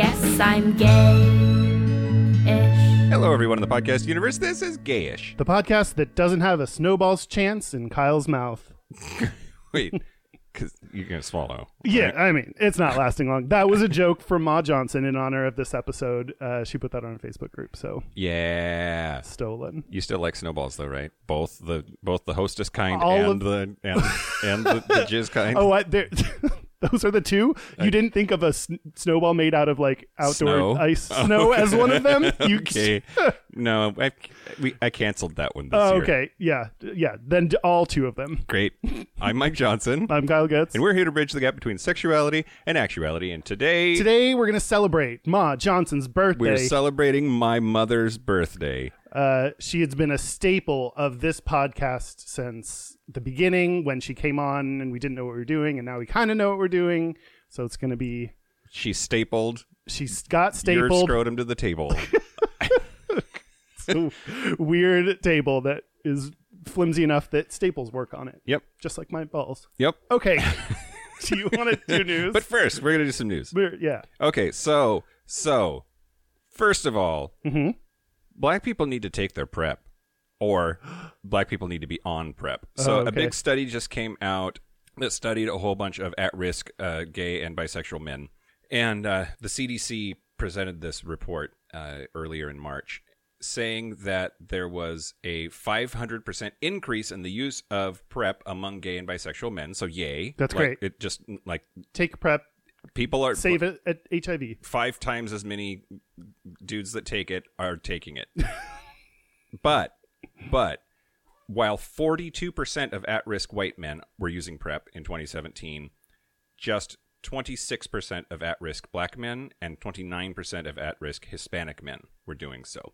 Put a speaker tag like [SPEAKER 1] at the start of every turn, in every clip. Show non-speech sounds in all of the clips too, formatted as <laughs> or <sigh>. [SPEAKER 1] I'm gay-ish.
[SPEAKER 2] Hello, everyone in the podcast universe. This is Gayish.
[SPEAKER 3] The podcast that doesn't have a snowball's chance in Kyle's mouth. <laughs>
[SPEAKER 2] Wait, because you're going to swallow.
[SPEAKER 3] Yeah, I mean, it's not lasting long. That was a joke from Ma Johnson in honor of this episode. Uh, she put that on her Facebook group, so
[SPEAKER 2] Yeah.
[SPEAKER 3] stolen.
[SPEAKER 2] You still like snowballs, though, right? Both the both the hostess kind
[SPEAKER 3] All
[SPEAKER 2] and
[SPEAKER 3] of-
[SPEAKER 2] the and, and the,
[SPEAKER 3] <laughs>
[SPEAKER 2] the jizz kind. <laughs>
[SPEAKER 3] Oh, what? There, <laughs> those are the two. You didn't think of a sn- snowball made out of like outdoor
[SPEAKER 2] Snow?
[SPEAKER 3] ice snow Oh. as one of <laughs> them? You
[SPEAKER 2] okay.
[SPEAKER 3] <laughs>
[SPEAKER 2] no, I we I canceled that one this
[SPEAKER 3] Oh,
[SPEAKER 2] year.
[SPEAKER 3] okay, yeah, yeah. Then d- all two of them.
[SPEAKER 2] Great. I'm Mike
[SPEAKER 3] <laughs>
[SPEAKER 2] Johnson,
[SPEAKER 3] I'm Kyle Gutz.
[SPEAKER 2] and we're here to bridge the gap between sexuality and actuality. And today,
[SPEAKER 3] Today we're gonna celebrate Ma Johnson's
[SPEAKER 2] we're
[SPEAKER 3] birthday.
[SPEAKER 2] celebrating my mother's birthday.
[SPEAKER 3] uh, she has been a staple of this podcast since the beginning when she came on and we didn't know what we were doing, and now we kind of know what we're doing. So it's gonna be
[SPEAKER 2] She stapled,
[SPEAKER 3] she's
[SPEAKER 2] your
[SPEAKER 3] got stapled
[SPEAKER 2] scrotum to the
[SPEAKER 3] <laughs>
[SPEAKER 2] table.
[SPEAKER 3] weird table that is flimsy enough that staples work on it.
[SPEAKER 2] yep.
[SPEAKER 3] just like my balls.
[SPEAKER 2] Yep. <laughs>
[SPEAKER 3] Okay. do you want to do news?
[SPEAKER 2] But first, we're gonna do some news.
[SPEAKER 3] We're- yeah.
[SPEAKER 2] Okay, so so first of all,
[SPEAKER 3] Mm-hmm.
[SPEAKER 2] black people need to take their prep,
[SPEAKER 3] <gasps>
[SPEAKER 2] or black people need to be on prep. So a
[SPEAKER 3] Oh, okay.
[SPEAKER 2] big study just came out that studied a whole bunch of at-risk uh, gay and bisexual men, and uh, the CDC presented this report uh, earlier in March, saying that there was a 500% increase in the use of prep among gay and bisexual men. So yay,
[SPEAKER 3] That's
[SPEAKER 2] Like,
[SPEAKER 3] great.
[SPEAKER 2] It just like
[SPEAKER 3] Take prep.
[SPEAKER 2] people are
[SPEAKER 3] Save it at HIV.
[SPEAKER 2] five times as many dudes that take it are taking it. <laughs> but, but while 42% of at risk white men were using PrEP in 2017, just 26% of at risk black men and 29% of at risk Hispanic men were doing so.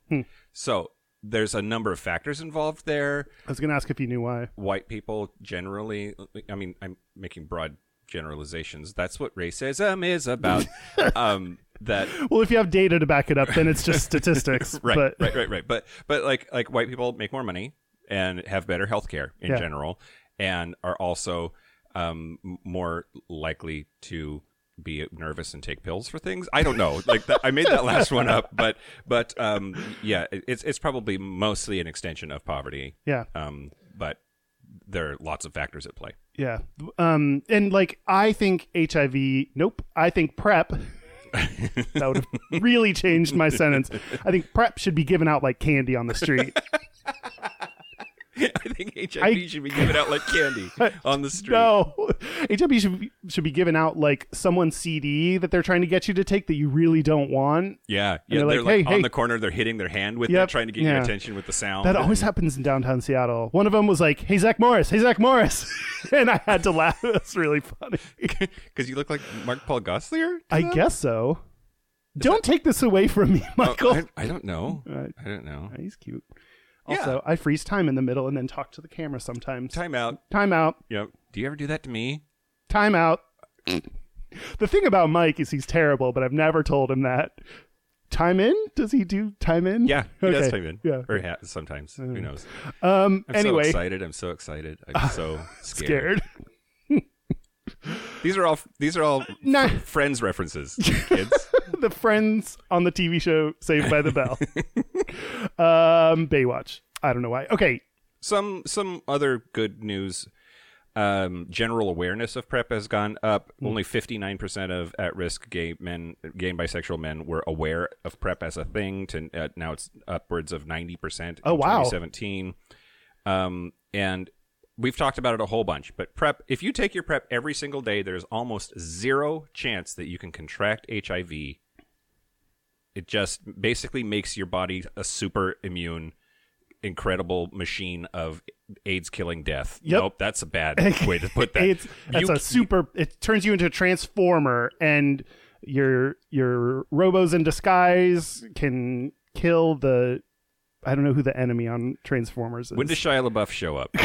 [SPEAKER 2] So there's a number of factors involved there
[SPEAKER 3] I was gonna ask if you knew why.
[SPEAKER 2] white people generally i mean i'm making broad generalizations that's what racism is about um that
[SPEAKER 3] Well, if you have data to back it up, then
[SPEAKER 2] <laughs>
[SPEAKER 3] it's just <laughs> statistics.
[SPEAKER 2] right
[SPEAKER 3] but
[SPEAKER 2] right right right but but like like white people make more money and have better health care in
[SPEAKER 3] Yeah.
[SPEAKER 2] general and are also um m- more likely to be nervous and take pills for things i don't know like that, i made that last one
[SPEAKER 3] <laughs>
[SPEAKER 2] up but but um yeah it- it's it's probably mostly an extension of poverty
[SPEAKER 3] yeah,
[SPEAKER 2] um but there are lots of factors at play <laughs>
[SPEAKER 3] yeah. Um, and like I think HIV. Nope. I think prep. that would have really changed my sentence. I think prep should be given out like candy on the street.
[SPEAKER 2] I think HIV
[SPEAKER 3] I-
[SPEAKER 2] should be given out like
[SPEAKER 3] <laughs>
[SPEAKER 2] candy on the street.
[SPEAKER 3] No, HIV should be, should be given out like someone's CD that they're trying to get you to take that you really don't want.
[SPEAKER 2] Yeah, yeah.
[SPEAKER 3] they're
[SPEAKER 2] They're,
[SPEAKER 3] like,
[SPEAKER 2] like
[SPEAKER 3] "Hey,
[SPEAKER 2] on
[SPEAKER 3] hey."
[SPEAKER 2] the corner. They're hitting their hand with
[SPEAKER 3] Yep,
[SPEAKER 2] it, trying to get your
[SPEAKER 3] yeah.
[SPEAKER 2] attention with the sound.
[SPEAKER 3] That always happens in downtown Seattle. One of them was like, "Hey Zach Morris, hey Zach Morris," <laughs> and I had to laugh. <laughs> It's really funny.
[SPEAKER 2] <laughs> because you look like Mark Paul Gosselaar.
[SPEAKER 3] I guess so. Don't take this away from me, Michael.
[SPEAKER 2] Oh, I, I don't know.
[SPEAKER 3] Right.
[SPEAKER 2] I don't know.
[SPEAKER 3] He's cute.
[SPEAKER 2] Yeah.
[SPEAKER 3] Also, I freeze time in the middle and then talk to the camera sometimes.
[SPEAKER 2] Time out.
[SPEAKER 3] Time out.
[SPEAKER 2] Yep. Do you ever do that to me? <clears throat>
[SPEAKER 3] Time out. the thing about Mike is he's terrible, but I've never told him that. Time in? Does he do time in?
[SPEAKER 2] Yeah, he does time in.
[SPEAKER 3] Yeah. Mm.
[SPEAKER 2] or ha- sometimes. Who knows?
[SPEAKER 3] Um.
[SPEAKER 2] I'm so
[SPEAKER 3] anyway,
[SPEAKER 2] excited. I'm so excited. I'm so
[SPEAKER 3] <laughs>
[SPEAKER 2] scared.
[SPEAKER 3] scared.
[SPEAKER 2] These are all. These are
[SPEAKER 3] <laughs>
[SPEAKER 2] all
[SPEAKER 3] No.
[SPEAKER 2] fr- friends references.
[SPEAKER 3] <laughs>
[SPEAKER 2] Kids.
[SPEAKER 3] the friends on the TV show Saved by
[SPEAKER 2] <laughs>
[SPEAKER 3] the Bell. um, Baywatch. I don't know why. Okay.
[SPEAKER 2] some some other good news um, general awareness of prep has gone up
[SPEAKER 3] Hmm.
[SPEAKER 2] only 59% of at-risk gay men gay and bisexual men were aware of prep as a thing to uh, now it's upwards of 90%
[SPEAKER 3] Oh,
[SPEAKER 2] in
[SPEAKER 3] wow.
[SPEAKER 2] 2017 um, and we've talked about it a whole bunch but prep if you take your prep every single day there's almost zero chance that you can contract hiv it just basically makes your body a super immune incredible machine of AIDS killing death.
[SPEAKER 3] Yep.
[SPEAKER 2] Nope, that's a
[SPEAKER 3] <laughs>
[SPEAKER 2] bad way to put that.
[SPEAKER 3] It's that's
[SPEAKER 2] You-
[SPEAKER 3] a super. It turns you into a transformer, and your your robos in disguise can kill the. I don't know who the enemy on Transformers is.
[SPEAKER 2] when does Shia LaBeouf show up?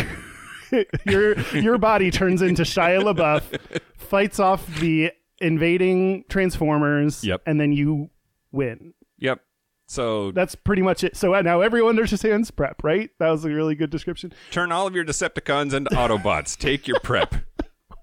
[SPEAKER 3] <laughs> your your body turns into Shia
[SPEAKER 2] <laughs>
[SPEAKER 3] LaBeouf, fights off the invading Transformers,
[SPEAKER 2] Yep.
[SPEAKER 3] and then you win.
[SPEAKER 2] yep. So
[SPEAKER 3] That's pretty much it. So uh, now everyone understands prep, right? That was a really good description. <laughs>
[SPEAKER 2] turn all of your Decepticons into Autobots. Take your prep.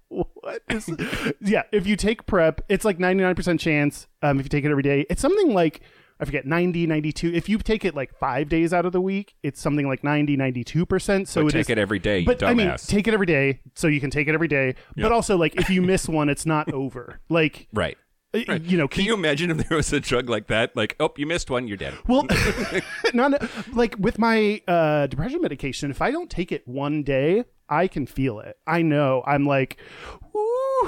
[SPEAKER 3] what is <laughs> yeah if you take prep it's like 99% chance um, if you take it every day it's something like i forget 90 92 if you take it like five days out of the week it's something like 90 92% so
[SPEAKER 2] So
[SPEAKER 3] it
[SPEAKER 2] take
[SPEAKER 3] is-
[SPEAKER 2] it every day, you
[SPEAKER 3] but
[SPEAKER 2] dumbass.
[SPEAKER 3] i mean take it every day so you can take it every day but also like <laughs> if you miss one it's not over like
[SPEAKER 2] right.
[SPEAKER 3] uh, you know
[SPEAKER 2] Can you imagine if there was a drug like that? Like, oh, you missed one, you're dead. <laughs>
[SPEAKER 3] Well, <laughs> not like with my uh, depression medication. If I don't take it one day, I can feel it. I know. I'm like,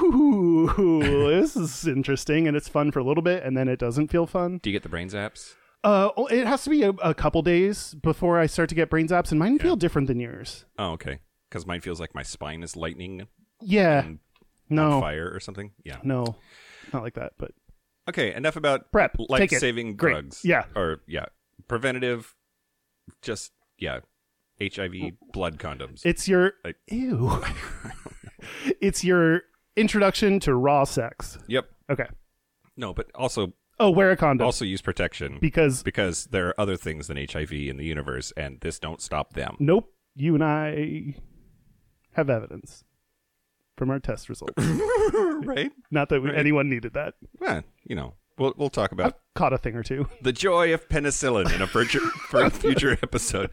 [SPEAKER 3] ooh, <laughs> this is interesting, and it's fun for a little bit, and then it doesn't feel fun.
[SPEAKER 2] Do you get the brain zaps?
[SPEAKER 3] Uh, oh, it has to be a, a couple days before I start to get brain zaps, and mine feel different than yours.
[SPEAKER 2] Oh, okay. Because mine feels like my spine is lightning
[SPEAKER 3] Yeah.
[SPEAKER 2] And on
[SPEAKER 3] No.
[SPEAKER 2] fire or something. Yeah.
[SPEAKER 3] No. Not like that, but
[SPEAKER 2] Okay. Enough about
[SPEAKER 3] Prep, take it.
[SPEAKER 2] life saving
[SPEAKER 3] Great.
[SPEAKER 2] drugs.
[SPEAKER 3] Yeah.
[SPEAKER 2] Or yeah, preventative. Just yeah, HIV blood condoms.
[SPEAKER 3] it's your
[SPEAKER 2] I-
[SPEAKER 3] ew. <laughs> it's your introduction to raw sex.
[SPEAKER 2] yep.
[SPEAKER 3] Okay.
[SPEAKER 2] No, but also
[SPEAKER 3] Oh, wear a condom
[SPEAKER 2] also use protection
[SPEAKER 3] because
[SPEAKER 2] because there are other things than HIV in the universe, and this don't stop
[SPEAKER 3] <laughs>
[SPEAKER 2] them.
[SPEAKER 3] Nope. You and I have evidence from our test results.
[SPEAKER 2] <laughs> right.
[SPEAKER 3] Not that we, anyone needed that.
[SPEAKER 2] Yeah. You know, we'll we'll talk
[SPEAKER 3] I've
[SPEAKER 2] about
[SPEAKER 3] caught a thing or two. <laughs>
[SPEAKER 2] the joy of penicillin in a future, for a future episode.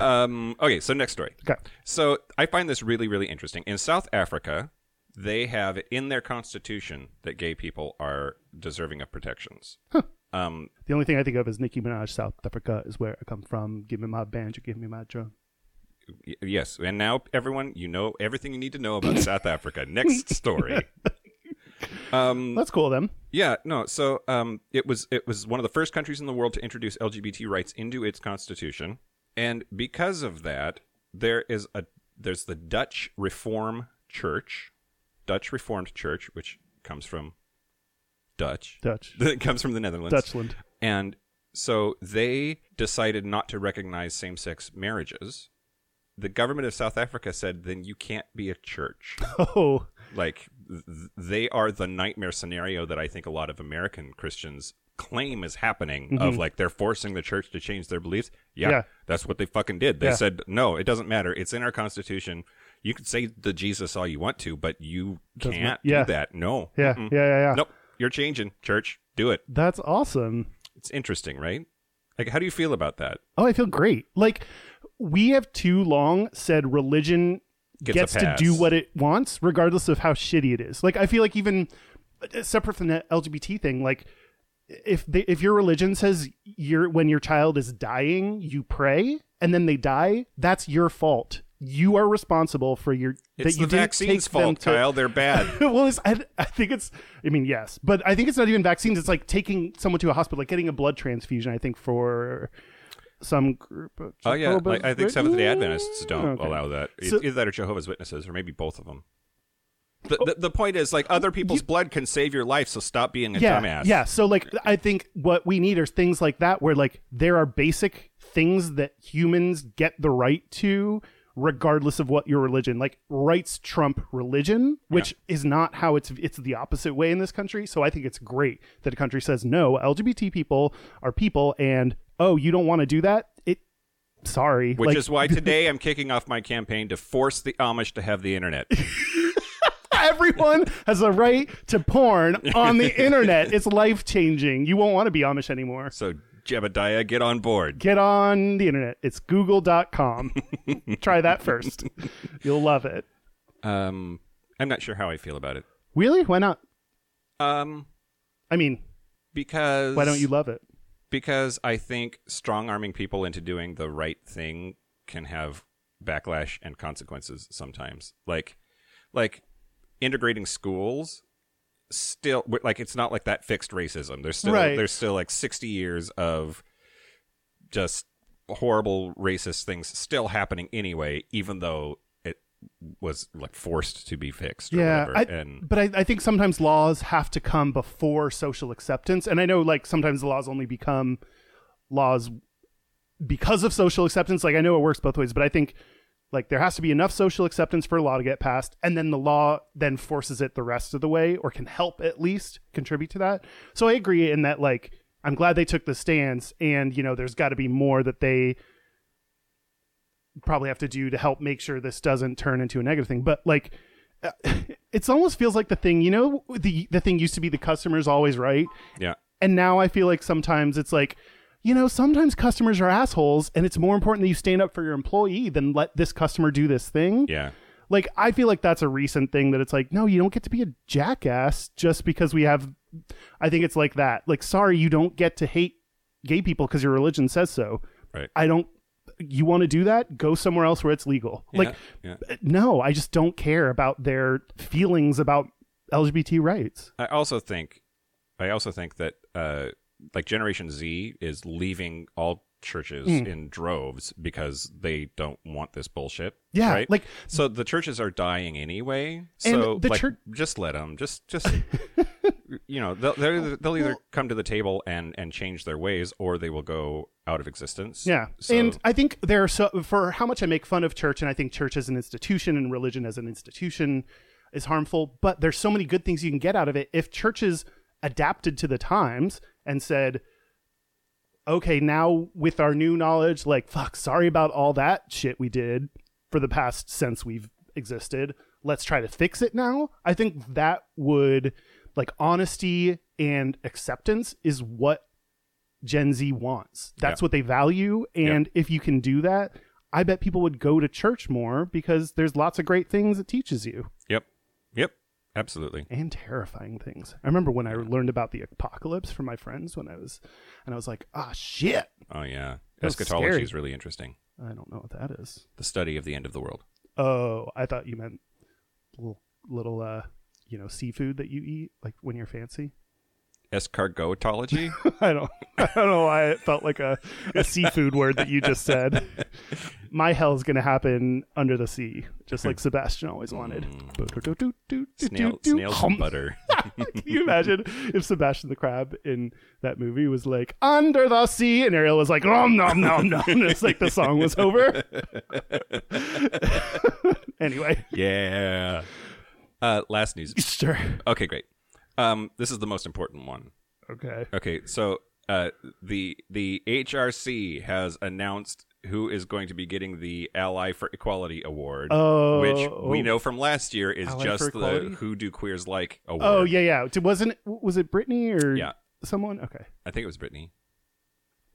[SPEAKER 2] Um. Okay. So next story.
[SPEAKER 3] Okay.
[SPEAKER 2] So I find this really, really interesting. In South Africa, they have in their constitution that gay people are deserving of protections. Um,
[SPEAKER 3] The only thing I think of is Nicki Minaj, South Africa is where I come from. Give me my banjo, give me my drum.
[SPEAKER 2] y- yes, and now everyone, you know everything you need to know about South Africa. Next story. Um,
[SPEAKER 3] That's cool, them.
[SPEAKER 2] yeah, no. So um, it was it was one of the first countries in the world to introduce LGBT rights into its constitution, and because of that, there is a there's the Dutch Reform Church, Dutch Reformed Church, which comes from Dutch.
[SPEAKER 3] Dutch.
[SPEAKER 2] <laughs> It comes from the Netherlands.
[SPEAKER 3] Dutchland.
[SPEAKER 2] And so they decided not to recognize same sex marriages. The government of South Africa said, then you can't be a church.
[SPEAKER 3] <laughs> Oh,
[SPEAKER 2] like, th- they are the nightmare scenario that I think a lot of American Christians claim is happening of like they're forcing the church to change their beliefs. Yeah,
[SPEAKER 3] Mm-hmm. Yeah.
[SPEAKER 2] that's what they fucking did. They
[SPEAKER 3] Yeah.
[SPEAKER 2] said, no, it doesn't matter. It's in our constitution. You can say the Jesus all you want to, but you
[SPEAKER 3] Doesn't-
[SPEAKER 2] can't
[SPEAKER 3] yeah.
[SPEAKER 2] do that. No.
[SPEAKER 3] yeah.
[SPEAKER 2] Mm-mm.
[SPEAKER 3] Yeah, yeah, yeah.
[SPEAKER 2] Nope. You're changing, church. Do it.
[SPEAKER 3] That's awesome.
[SPEAKER 2] It's interesting, right? Like, how do you feel about that?
[SPEAKER 3] Oh, I feel great. Like, we have too long said religion
[SPEAKER 2] Gets a
[SPEAKER 3] gets, to
[SPEAKER 2] pass.
[SPEAKER 3] do what it wants, regardless of how shitty it is. Like, I feel like even uh, separate from the LGBT thing, like, if they, if your religion says your when your child is dying, you pray and then they die, that's your fault. You are responsible for your
[SPEAKER 2] It's
[SPEAKER 3] that you
[SPEAKER 2] the
[SPEAKER 3] didn't
[SPEAKER 2] vaccine's
[SPEAKER 3] take them
[SPEAKER 2] fault,
[SPEAKER 3] to-
[SPEAKER 2] Kyle. They're
[SPEAKER 3] <laughs>
[SPEAKER 2] bad.
[SPEAKER 3] well, it's, I, I think it's. I mean, yes, but I think it's not even vaccines. It's like taking someone to a hospital, like getting a blood transfusion. I think for some group of.
[SPEAKER 2] oh yeah,
[SPEAKER 3] Jehovah's
[SPEAKER 2] like, I think Seventh Day
[SPEAKER 3] Witness-
[SPEAKER 2] Adventists don't
[SPEAKER 3] Okay.
[SPEAKER 2] allow that. It's
[SPEAKER 3] So-
[SPEAKER 2] Either that or Jehovah's Witnesses, or maybe both of them. The,
[SPEAKER 3] Oh.
[SPEAKER 2] the, the point is, like, other people's blood can save your life, so stop being a
[SPEAKER 3] yeah,
[SPEAKER 2] dumbass.
[SPEAKER 3] Yeah. So like I think what we need are things like that where like there are basic things that humans get the right to regardless of what your religion like rights trump religion which is not how it's it's the opposite way in this country so i think it's great that a country says no lgbt people are people and oh you don't want to do that it sorry
[SPEAKER 2] Which
[SPEAKER 3] like,
[SPEAKER 2] is why today I'm kicking off my campaign to force the Amish to have the internet.
[SPEAKER 3] <laughs> Everyone has a right
[SPEAKER 2] <laughs>
[SPEAKER 3] to porn on the internet. It's life changing. You won't want to be Amish anymore.
[SPEAKER 2] So Jebediah, get on board.
[SPEAKER 3] get on the internet. It's google.com. Try that first. You'll love it.
[SPEAKER 2] Um, I'm not sure how I feel about it.
[SPEAKER 3] Really? Why not?
[SPEAKER 2] Um,
[SPEAKER 3] I mean,
[SPEAKER 2] because
[SPEAKER 3] why don't you love it?
[SPEAKER 2] because I think strong arming people into doing the right thing can have backlash and consequences sometimes. Like, like integrating schools still w- like it's not like that fixed racism. There's still
[SPEAKER 3] Right.
[SPEAKER 2] there's still like 60 years of just horrible racist things still happening anyway, even though it was like forced to be fixed. Or
[SPEAKER 3] Yeah.
[SPEAKER 2] whatever.
[SPEAKER 3] I,
[SPEAKER 2] and
[SPEAKER 3] But I, I think sometimes laws have to come before social acceptance. And I know, like, sometimes the laws only become laws because of social acceptance. Like, I know it works both ways, but I think. Like there has to be enough social acceptance for a law to get passed, and then the law then forces it the rest of the way, or can help at least contribute to that. So I agree in that, like, I'm glad they took the stance, and you know, there's got to be more that they probably have to do to help make sure this doesn't turn into a negative thing. But like, it's almost feels like the thing you know the the thing used to be the customer's always right
[SPEAKER 2] Yeah.
[SPEAKER 3] and now i feel like sometimes it's like you know sometimes customers are assholes and it's more important that you stand up for your employee than let this customer do this thing
[SPEAKER 2] Yeah.
[SPEAKER 3] like i feel like that's a recent thing that it's like no you don't get to be a jackass just because we have i think it's like that like sorry you don't get to hate gay people because your religion says so
[SPEAKER 2] Right.
[SPEAKER 3] i don't you want to do that go somewhere else where it's legal like
[SPEAKER 2] yeah. yeah.
[SPEAKER 3] no i just don't care about their feelings about lgbt rights
[SPEAKER 2] I also think, I also think that uh, like Generation Z is leaving all churches
[SPEAKER 3] Mm.
[SPEAKER 2] in droves because they don't want this bullshit.
[SPEAKER 3] yeah
[SPEAKER 2] Right?
[SPEAKER 3] like
[SPEAKER 2] so the churches are dying anyway.
[SPEAKER 3] And
[SPEAKER 2] So
[SPEAKER 3] the
[SPEAKER 2] like,
[SPEAKER 3] chur-
[SPEAKER 2] just let them. Just
[SPEAKER 3] <laughs>
[SPEAKER 2] just you know they'll they'll, they'll either come to the table and and change their ways or they will go out of existence.
[SPEAKER 3] Yeah.
[SPEAKER 2] So,
[SPEAKER 3] And I think there are so for how much I make fun of church and I think church as an institution and religion as an institution is harmful, but there's so many good things you can get out of it if churches adapted to the times and said okay, now with our new knowledge, like fuck, sorry about all that shit we did for the past since we've existed. Let's try to fix it now. I think that would like honesty and acceptance is what Gen Z wants. That's what they value. And if you can do that, I bet people would go to church more because there's lots of great things it teaches you
[SPEAKER 2] yep, yep, absolutely.
[SPEAKER 3] and terrifying things. I remember when I learned about the apocalypse from my friends when I was, and I was like, ah, shit.
[SPEAKER 2] Oh yeah,
[SPEAKER 3] That's
[SPEAKER 2] eschatology
[SPEAKER 3] scary.
[SPEAKER 2] is really interesting.
[SPEAKER 3] I don't know what that is.
[SPEAKER 2] The study of the end of the world.
[SPEAKER 3] Oh, I thought you meant little, little uh, you know, seafood that you eat like when you're fancy.
[SPEAKER 2] Escargotology.
[SPEAKER 3] <laughs> I don't, I don't know why it felt like a, a seafood word that you just
[SPEAKER 2] <laughs>
[SPEAKER 3] said. My hell's gonna happen under the sea, just like Sebastian always wanted.
[SPEAKER 2] Hmm.
[SPEAKER 3] <laughs>
[SPEAKER 2] Snail, snails and butter.
[SPEAKER 3] Can you imagine if Sebastian the Crab in that movie was like under the sea and Ariel was like nom nom nom nom? and It's like the song was over. <laughs> anyway,
[SPEAKER 2] yeah. Uh, last news.
[SPEAKER 3] sure.
[SPEAKER 2] Okay, great. Um, this is the most important one.
[SPEAKER 3] Okay.
[SPEAKER 2] Okay, so uh, the the HRC has announced who is going to be getting the Ally for Equality Award,
[SPEAKER 3] Oh,
[SPEAKER 2] which we know from last year is
[SPEAKER 3] Ally for
[SPEAKER 2] just the
[SPEAKER 3] Equality?
[SPEAKER 2] "Who Do Queers Like" award.
[SPEAKER 3] Oh yeah, yeah. It Wasn't was it Brittany or
[SPEAKER 2] Yeah.
[SPEAKER 3] someone? Okay,
[SPEAKER 2] I think it was Brittany.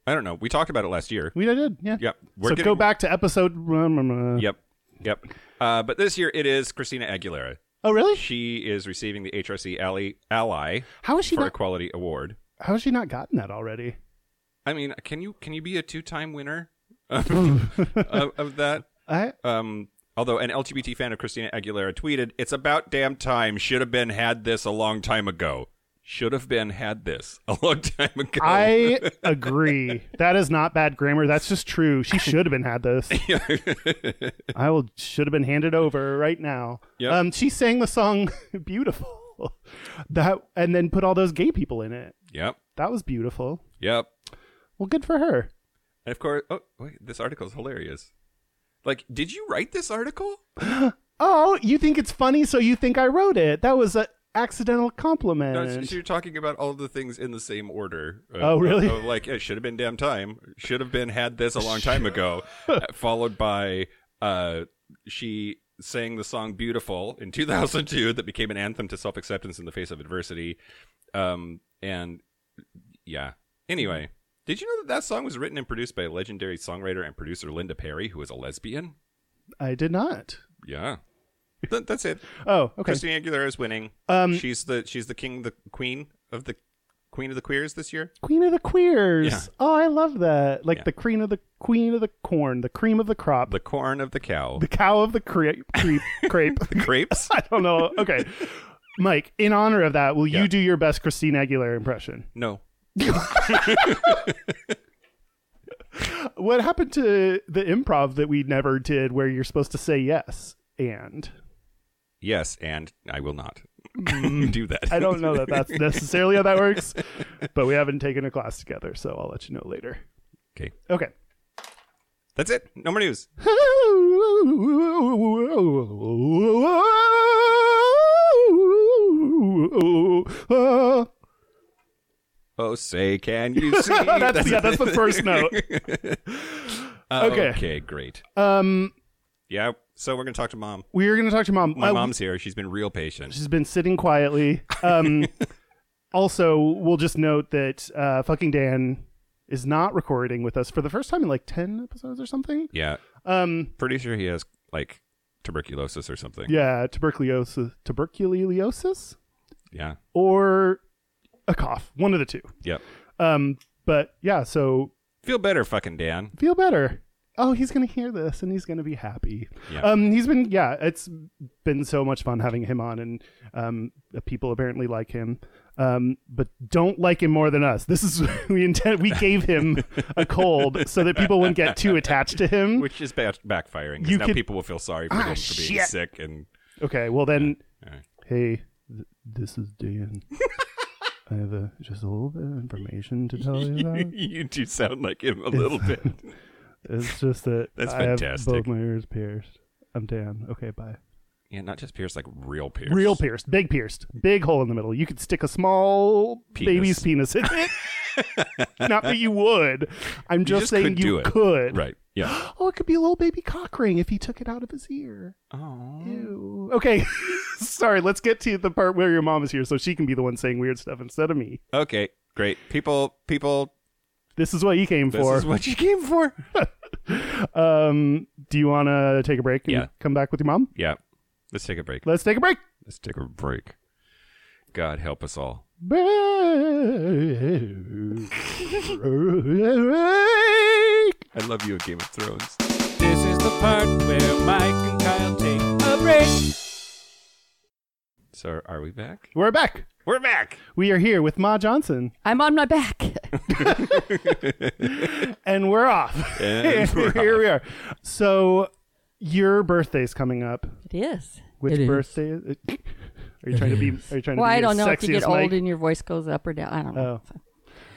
[SPEAKER 2] I don't know. We talked about it last year.
[SPEAKER 3] we did. Yeah.
[SPEAKER 2] Yep. We're
[SPEAKER 3] So
[SPEAKER 2] getting,
[SPEAKER 3] go back to episode. <laughs>
[SPEAKER 2] Yep. Yep. Uh, but this year it is Christina Aguilera.
[SPEAKER 3] Oh really?
[SPEAKER 2] She is receiving the HRC Ally Ally
[SPEAKER 3] How has she
[SPEAKER 2] for
[SPEAKER 3] not?
[SPEAKER 2] Equality Award.
[SPEAKER 3] How has she not gotten that
[SPEAKER 2] <laughs>
[SPEAKER 3] already? <laughs>
[SPEAKER 2] I mean, can you can you be a two time winner of, of, of that? <laughs>
[SPEAKER 3] I
[SPEAKER 2] Um, although an LGBT fan of Christina Aguilera tweeted, "It's about damn time. Should have been had this a long time ago. Should have been had this a <laughs> long time ago." <laughs>
[SPEAKER 3] I agree. That is not bad grammar. That's just true.
[SPEAKER 2] <laughs>
[SPEAKER 3] She should have been had this. I will should have been handed over right now.
[SPEAKER 2] Yep.
[SPEAKER 3] Um, she sang the song <laughs> "Beautiful," <laughs> that and then put all those gay people in it.
[SPEAKER 2] yep,
[SPEAKER 3] That was beautiful.
[SPEAKER 2] yep.
[SPEAKER 3] Well, good for her.
[SPEAKER 2] And of course, oh wait, this article is hilarious. Like, did you write this article?
[SPEAKER 3] Oh, you think it's funny, so you think I wrote it? That was an accidental compliment.
[SPEAKER 2] No, it's- you're talking about all the things in the same order. Uh,
[SPEAKER 3] Oh, really?
[SPEAKER 2] uh, uh, like it should have been damn time. Should have been had this a
[SPEAKER 3] <laughs>
[SPEAKER 2] long time ago. uh, followed by uh, she sang the song "Beautiful" in 2002, that became an anthem to self-acceptance in the face of adversity. Um, and yeah. Anyway, did you know that that song was written and produced by legendary songwriter and producer Linda Perry, who is a lesbian?
[SPEAKER 3] I did not.
[SPEAKER 2] Yeah. Th- that's it.
[SPEAKER 3] Oh, okay.
[SPEAKER 2] Christina Aguilera is winning.
[SPEAKER 3] Um,
[SPEAKER 2] she's the she's the king, the queen of the queen of the queers this year.
[SPEAKER 3] Queen of the Queers.
[SPEAKER 2] Yeah.
[SPEAKER 3] Oh, I love that. Like
[SPEAKER 2] Yeah.
[SPEAKER 3] the cream of the queen of the corn, the cream of the crop,
[SPEAKER 2] The corn of the cow.
[SPEAKER 3] the cow of the crepe,
[SPEAKER 2] <laughs>
[SPEAKER 3] creep, crepe. <laughs>
[SPEAKER 2] The crepes.
[SPEAKER 3] I don't know. Okay, Mike. In honor of that, will
[SPEAKER 2] Yeah.
[SPEAKER 3] you do your best Christine Aguilera impression?
[SPEAKER 2] no.
[SPEAKER 3] What happened to the improv that we never did, where you're supposed to say yes and?
[SPEAKER 2] Yes, and I will not <laughs> do that.
[SPEAKER 3] Mm. I don't know that
[SPEAKER 2] <laughs>
[SPEAKER 3] that's necessarily how that works, but we haven't taken a class together, so I'll let you know later.
[SPEAKER 2] Okay,
[SPEAKER 3] Okay.
[SPEAKER 2] that's it. No more news. Oh, say, can
[SPEAKER 3] <laughs>
[SPEAKER 2] you see? <laughs>
[SPEAKER 3] that's, yeah, that's the first note.
[SPEAKER 2] Uh,
[SPEAKER 3] okay.
[SPEAKER 2] Okay, great.
[SPEAKER 3] <laughs> Um,
[SPEAKER 2] Yeah. So we're gonna talk to mom.
[SPEAKER 3] We are going to talk to mom.
[SPEAKER 2] My
[SPEAKER 3] Uh,
[SPEAKER 2] mom's here. She's been real patient.
[SPEAKER 3] She's been sitting quietly. Um, also, we'll just note that uh, fucking Dan is not recording with us for the first time in like 10 episodes or something.
[SPEAKER 2] Yeah.
[SPEAKER 3] Um,
[SPEAKER 2] Pretty sure he has like tuberculosis or something.
[SPEAKER 3] yeah, tuberculosis, tuberculosis
[SPEAKER 2] Yeah.
[SPEAKER 3] or a cough, one of the two.
[SPEAKER 2] Yep.
[SPEAKER 3] Um, but yeah, so
[SPEAKER 2] Feel better, fucking Dan.
[SPEAKER 3] feel better. Oh, he's going to hear this and he's going to be happy.
[SPEAKER 2] Yeah.
[SPEAKER 3] Um, he's been, yeah, it's been so much fun having him on, and um, uh, people apparently like him, um, but don't like him more than us. This is, <laughs> we intend, we gave him a cold so that people wouldn't get too attached to <laughs> him.
[SPEAKER 2] Which is back- backfiring. 'cause
[SPEAKER 3] You
[SPEAKER 2] now
[SPEAKER 3] could-
[SPEAKER 2] people will feel sorry for
[SPEAKER 3] Ah,
[SPEAKER 2] him for being
[SPEAKER 3] shit.
[SPEAKER 2] sick and <laughs>
[SPEAKER 3] Okay, well then,
[SPEAKER 2] alright.
[SPEAKER 3] hey, th- this is Dan. I have a, just a little bit of information to tell
[SPEAKER 2] <laughs>
[SPEAKER 3] you about.
[SPEAKER 2] you do sound like him a little bit. <laughs>
[SPEAKER 3] It's just that
[SPEAKER 2] That's
[SPEAKER 3] I have
[SPEAKER 2] fantastic.
[SPEAKER 3] both my ears pierced. I'm Dan. Okay, bye.
[SPEAKER 2] Yeah, not just Pierce, like real Pierce.
[SPEAKER 3] Real pierced, big pierced, big hole in the middle. You could stick a small
[SPEAKER 2] Penis.
[SPEAKER 3] baby's penis in it.
[SPEAKER 2] <laughs>
[SPEAKER 3] Not that you would. I'm just,
[SPEAKER 2] just
[SPEAKER 3] saying
[SPEAKER 2] could do
[SPEAKER 3] you
[SPEAKER 2] it.
[SPEAKER 3] could.
[SPEAKER 2] Right.
[SPEAKER 3] <gasps>
[SPEAKER 2] Yeah.
[SPEAKER 3] Oh, it could be a little baby cock ring if he took it out of his ear.
[SPEAKER 2] oh.
[SPEAKER 3] Ew. Okay, <laughs> sorry. Let's get to the part where your mom is here, so she can be the one saying weird stuff instead of me.
[SPEAKER 2] Okay. Great. People. People.
[SPEAKER 3] This is what you came
[SPEAKER 2] This
[SPEAKER 3] for.
[SPEAKER 2] is what you came for.
[SPEAKER 3] <laughs> um, do you want to take a break? and
[SPEAKER 2] Yeah.
[SPEAKER 3] Come back with your mom.
[SPEAKER 2] yeah. Let's take a break.
[SPEAKER 3] Let's take a break.
[SPEAKER 2] Let's take a break. God help us all.
[SPEAKER 3] Break.
[SPEAKER 2] I love you, Game of Thrones.
[SPEAKER 1] This is the part where Mike and Kyle take a break.
[SPEAKER 2] So, are we back?
[SPEAKER 3] We're back.
[SPEAKER 2] We're
[SPEAKER 3] <laughs>
[SPEAKER 2] back. <laughs>
[SPEAKER 3] We are here with Ma Johnson,
[SPEAKER 4] I'm on my back.
[SPEAKER 3] and we're off.
[SPEAKER 2] And we're
[SPEAKER 3] <laughs> here we are. So, your birthday's coming up.
[SPEAKER 4] It is.
[SPEAKER 3] Which
[SPEAKER 4] It is.
[SPEAKER 3] birthday? Is it? <laughs> Are you trying to be? Are you <laughs> trying
[SPEAKER 4] Well,
[SPEAKER 3] to be
[SPEAKER 4] I don't
[SPEAKER 3] as
[SPEAKER 4] know if you
[SPEAKER 3] sexy
[SPEAKER 4] get
[SPEAKER 3] as
[SPEAKER 4] old
[SPEAKER 3] Mike? Oh.
[SPEAKER 4] and your voice goes up or down. I don't know.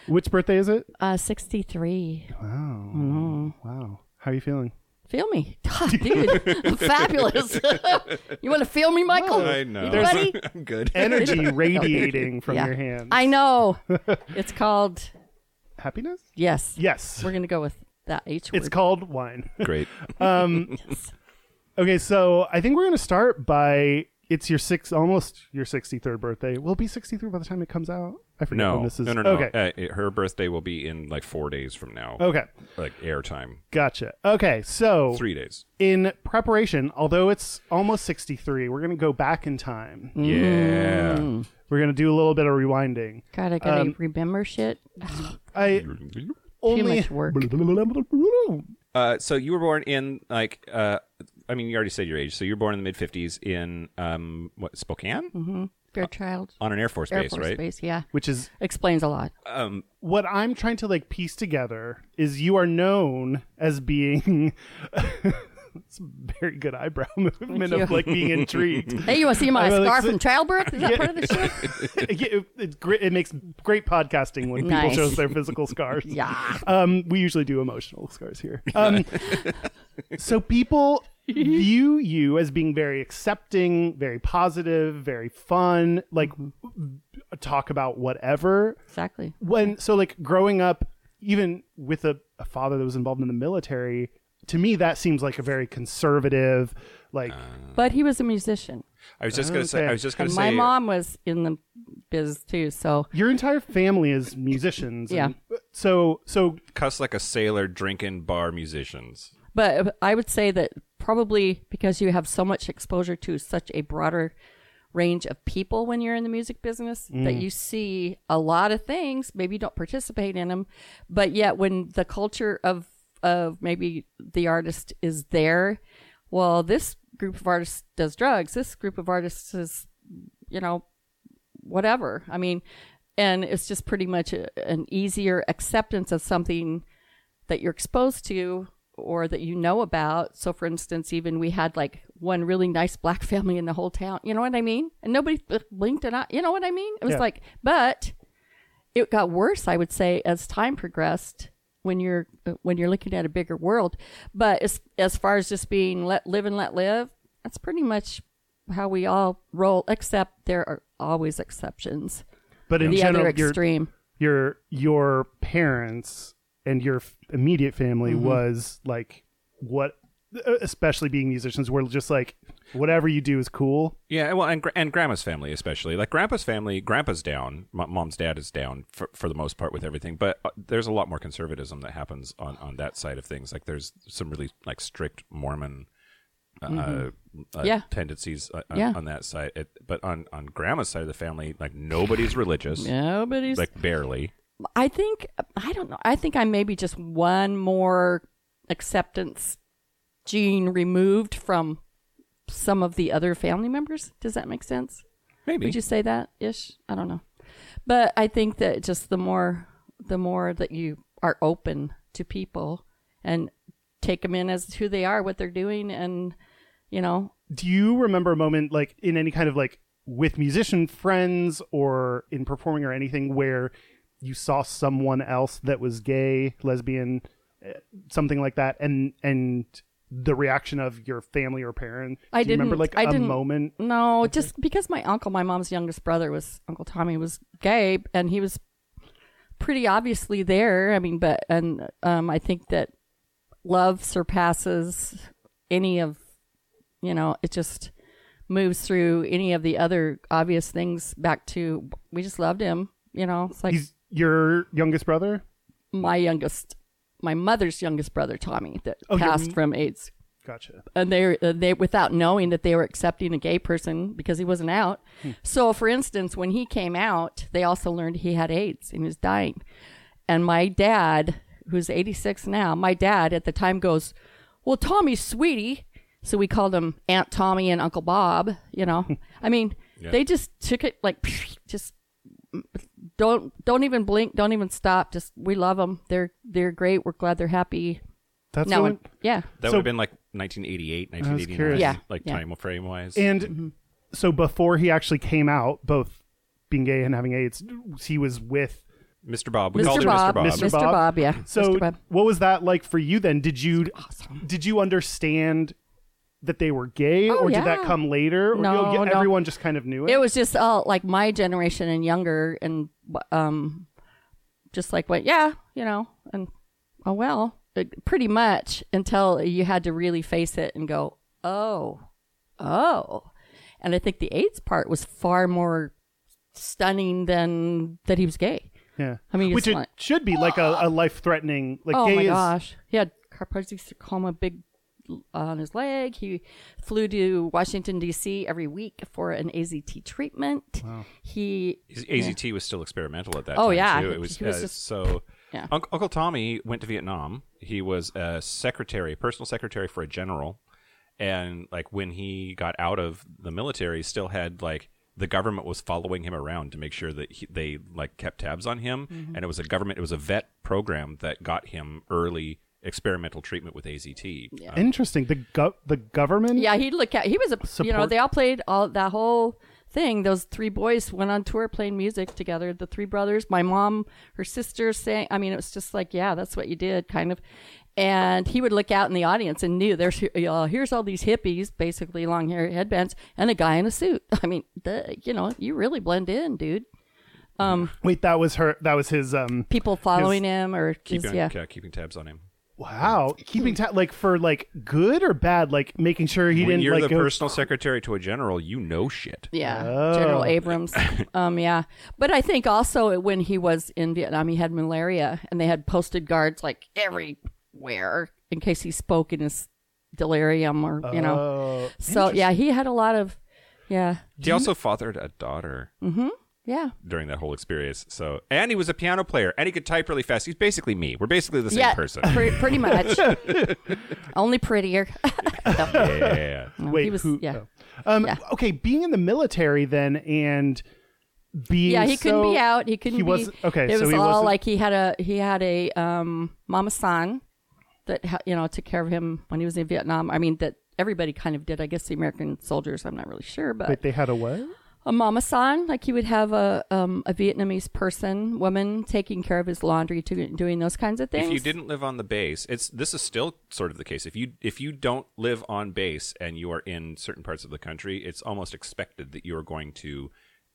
[SPEAKER 3] Which birthday is it?
[SPEAKER 4] Uh, 63.
[SPEAKER 3] Wow.
[SPEAKER 4] Mm-hmm.
[SPEAKER 3] Wow. How are you feeling?
[SPEAKER 4] Feel me.
[SPEAKER 3] <laughs>
[SPEAKER 4] <laughs> God, dude. I'm fabulous. <laughs> you want to feel me, Michael?
[SPEAKER 2] I know.
[SPEAKER 4] You ready?
[SPEAKER 2] <laughs> I'm good.
[SPEAKER 4] <laughs>
[SPEAKER 3] Energy radiating from
[SPEAKER 4] Yeah.
[SPEAKER 3] your hands. <laughs>
[SPEAKER 4] I know. It's called,
[SPEAKER 3] Happiness?
[SPEAKER 4] yes.
[SPEAKER 3] Yes.
[SPEAKER 4] We're going to go with that H word.
[SPEAKER 3] It's called wine. <laughs>
[SPEAKER 2] Great.
[SPEAKER 3] Okay, so I think we're gonna start by it's your six, almost your sixty third birthday. We'll be sixty three by the time it comes out. I forget
[SPEAKER 2] No.
[SPEAKER 3] when this is.
[SPEAKER 2] No, no, no.
[SPEAKER 3] Okay, Oh.
[SPEAKER 2] Uh, it- her birthday will be in like four days from now.
[SPEAKER 3] okay,
[SPEAKER 2] Like airtime.
[SPEAKER 3] gotcha. Okay, so
[SPEAKER 2] Three days.
[SPEAKER 3] in preparation, although it's almost sixty three, we're gonna go back in time.
[SPEAKER 2] Yeah.
[SPEAKER 3] We're gonna do a little bit of rewinding.
[SPEAKER 4] God, I got to
[SPEAKER 3] um,
[SPEAKER 4] remember shit. Ah,
[SPEAKER 3] I
[SPEAKER 4] Too
[SPEAKER 3] only
[SPEAKER 4] much work.
[SPEAKER 2] Uh, so you were born in like uh, I mean you already said your age. So you were born in the mid fifties in um what Spokane
[SPEAKER 3] Mm-hmm.
[SPEAKER 4] Fairchild.
[SPEAKER 2] on an Air Force
[SPEAKER 4] Air
[SPEAKER 2] base,
[SPEAKER 4] Force
[SPEAKER 2] right?
[SPEAKER 4] Base, yeah.
[SPEAKER 3] which is
[SPEAKER 4] Explains a lot.
[SPEAKER 2] Um,
[SPEAKER 3] what I'm trying to like piece together is you are known as being. <laughs> It's a very good eyebrow <laughs> movement of
[SPEAKER 4] you.
[SPEAKER 3] like being
[SPEAKER 4] <laughs>
[SPEAKER 3] intrigued.
[SPEAKER 4] Hey, you want to see
[SPEAKER 3] <laughs>
[SPEAKER 4] my
[SPEAKER 3] I will
[SPEAKER 4] scar
[SPEAKER 3] explain-
[SPEAKER 4] from childbirth?
[SPEAKER 3] <laughs>
[SPEAKER 4] Is that part of the show?
[SPEAKER 3] it, it, it's great, it makes great podcasting when people
[SPEAKER 4] Nice.
[SPEAKER 3] show us their physical scars.
[SPEAKER 4] <laughs> Yeah.
[SPEAKER 3] Um, we usually do emotional scars here. Um, so
[SPEAKER 4] <laughs>
[SPEAKER 3] people view you as being very accepting, very positive, very fun, like
[SPEAKER 4] Mm-hmm.
[SPEAKER 3] talk about whatever.
[SPEAKER 4] Exactly.
[SPEAKER 3] When so like growing up, even with a, a father that was involved in the military, to me that seems like a very conservative, like
[SPEAKER 4] But he was a musician.
[SPEAKER 2] I was just gonna say.
[SPEAKER 3] Okay.
[SPEAKER 2] I was just gonna
[SPEAKER 4] And
[SPEAKER 2] say.
[SPEAKER 4] my mom was in the biz too, so
[SPEAKER 3] your entire family is musicians.
[SPEAKER 4] Yeah.
[SPEAKER 3] and- uh, so so
[SPEAKER 2] Cuss like a sailor, drinking bar musicians.
[SPEAKER 4] but I would say that probably because you have so much exposure to such a broader range of people when you're in the music business that you see a lot of things maybe you don't participate in them but yet when the culture of of maybe the artist is there well this group of artists does drugs this group of artists is you know whatever i mean and it's just pretty much a, an easier acceptance of something that you're exposed to or that you know about. So, for instance, even we had like one really nice black <laughs> family in the whole town. You know what I mean? And nobody bl- blinked an eye. You know what I mean? It was
[SPEAKER 3] Yeah.
[SPEAKER 4] like, but it got worse, I would say, as time progressed. When you're when you're looking at a bigger world, but as as far as just being let live and let live, that's pretty much how we all roll. Except there are always exceptions.
[SPEAKER 3] But in
[SPEAKER 4] the
[SPEAKER 3] general,
[SPEAKER 4] other
[SPEAKER 3] your,
[SPEAKER 4] extreme,
[SPEAKER 3] your
[SPEAKER 4] Mm-hmm.
[SPEAKER 3] your parents and your f- immediate family was like what e, especially being musicians, we're just like, whatever you do is cool.
[SPEAKER 2] Yeah, well, and gra- and grandma's family especially. Like grandpa's family, grandpa's down, m- mom's dad is down for for the most part with everything. But uh, there's a lot more conservatism that happens on on that side of things. Like there's some really like strict Mormon. Uh, uh,
[SPEAKER 4] Mm-hmm. Yeah.
[SPEAKER 2] tendencies uh,
[SPEAKER 4] Yeah.
[SPEAKER 2] on, on that side, it, but on on grandma's side of the family, like nobody's religious,
[SPEAKER 4] Nobody's.
[SPEAKER 2] like barely.
[SPEAKER 4] I think I don't know. I think I may be just one more acceptance gene removed from some of the other family members. Does that make sense?
[SPEAKER 2] Maybe
[SPEAKER 4] Would you say that ish? I don't know. But I think that just the more the more that you are open to people and take them in as who they are, what they're doing, and you know,
[SPEAKER 3] Do you remember a moment like in any kind of like with musician friends or in performing or anything where you saw someone else that was gay, lesbian, eh, something like that, and and the reaction of your family or parent?
[SPEAKER 4] I
[SPEAKER 3] Do you remember
[SPEAKER 4] didn't-
[SPEAKER 3] like
[SPEAKER 4] I
[SPEAKER 3] a
[SPEAKER 4] didn't-
[SPEAKER 3] moment.
[SPEAKER 4] No, just because my uncle, my mom's youngest brother was Uncle Tommy was gay, and he was pretty obviously there. I mean, but and um, I think that love surpasses any of you know. It just moves through any of the other obvious things back to we just loved him. You know, it's like
[SPEAKER 3] He's your youngest brother.
[SPEAKER 4] my youngest, my mother's youngest brother, Tommy, that
[SPEAKER 3] Oh, your
[SPEAKER 4] passed
[SPEAKER 3] m-
[SPEAKER 4] from AIDS
[SPEAKER 3] Gotcha.
[SPEAKER 4] and they uh, they without knowing that they were accepting a gay person because he wasn't out. So, for instance, when he came out, they also learned he had AIDS and he was dying. And my dad, who's 86 now, my dad at the time goes, "Well, Tommy's sweetie." So we called him Aunt Tommy and Uncle Bob. You know, I mean, they just took it like just don't don't even blink, don't even stop. Just we love them. They're they're great. We're glad they're happy.
[SPEAKER 3] That's
[SPEAKER 4] no
[SPEAKER 3] really-
[SPEAKER 4] one, yeah.
[SPEAKER 2] that
[SPEAKER 3] So-
[SPEAKER 2] would have been like 1988,
[SPEAKER 3] was
[SPEAKER 2] 1989,
[SPEAKER 3] curious.
[SPEAKER 4] Yeah,
[SPEAKER 2] like
[SPEAKER 4] yeah.
[SPEAKER 2] time frame wise.
[SPEAKER 3] And
[SPEAKER 4] Mm-hmm.
[SPEAKER 3] so before he actually came out, both being gay and having AIDS, he was with.
[SPEAKER 2] Mr. Bob, we called
[SPEAKER 4] Mr. Bob,
[SPEAKER 2] him
[SPEAKER 3] Mr.
[SPEAKER 2] Mr. Bob.
[SPEAKER 3] Bob.
[SPEAKER 4] yeah.
[SPEAKER 3] So
[SPEAKER 4] Mr. Bob.
[SPEAKER 3] what was that like for you then? Did you did you understand that they were gay,
[SPEAKER 4] Oh,
[SPEAKER 3] or did
[SPEAKER 4] yeah.
[SPEAKER 3] that come later? Or you know,
[SPEAKER 4] No, no.
[SPEAKER 3] everyone just kind of knew it.
[SPEAKER 4] It was just all like my generation and younger, and um, just like went, yeah, you know, and oh well, It- pretty much until you had to really face it and go, oh, oh, and I think the AIDS part was far more stunning than that he was gay.
[SPEAKER 3] yeah,
[SPEAKER 4] I mean, you
[SPEAKER 3] which
[SPEAKER 4] just
[SPEAKER 3] it
[SPEAKER 4] want-
[SPEAKER 3] should be like a, a life threatening. Like
[SPEAKER 4] oh
[SPEAKER 3] gay
[SPEAKER 4] my
[SPEAKER 3] is
[SPEAKER 4] gosh, he had carpal sarcoma, big uh, on his leg. He flew to Washington D.C. every week for an AZT treatment. He
[SPEAKER 2] His AZT was still experimental at that
[SPEAKER 4] Oh,
[SPEAKER 2] time.
[SPEAKER 4] yeah.
[SPEAKER 2] too.
[SPEAKER 4] He
[SPEAKER 2] it was,
[SPEAKER 4] was
[SPEAKER 2] uh,
[SPEAKER 4] just-
[SPEAKER 2] so.
[SPEAKER 4] Yeah.
[SPEAKER 2] Unc- Uncle Tommy went to Vietnam. He was a secretary, personal secretary for a general, and like when he got out of the military, still had like the government was following him around to make sure that he, they like kept tabs on him.
[SPEAKER 4] Mm-hmm.
[SPEAKER 2] And it was a government, it was a vet program that got him early experimental treatment with AZT. Yeah.
[SPEAKER 3] interesting. The gov the government.
[SPEAKER 4] Yeah, he'd look at. He was a. You know,
[SPEAKER 3] Support-
[SPEAKER 4] they all played all that whole thing. Those three boys went on tour playing music together. The three brothers, my mom, her sister, saying. I mean, it was just like, yeah, that's what you did, kind of. And he would look out in the audience and knew there's uh, here's all these hippies, basically long hair headbands, and a guy in a suit. <laughs> I mean, the, you know, you really blend in, dude.
[SPEAKER 3] Wait, that was her. That was his. Um.
[SPEAKER 4] People following him or just
[SPEAKER 2] Keeping,
[SPEAKER 4] yeah.
[SPEAKER 2] uh, keeping tabs on him.
[SPEAKER 3] Wow. Keeping ta- like for like good or bad, like making sure he
[SPEAKER 2] when
[SPEAKER 3] didn't
[SPEAKER 2] you're
[SPEAKER 3] like
[SPEAKER 2] the
[SPEAKER 3] go.
[SPEAKER 2] personal secretary to a general, you know
[SPEAKER 4] <laughs>
[SPEAKER 2] shit.
[SPEAKER 4] Yeah,
[SPEAKER 3] Oh.
[SPEAKER 4] General Abrams. um, yeah, but I think also when he was in Vietnam, he had malaria, and they had posted guards like everywhere in case he spoke in his delirium or you know.
[SPEAKER 3] Oh.
[SPEAKER 4] So yeah, he had a lot of, yeah,
[SPEAKER 2] He also fathered a daughter
[SPEAKER 4] yeah,
[SPEAKER 2] during that whole experience. So, and he was a piano player, and he could type really fast. He's basically me. We're basically the same
[SPEAKER 4] yeah,
[SPEAKER 2] person.
[SPEAKER 4] pre- pretty much.
[SPEAKER 3] <laughs>
[SPEAKER 4] Only prettier. No,
[SPEAKER 2] yeah.
[SPEAKER 4] no,
[SPEAKER 3] Wait,
[SPEAKER 4] he was
[SPEAKER 3] who-
[SPEAKER 4] yeah.
[SPEAKER 3] oh. Um,
[SPEAKER 4] Yeah.
[SPEAKER 3] Okay, being in the military then and being
[SPEAKER 4] yeah, he couldn't
[SPEAKER 3] so-
[SPEAKER 4] be out. He couldn't
[SPEAKER 3] he
[SPEAKER 4] be.
[SPEAKER 3] wasn't- okay,
[SPEAKER 4] it
[SPEAKER 3] so
[SPEAKER 4] was
[SPEAKER 3] he
[SPEAKER 4] all
[SPEAKER 3] wasn't-
[SPEAKER 4] like he had a he had a um, mama san that ha- you know took care of him when he was in Vietnam. I mean that everybody kind of did. I guess the American soldiers. I'm not really sure, but
[SPEAKER 3] Wait, they had a what?
[SPEAKER 4] a mama san like he would have a um, a Vietnamese person woman taking care of his laundry, to, doing those kinds of things.
[SPEAKER 2] If you didn't live on the base, it's this is still sort of the case. If you if you don't live on base and you are in certain parts of the country, it's almost expected that you are going to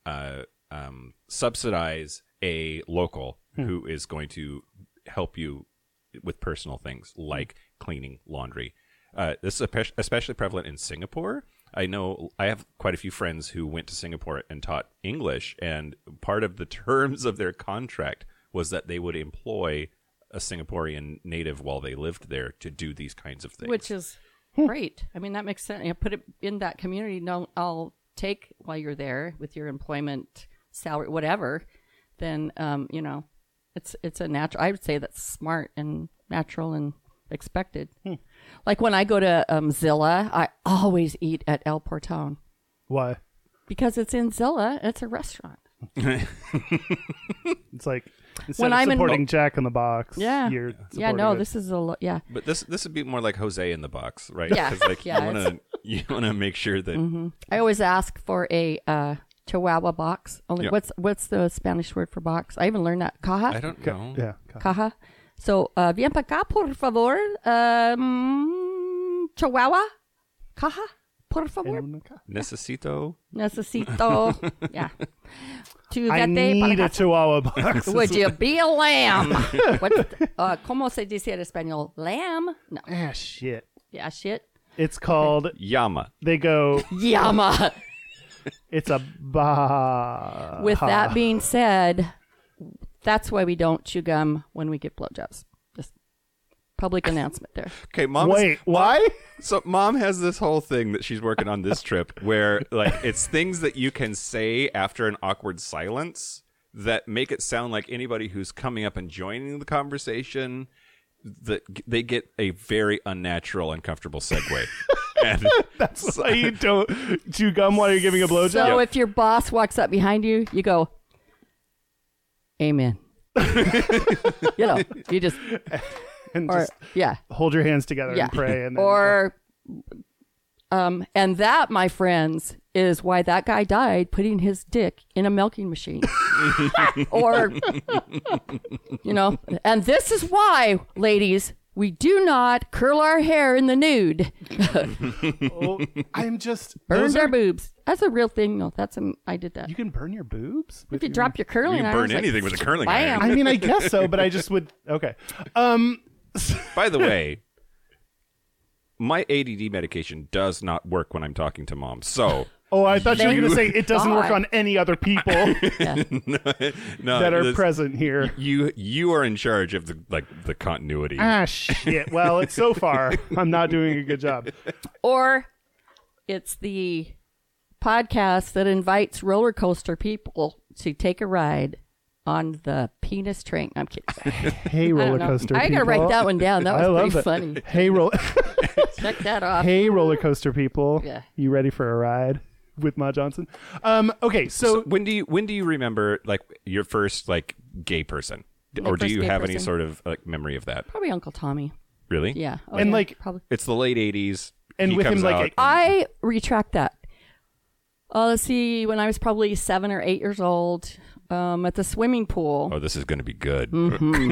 [SPEAKER 2] uh, um, subsidize a local who is going to help you with personal things like cleaning, laundry, Uh, this is espe- especially prevalent in Singapore. I know I have quite a few friends who went to Singapore and taught English, and part of the <laughs> terms of their contract was that they would employ a Singaporean native while they lived there to do these kinds of things.
[SPEAKER 4] which is great. I mean, that makes sense. You know, put it in that community. No, I'll take while you're there with your employment salary, whatever. Then, um, you know, it's it's a natural. I would say that's smart and natural and expected.
[SPEAKER 2] Hmm.
[SPEAKER 4] Like when I go to um, Zilla, I always eat at El Portone
[SPEAKER 3] Why?
[SPEAKER 4] because it's in Zilla. It's a restaurant.
[SPEAKER 3] It's like instead
[SPEAKER 4] When
[SPEAKER 3] of
[SPEAKER 4] I'm in-
[SPEAKER 3] supporting Jack in the Box.
[SPEAKER 4] Yeah.
[SPEAKER 3] You're
[SPEAKER 4] yeah.
[SPEAKER 3] supporting
[SPEAKER 4] No,
[SPEAKER 3] it.
[SPEAKER 4] this is a lo- yeah.
[SPEAKER 2] But this this would be more like Jose in the box, right?
[SPEAKER 4] Yeah.
[SPEAKER 2] 'Cause, like
[SPEAKER 4] Yeah, Mm-hmm.
[SPEAKER 2] you want to <laughs> you want to make sure that
[SPEAKER 4] I always ask for a uh, Chihuahua box. Only
[SPEAKER 2] Yeah.
[SPEAKER 4] what's what's the Spanish word for box? I even learned that. Caja.
[SPEAKER 2] I don't know.
[SPEAKER 3] Yeah. God.
[SPEAKER 4] caja. So, uh, bien para acá, por favor. Um, Chihuahua. Caja. Por favor.
[SPEAKER 2] Necesito.
[SPEAKER 3] <laughs>
[SPEAKER 4] Necesito. yeah. To
[SPEAKER 3] I
[SPEAKER 4] that day, para
[SPEAKER 3] need a
[SPEAKER 4] casa.
[SPEAKER 3] Chihuahua box. <laughs>
[SPEAKER 4] Would you be a lamb? what, uh, como se dice en español? Lamb? No.
[SPEAKER 3] ah, shit.
[SPEAKER 4] Yeah, shit.
[SPEAKER 3] It's called.
[SPEAKER 2] Yama.
[SPEAKER 3] They go.
[SPEAKER 4] Yama.
[SPEAKER 3] It's a bah.
[SPEAKER 4] With that being said, that's why we don't chew gum when we get blowjobs. Just public announcement there.
[SPEAKER 2] Okay, mom.
[SPEAKER 3] <laughs> Wait, why?
[SPEAKER 2] So mom has this whole thing that she's working on this trip where like it's things that you can say after an awkward silence that make it sound like anybody who's coming up and joining the conversation that g- they get a very unnatural uncomfortable
[SPEAKER 3] <laughs>
[SPEAKER 2] segue. and
[SPEAKER 3] That's why you don't chew gum while you're giving a blowjob.
[SPEAKER 4] So if your boss walks up behind you, you go, "Amen." you know, you just
[SPEAKER 3] and
[SPEAKER 4] or
[SPEAKER 3] just
[SPEAKER 4] yeah,
[SPEAKER 3] hold your hands together
[SPEAKER 4] yeah,
[SPEAKER 3] and pray. And then,
[SPEAKER 4] or um, and that, my friends, is why that guy died putting his dick in a milking machine, or you know, and this is why, ladies. We do not curl our hair in the nude,
[SPEAKER 3] oh, I'm just.
[SPEAKER 4] burn
[SPEAKER 3] those
[SPEAKER 4] our
[SPEAKER 3] are-
[SPEAKER 4] boobs. That's a real thing, though. That's a, I did that.
[SPEAKER 3] You can burn your boobs.
[SPEAKER 4] if you drop your
[SPEAKER 2] you
[SPEAKER 4] curling
[SPEAKER 2] can
[SPEAKER 4] iron,
[SPEAKER 2] burn
[SPEAKER 4] it's like,
[SPEAKER 2] anything with a curling
[SPEAKER 4] bam.
[SPEAKER 2] iron.
[SPEAKER 3] <laughs> I mean, I guess so, but I just would. Okay. Um.
[SPEAKER 2] By the way, my ADD medication does not work when I'm talking to mom.
[SPEAKER 3] <laughs>
[SPEAKER 2] So
[SPEAKER 3] Oh, I thought you were
[SPEAKER 4] Thank
[SPEAKER 3] going to say it doesn't work
[SPEAKER 4] God.
[SPEAKER 3] on any
[SPEAKER 2] <laughs>
[SPEAKER 3] other people
[SPEAKER 2] no,
[SPEAKER 3] that are
[SPEAKER 2] this-
[SPEAKER 3] present here.
[SPEAKER 2] You you are in charge of the like the continuity.
[SPEAKER 3] Ah, shit. Well, it's so far. I'm not doing a good job.
[SPEAKER 4] or it's the podcast that invites roller coaster people to take a ride on the penis train. I'm kidding.
[SPEAKER 3] Hey,
[SPEAKER 4] I,
[SPEAKER 3] <laughs> roller
[SPEAKER 4] don't know.
[SPEAKER 3] coaster.
[SPEAKER 4] I gotta write
[SPEAKER 3] people.
[SPEAKER 4] that one down. That
[SPEAKER 3] <laughs> I
[SPEAKER 4] was
[SPEAKER 3] love
[SPEAKER 4] pretty
[SPEAKER 3] it.
[SPEAKER 4] funny.
[SPEAKER 3] Hey, roll.
[SPEAKER 4] <laughs> Check that off.
[SPEAKER 3] hey, roller coaster people.
[SPEAKER 4] Yeah.
[SPEAKER 3] You ready for a ride with Ma Johnson? Um. Okay.
[SPEAKER 2] So
[SPEAKER 3] <laughs> So,
[SPEAKER 2] when do you when do you remember like your first like gay person,
[SPEAKER 4] My
[SPEAKER 2] or do
[SPEAKER 4] first
[SPEAKER 2] you
[SPEAKER 4] gay
[SPEAKER 2] have any
[SPEAKER 4] person.
[SPEAKER 2] sort of like memory of that?
[SPEAKER 4] Probably Uncle Tommy.
[SPEAKER 2] Really?
[SPEAKER 4] Yeah. Oh,
[SPEAKER 3] And,
[SPEAKER 4] yeah,
[SPEAKER 3] like-
[SPEAKER 4] probably.
[SPEAKER 2] It's the late '80s,
[SPEAKER 3] And
[SPEAKER 2] He
[SPEAKER 3] with him,
[SPEAKER 2] comes
[SPEAKER 3] like,
[SPEAKER 2] out,
[SPEAKER 3] a-
[SPEAKER 4] I retract that. Uh, let's see. When I was probably seven or eight years old, um, at the swimming pool,
[SPEAKER 2] oh, this is going to be good.
[SPEAKER 4] Mm-hmm.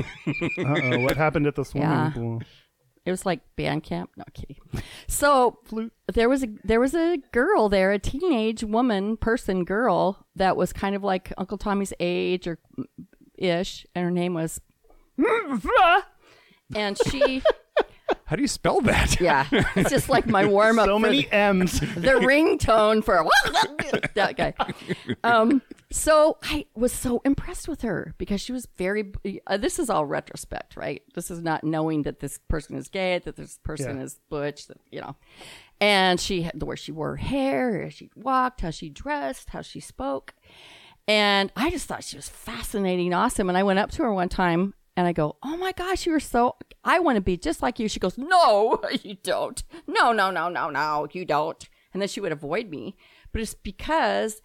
[SPEAKER 3] uh oh, what happened at the swimming
[SPEAKER 4] Yeah.
[SPEAKER 3] pool?
[SPEAKER 4] it was like band camp. No I'm kidding. So
[SPEAKER 3] Flute.
[SPEAKER 4] there was a there was a girl there, a teenage woman person girl that was kind of like Uncle Tommy's age or ish, and her name was, <laughs> and she
[SPEAKER 2] How do you spell that?
[SPEAKER 4] yeah, it's just like my warm up.
[SPEAKER 3] So many M's. <laughs>
[SPEAKER 4] <laughs> the ringtone for <laughs> that guy. Um, so I was so impressed with her because she was very. Uh, this is all retrospect, right? This is not knowing that this person is gay, that this person
[SPEAKER 3] Yeah.
[SPEAKER 4] is butch, that you know. And she had the way she wore her hair, how she walked, how she dressed, how she spoke, and I just thought she was fascinating, awesome. And I went up to her one time. And I go, oh my gosh, you are so. I want to be just like you. She goes, no, <laughs> you don't. No, no, no, no, no, you don't. And then she would avoid me. But it's because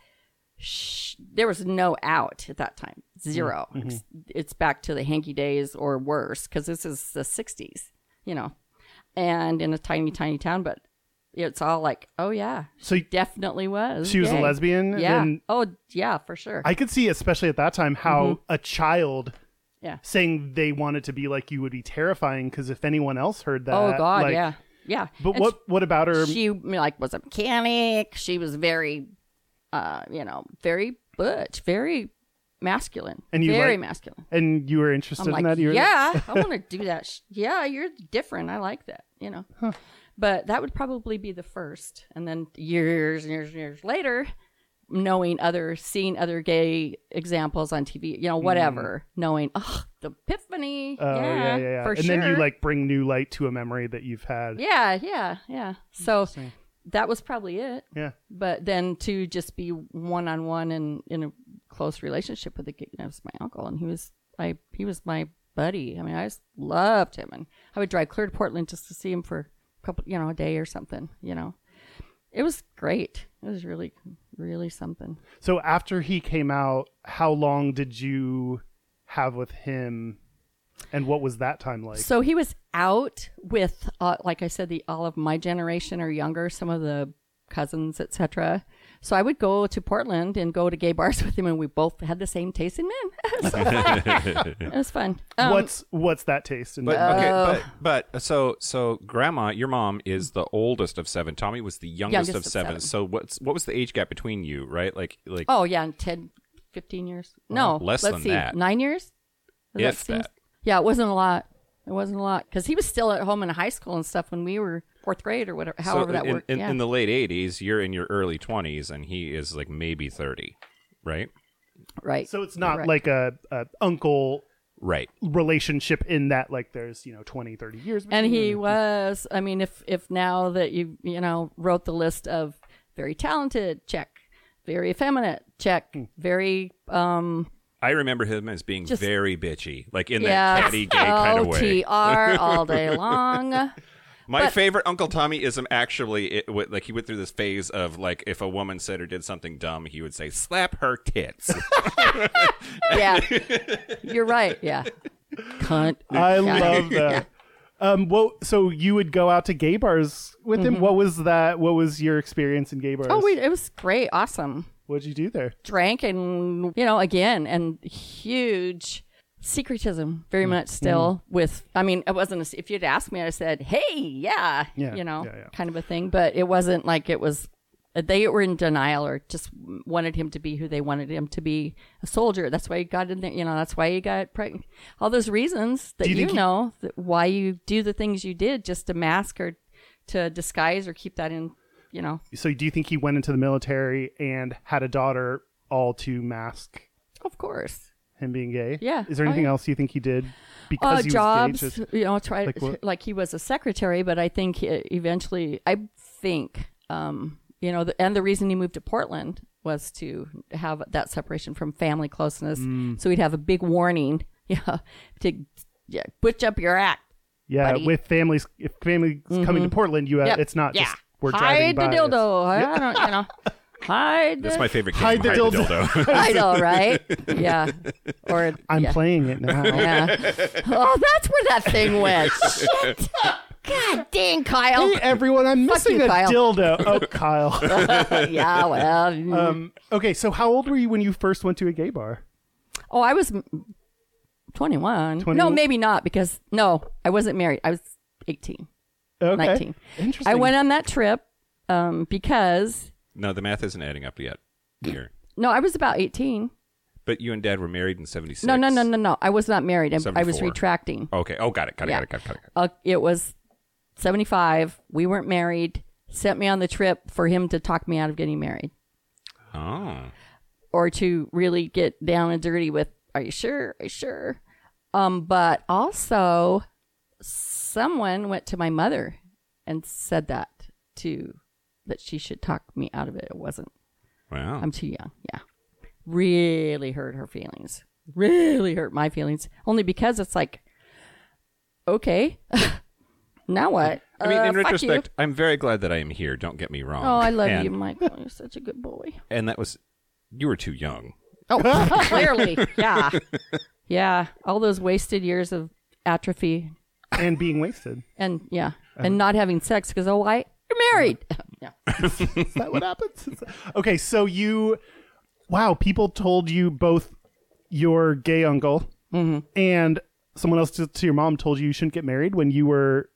[SPEAKER 4] sh- there was no out at that time 0
[SPEAKER 3] Mm-hmm.
[SPEAKER 4] It's, it's back to the hanky days or worse because this is the 60s you know and in a tiny tiny town but it's all like oh yeah
[SPEAKER 3] So
[SPEAKER 4] definitely was
[SPEAKER 3] She was a
[SPEAKER 4] gay.
[SPEAKER 3] lesbian
[SPEAKER 4] yeah
[SPEAKER 3] and-
[SPEAKER 4] oh yeah for sure
[SPEAKER 3] I could see, especially at that time, how a child
[SPEAKER 4] Mm-hmm. yeah
[SPEAKER 3] saying they wanted to be like you would be terrifying because if anyone else heard that,
[SPEAKER 4] oh god
[SPEAKER 3] like-
[SPEAKER 4] yeah yeah
[SPEAKER 3] But
[SPEAKER 4] And
[SPEAKER 3] what what about her?
[SPEAKER 4] she like was a mechanic she was very uh you know very butch very masculine
[SPEAKER 3] And you
[SPEAKER 4] very
[SPEAKER 3] like-
[SPEAKER 4] masculine
[SPEAKER 3] and you were interested
[SPEAKER 4] I'm
[SPEAKER 3] in <laughs>
[SPEAKER 4] like,
[SPEAKER 3] that? You were
[SPEAKER 4] yeah, I want to do that. Sh- Yeah, you're different. I like that. you know. But that would probably be the first. And then years and years and years later, knowing other, seeing other gay examples on TV, you know, whatever, knowing, oh, the epiphany.
[SPEAKER 3] Mm. Oh yeah, yeah, yeah.
[SPEAKER 4] For
[SPEAKER 3] and
[SPEAKER 4] sure.
[SPEAKER 3] then you like bring new light to a memory that you've had.
[SPEAKER 4] Yeah, yeah, yeah. So that was probably it.
[SPEAKER 3] Yeah.
[SPEAKER 4] But then to just be one on one and in a close relationship with the gay, that was my uncle, and he was I he was my buddy. I mean, I just loved him, and I would drive clear to Portland just to see him for a couple, you know, a day or something. You know, it was great. It was really, really something.
[SPEAKER 3] So after he came out, how long did you have with him, and what was that time like?
[SPEAKER 4] So he was out with, uh, like I said, the all of my generation or younger, some of the cousins, etc. So I would go to Portland and go to gay bars <laughs> with him, and we both had the same taste in men. <laughs> So,
[SPEAKER 2] <laughs>
[SPEAKER 4] it was fun. Um, uh,
[SPEAKER 3] what's what's that taste?
[SPEAKER 2] <laughs>
[SPEAKER 3] And
[SPEAKER 2] But okay,
[SPEAKER 4] Oh.
[SPEAKER 2] but but so so grandma, your mom is the oldest of seven. Tommy was the youngest,
[SPEAKER 4] Youngest
[SPEAKER 2] of,
[SPEAKER 4] of
[SPEAKER 2] seven.
[SPEAKER 4] seven.
[SPEAKER 2] So what's what was the age gap between you, right? Like like
[SPEAKER 4] Oh yeah, in 10, 15 years. No,
[SPEAKER 2] Well, less
[SPEAKER 4] let's
[SPEAKER 2] than
[SPEAKER 4] see,
[SPEAKER 2] that.
[SPEAKER 4] nine years. Does
[SPEAKER 2] If that.
[SPEAKER 4] Yeah, it wasn't a lot. It wasn't a lot because he was still at home in high school and stuff when we were fourth grade or whatever.
[SPEAKER 2] so
[SPEAKER 4] However that
[SPEAKER 2] in,
[SPEAKER 4] worked.
[SPEAKER 2] in,
[SPEAKER 4] yeah.
[SPEAKER 2] in the late eighties, you're in your early twenties, and he is like maybe thirty, right?
[SPEAKER 4] right.
[SPEAKER 3] so it's not
[SPEAKER 4] Correct.
[SPEAKER 3] like a, a uncle
[SPEAKER 2] Right.
[SPEAKER 3] relationship in that like there's you know 20 30 years
[SPEAKER 4] and
[SPEAKER 3] between
[SPEAKER 4] he <laughs>
[SPEAKER 3] them.
[SPEAKER 4] was i mean if if now that you you know wrote the list of very talented check very effeminate check very um
[SPEAKER 2] I remember him as being
[SPEAKER 4] Just-
[SPEAKER 2] very bitchy, like in that
[SPEAKER 4] yeah
[SPEAKER 2] catty gay kind of way.
[SPEAKER 4] LTR all day long
[SPEAKER 2] My
[SPEAKER 4] But-
[SPEAKER 2] favorite Uncle Tommy ism actually, it, wa- like he went through this phase of like if a woman said or did something dumb, he would say slap her
[SPEAKER 4] <laughs>
[SPEAKER 2] tits.
[SPEAKER 4] yeah you're right yeah cunt
[SPEAKER 3] i
[SPEAKER 4] Yeah.
[SPEAKER 3] love that um well so you would go out to gay bars with him what was that what was your experience in gay bars
[SPEAKER 4] Mm-hmm. oh we, it was great awesome
[SPEAKER 3] what'd you do there
[SPEAKER 4] drank and you know again and huge secretism very
[SPEAKER 3] Mm,
[SPEAKER 4] much still with i mean it wasn't a, if you'd asked me i said hey yeah,
[SPEAKER 3] Yeah,
[SPEAKER 4] you know
[SPEAKER 3] yeah, yeah.
[SPEAKER 4] kind of a thing but it wasn't like it was they were in denial or just wanted him to be who they wanted him to be a soldier that's why he got in there you know that's why he got pregnant all those reasons that
[SPEAKER 3] Do you
[SPEAKER 4] you,
[SPEAKER 3] think he-
[SPEAKER 4] know that why you do the things you did just to mask or to disguise or keep that in you know
[SPEAKER 3] so do you think he went into the military and had a daughter all to mask
[SPEAKER 4] of course
[SPEAKER 3] him being gay
[SPEAKER 4] Yeah.
[SPEAKER 3] is there
[SPEAKER 4] Oh,
[SPEAKER 3] anything
[SPEAKER 4] yeah.
[SPEAKER 3] else you think he did because
[SPEAKER 4] uh,
[SPEAKER 3] he was
[SPEAKER 4] jobs,
[SPEAKER 3] gay just-
[SPEAKER 4] you know, try
[SPEAKER 3] like what?
[SPEAKER 4] like, he was a secretary, but I think he eventually, I think, um, you know, the, and the reason he moved to Portland was to have that separation from family closeness,
[SPEAKER 3] Mm.
[SPEAKER 4] so he'd have a big warning, <laughs> yeah, to yeah, butch up your act.
[SPEAKER 3] yeah
[SPEAKER 4] buddy. Mm-hmm.
[SPEAKER 3] with families if families coming to portland you have,
[SPEAKER 4] Yep.
[SPEAKER 3] Uh, it's not
[SPEAKER 4] yeah.
[SPEAKER 3] just we're driving
[SPEAKER 4] hide the
[SPEAKER 3] by it's-
[SPEAKER 4] dildo. I, don't,
[SPEAKER 3] <laughs>
[SPEAKER 4] you know, hide.
[SPEAKER 2] That's
[SPEAKER 4] the,
[SPEAKER 2] my favorite game.
[SPEAKER 3] Hide the <laughs>
[SPEAKER 2] dildo.
[SPEAKER 4] <laughs>
[SPEAKER 2] <laughs>
[SPEAKER 4] I know, right? Yeah, or
[SPEAKER 3] i'm
[SPEAKER 4] yeah.
[SPEAKER 3] playing it now <laughs>
[SPEAKER 4] <laughs> Yeah. Oh, that's where that thing went. Shit. God dang, Kyle.
[SPEAKER 3] Hey, everyone, I'm missing
[SPEAKER 4] you,
[SPEAKER 3] a
[SPEAKER 4] Kyle.
[SPEAKER 3] dildo. Oh,
[SPEAKER 4] <laughs>
[SPEAKER 3] Kyle.
[SPEAKER 4] yeah, well. mm.
[SPEAKER 3] Um, okay, so how old were you when you first went to a gay bar?
[SPEAKER 4] oh, I was mm, 21.
[SPEAKER 3] 20
[SPEAKER 4] No, maybe not because no, I wasn't married. I was 18,
[SPEAKER 3] Okay.
[SPEAKER 4] 19.
[SPEAKER 3] Interesting.
[SPEAKER 4] I went on that trip um, because
[SPEAKER 2] no, the math isn't adding up yet. Here.
[SPEAKER 4] no, I was about 18.
[SPEAKER 2] But you and dad were married in 76.
[SPEAKER 4] No, no, no, no, no. I was not married. I, I was
[SPEAKER 2] 74.
[SPEAKER 4] retracting.
[SPEAKER 2] Okay. Oh, got it. Got it.
[SPEAKER 4] Yeah.
[SPEAKER 2] Got it. Got it. Got it.
[SPEAKER 4] Uh, it was 75. We weren't married. Sent me on the trip for him to talk me out of getting married.
[SPEAKER 2] Oh.
[SPEAKER 4] or to really get down and dirty with are you sure are you sure um but also someone went to my mother and said that to that she should talk me out of it it wasn't
[SPEAKER 2] Wow.
[SPEAKER 4] i'm too young yeah really hurt her feelings really hurt my feelings only because it's like okay <laughs> now what
[SPEAKER 2] I mean,
[SPEAKER 4] Uh,
[SPEAKER 2] in
[SPEAKER 4] fuck you.
[SPEAKER 2] retrospect, I'm very glad that I am here. Don't get me wrong.
[SPEAKER 4] oh i love
[SPEAKER 2] and,
[SPEAKER 4] you michael you're such a good boy
[SPEAKER 2] And that was, you were too young.
[SPEAKER 4] <laughs> Oh, clearly. Yeah. Yeah. All those wasted years of atrophy
[SPEAKER 3] and being wasted.
[SPEAKER 4] and, yeah,
[SPEAKER 2] Uh-huh.
[SPEAKER 4] and not having sex because, oh, why? You're married. <laughs> yeah.
[SPEAKER 3] Is that what happens? Is that- okay, so you, wow, people told you both your gay uncle
[SPEAKER 4] Mm-hmm.
[SPEAKER 3] and someone else to, to your mom told you you shouldn't get married when you were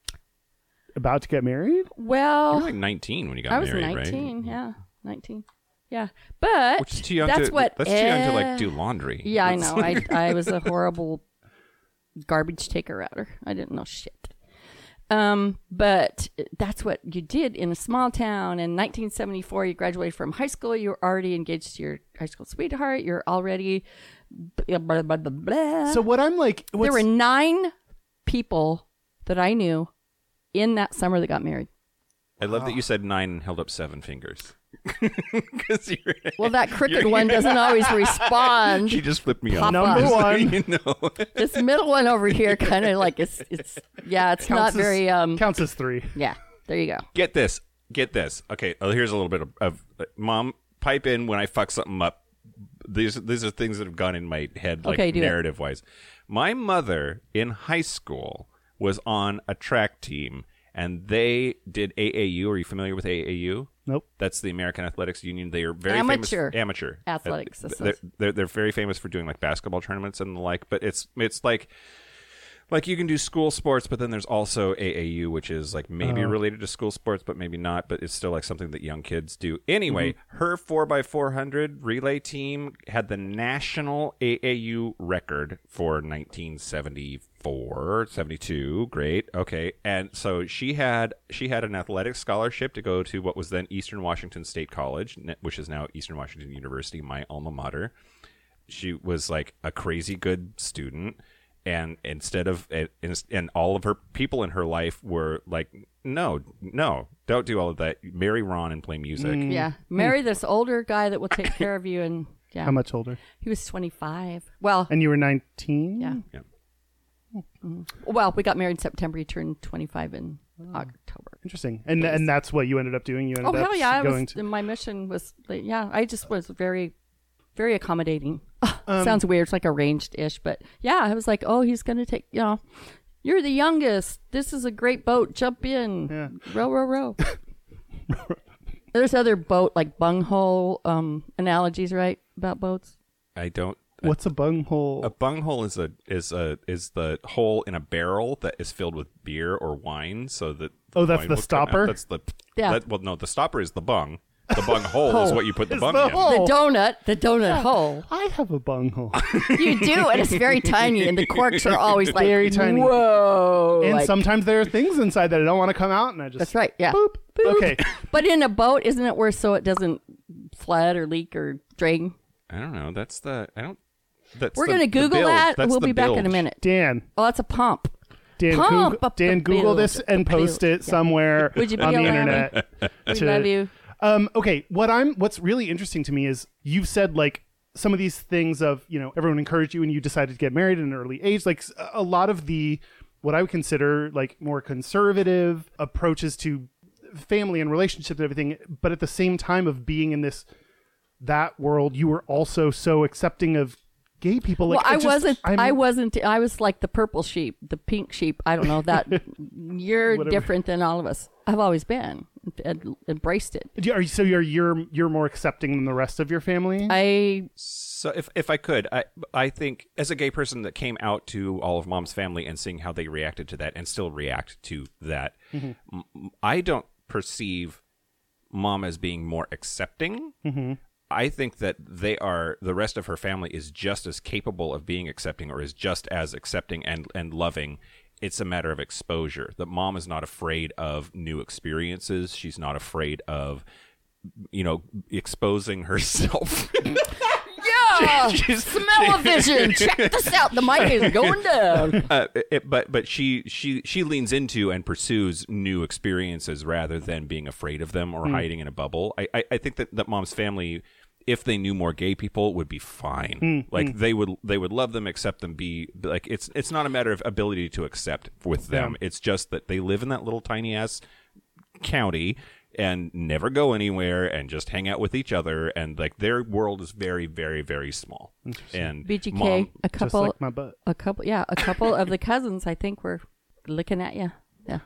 [SPEAKER 3] about to get married.
[SPEAKER 2] You
[SPEAKER 4] Well,
[SPEAKER 2] were like 19 when you got
[SPEAKER 4] I was
[SPEAKER 2] married, right?
[SPEAKER 4] 19. Yeah. 19. Yeah. But
[SPEAKER 2] Which is too young
[SPEAKER 4] that's
[SPEAKER 2] to,
[SPEAKER 4] what.
[SPEAKER 2] That's too young to
[SPEAKER 4] eh,
[SPEAKER 2] like do laundry.
[SPEAKER 4] Yeah, I
[SPEAKER 3] <laughs>
[SPEAKER 4] know. I, I was a horrible garbage taker outer. I didn't know shit. Um, but that's what you did in a small town. In 1974, you graduated from high school. You were already engaged to your high school sweetheart. You're already blah, blah, blah, blah, blah.
[SPEAKER 3] So what I'm like, what's,
[SPEAKER 4] there Uh, were nine people that I knew in that summer that got married.
[SPEAKER 2] <laughs> I love that you said nine and held up seven fingers. <laughs> 'Cause you're-
[SPEAKER 3] <laughs>
[SPEAKER 4] Well, that crooked one doesn't always
[SPEAKER 2] she
[SPEAKER 4] respond.
[SPEAKER 2] just flipped me off.
[SPEAKER 3] Number
[SPEAKER 4] Papa.
[SPEAKER 2] Just so
[SPEAKER 3] one.
[SPEAKER 2] <laughs> you know.
[SPEAKER 4] This middle one over here, kind of like it's, it's yeah, it's not
[SPEAKER 3] counts as-
[SPEAKER 4] very um,
[SPEAKER 3] counts as three.
[SPEAKER 4] yeah. There you go.
[SPEAKER 3] Mm-hmm.
[SPEAKER 2] Get this. Get this. Okay. Oh, here's a little bit of, of uh, mom pipe in when I fuck something up. These these are things that have gone in my head, like
[SPEAKER 4] Okay, do it.
[SPEAKER 2] narrative wise. My mother in high school was on a track team, and they did AAU. Are you familiar with AAU?
[SPEAKER 3] Nope.
[SPEAKER 2] That's the American Athletics Union. They are very
[SPEAKER 4] Amateur.
[SPEAKER 2] famous. Amateur
[SPEAKER 4] Athletics,
[SPEAKER 2] Uh,
[SPEAKER 4] this
[SPEAKER 2] They're,
[SPEAKER 4] is-
[SPEAKER 2] they're they're very famous for doing like basketball tournaments and the like. But it's it's like like you can do school sports, but then there's also AAU, which is like maybe related to school sports, but maybe not. But it's still like something that young kids do. Anyway, her four x four hundred relay team had the national AAU record for 1974, 72. Great, okay, and so she had she had an athletic scholarship to go to what was then Eastern Washington State College, n- which is now Eastern Washington University, my alma mater she was like a crazy good student and instead of and, and all of her people in her life were like no no don't do all of that marry ron and play music
[SPEAKER 4] Yeah, marry this older guy that
[SPEAKER 3] <coughs>
[SPEAKER 4] will take care of you, and yeah,
[SPEAKER 3] How much older?
[SPEAKER 4] he was 25. Well,
[SPEAKER 3] And you were 19?
[SPEAKER 4] Yeah. Mm-hmm.
[SPEAKER 2] Yeah.
[SPEAKER 4] well, we got married in September. He turned 25 in
[SPEAKER 3] Oh.
[SPEAKER 4] October.
[SPEAKER 3] Interesting. And and that's what you ended up doing. You ended
[SPEAKER 4] Oh
[SPEAKER 3] up
[SPEAKER 4] hell yeah! I
[SPEAKER 3] going
[SPEAKER 4] was,
[SPEAKER 3] to.
[SPEAKER 4] my mission was like, yeah. I just was very, very accommodating. <laughs>
[SPEAKER 3] Um,
[SPEAKER 4] Sounds weird. It's like arranged ish, but yeah, I was like, oh, he's gonna take you know. You're the youngest. This is a great boat. Jump in.
[SPEAKER 3] Yeah.
[SPEAKER 4] Row,
[SPEAKER 3] <laughs>
[SPEAKER 4] row, row. There's other boat like bunghole um, analogies, right? About boats.
[SPEAKER 2] i don't
[SPEAKER 3] What's a bunghole?
[SPEAKER 2] a bunghole is a is a is the hole in a barrel that is filled with beer or wine so that
[SPEAKER 3] Oh, that's
[SPEAKER 2] wine
[SPEAKER 3] the
[SPEAKER 2] will come out.
[SPEAKER 3] stopper?
[SPEAKER 2] that's the
[SPEAKER 4] Yeah. Oh,
[SPEAKER 2] that- well no the stopper is the bung the bung hole
[SPEAKER 4] <laughs>
[SPEAKER 2] is what you put the
[SPEAKER 3] Is
[SPEAKER 2] bung
[SPEAKER 3] the
[SPEAKER 2] in
[SPEAKER 3] hole.
[SPEAKER 4] The donut, the donut hole.
[SPEAKER 3] I have a
[SPEAKER 4] <laughs>
[SPEAKER 3] bunghole.
[SPEAKER 4] You do, and it's very tiny, and the corks are always like
[SPEAKER 3] Very tiny.
[SPEAKER 4] Whoa!
[SPEAKER 3] and
[SPEAKER 4] like-
[SPEAKER 3] sometimes there are things inside that I don't want to come out, and I just.
[SPEAKER 4] that's right. Yeah.
[SPEAKER 3] Boop.
[SPEAKER 4] Boop.
[SPEAKER 3] Okay.
[SPEAKER 4] But in a boat, isn't it worse so it doesn't flood or leak or drain?
[SPEAKER 2] i don't know that's the i don't that's
[SPEAKER 4] We're
[SPEAKER 2] the-
[SPEAKER 4] gonna
[SPEAKER 2] the
[SPEAKER 4] Google
[SPEAKER 2] bilge.
[SPEAKER 4] that.
[SPEAKER 2] That's
[SPEAKER 4] we'll
[SPEAKER 2] the
[SPEAKER 4] be back in a
[SPEAKER 2] bilge.
[SPEAKER 4] minute.
[SPEAKER 3] Dan.
[SPEAKER 4] Oh, that's a pump.
[SPEAKER 3] Dan,
[SPEAKER 4] Pump
[SPEAKER 3] Goog-
[SPEAKER 4] up the
[SPEAKER 3] Dan Google
[SPEAKER 4] build,
[SPEAKER 3] this and
[SPEAKER 4] the
[SPEAKER 3] post
[SPEAKER 4] build.
[SPEAKER 3] it somewhere
[SPEAKER 4] Would you be
[SPEAKER 3] on the
[SPEAKER 4] allowed? <laughs>
[SPEAKER 3] internet.
[SPEAKER 4] We
[SPEAKER 3] to-
[SPEAKER 4] love you.
[SPEAKER 3] Um, okay, what I'm what's really interesting to me is you've said like some of these things of you know everyone encouraged you and you decided to get married at an early age. Like s- a lot of the what I would consider like more conservative approaches to family and relationships and everything, but at the same time of being in this that world, you were also so accepting of gay people. Like,
[SPEAKER 4] well, I,
[SPEAKER 3] just-
[SPEAKER 4] wasn't.
[SPEAKER 3] I'm-
[SPEAKER 4] I wasn't. I was like the purple sheep, the pink sheep. I don't know that. You're
[SPEAKER 3] Whatever.
[SPEAKER 4] different than all of us. I've always been and embraced it.
[SPEAKER 3] Do- Are you, so you're you're you're more accepting than the rest of your family?
[SPEAKER 4] I
[SPEAKER 2] So if if I could, I I think as a gay person that came out to all of mom's family and seeing how they reacted to that and still react to that, m- m- I don't perceive mom as being more accepting. I think that they are the rest of her family is just as capable of being accepting or is just as accepting and and loving. It's a matter of exposure. That mom is not afraid of new experiences. She's not afraid of you know exposing <laughs> herself.
[SPEAKER 4] <laughs> yeah. Smell of vision. Check this out. The mic is
[SPEAKER 2] <laughs>
[SPEAKER 4] going down.
[SPEAKER 2] uh, it, but but she she she leans into and pursues new experiences rather than being afraid of them or hiding in a bubble. I, I I think that that mom's family, if they knew more gay people, would be fine. Like they would they would love them, accept them, be like it's it's not a matter of ability to accept with them. It's just that they live in that little tiny ass county and never go anywhere and just hang out with each other and like their world is very very very small and
[SPEAKER 4] BGK.
[SPEAKER 2] mom
[SPEAKER 4] a
[SPEAKER 3] just
[SPEAKER 4] couple.
[SPEAKER 3] like my butt.
[SPEAKER 4] a couple. Yeah, a couple of the cousins. I think were looking at you. Yeah.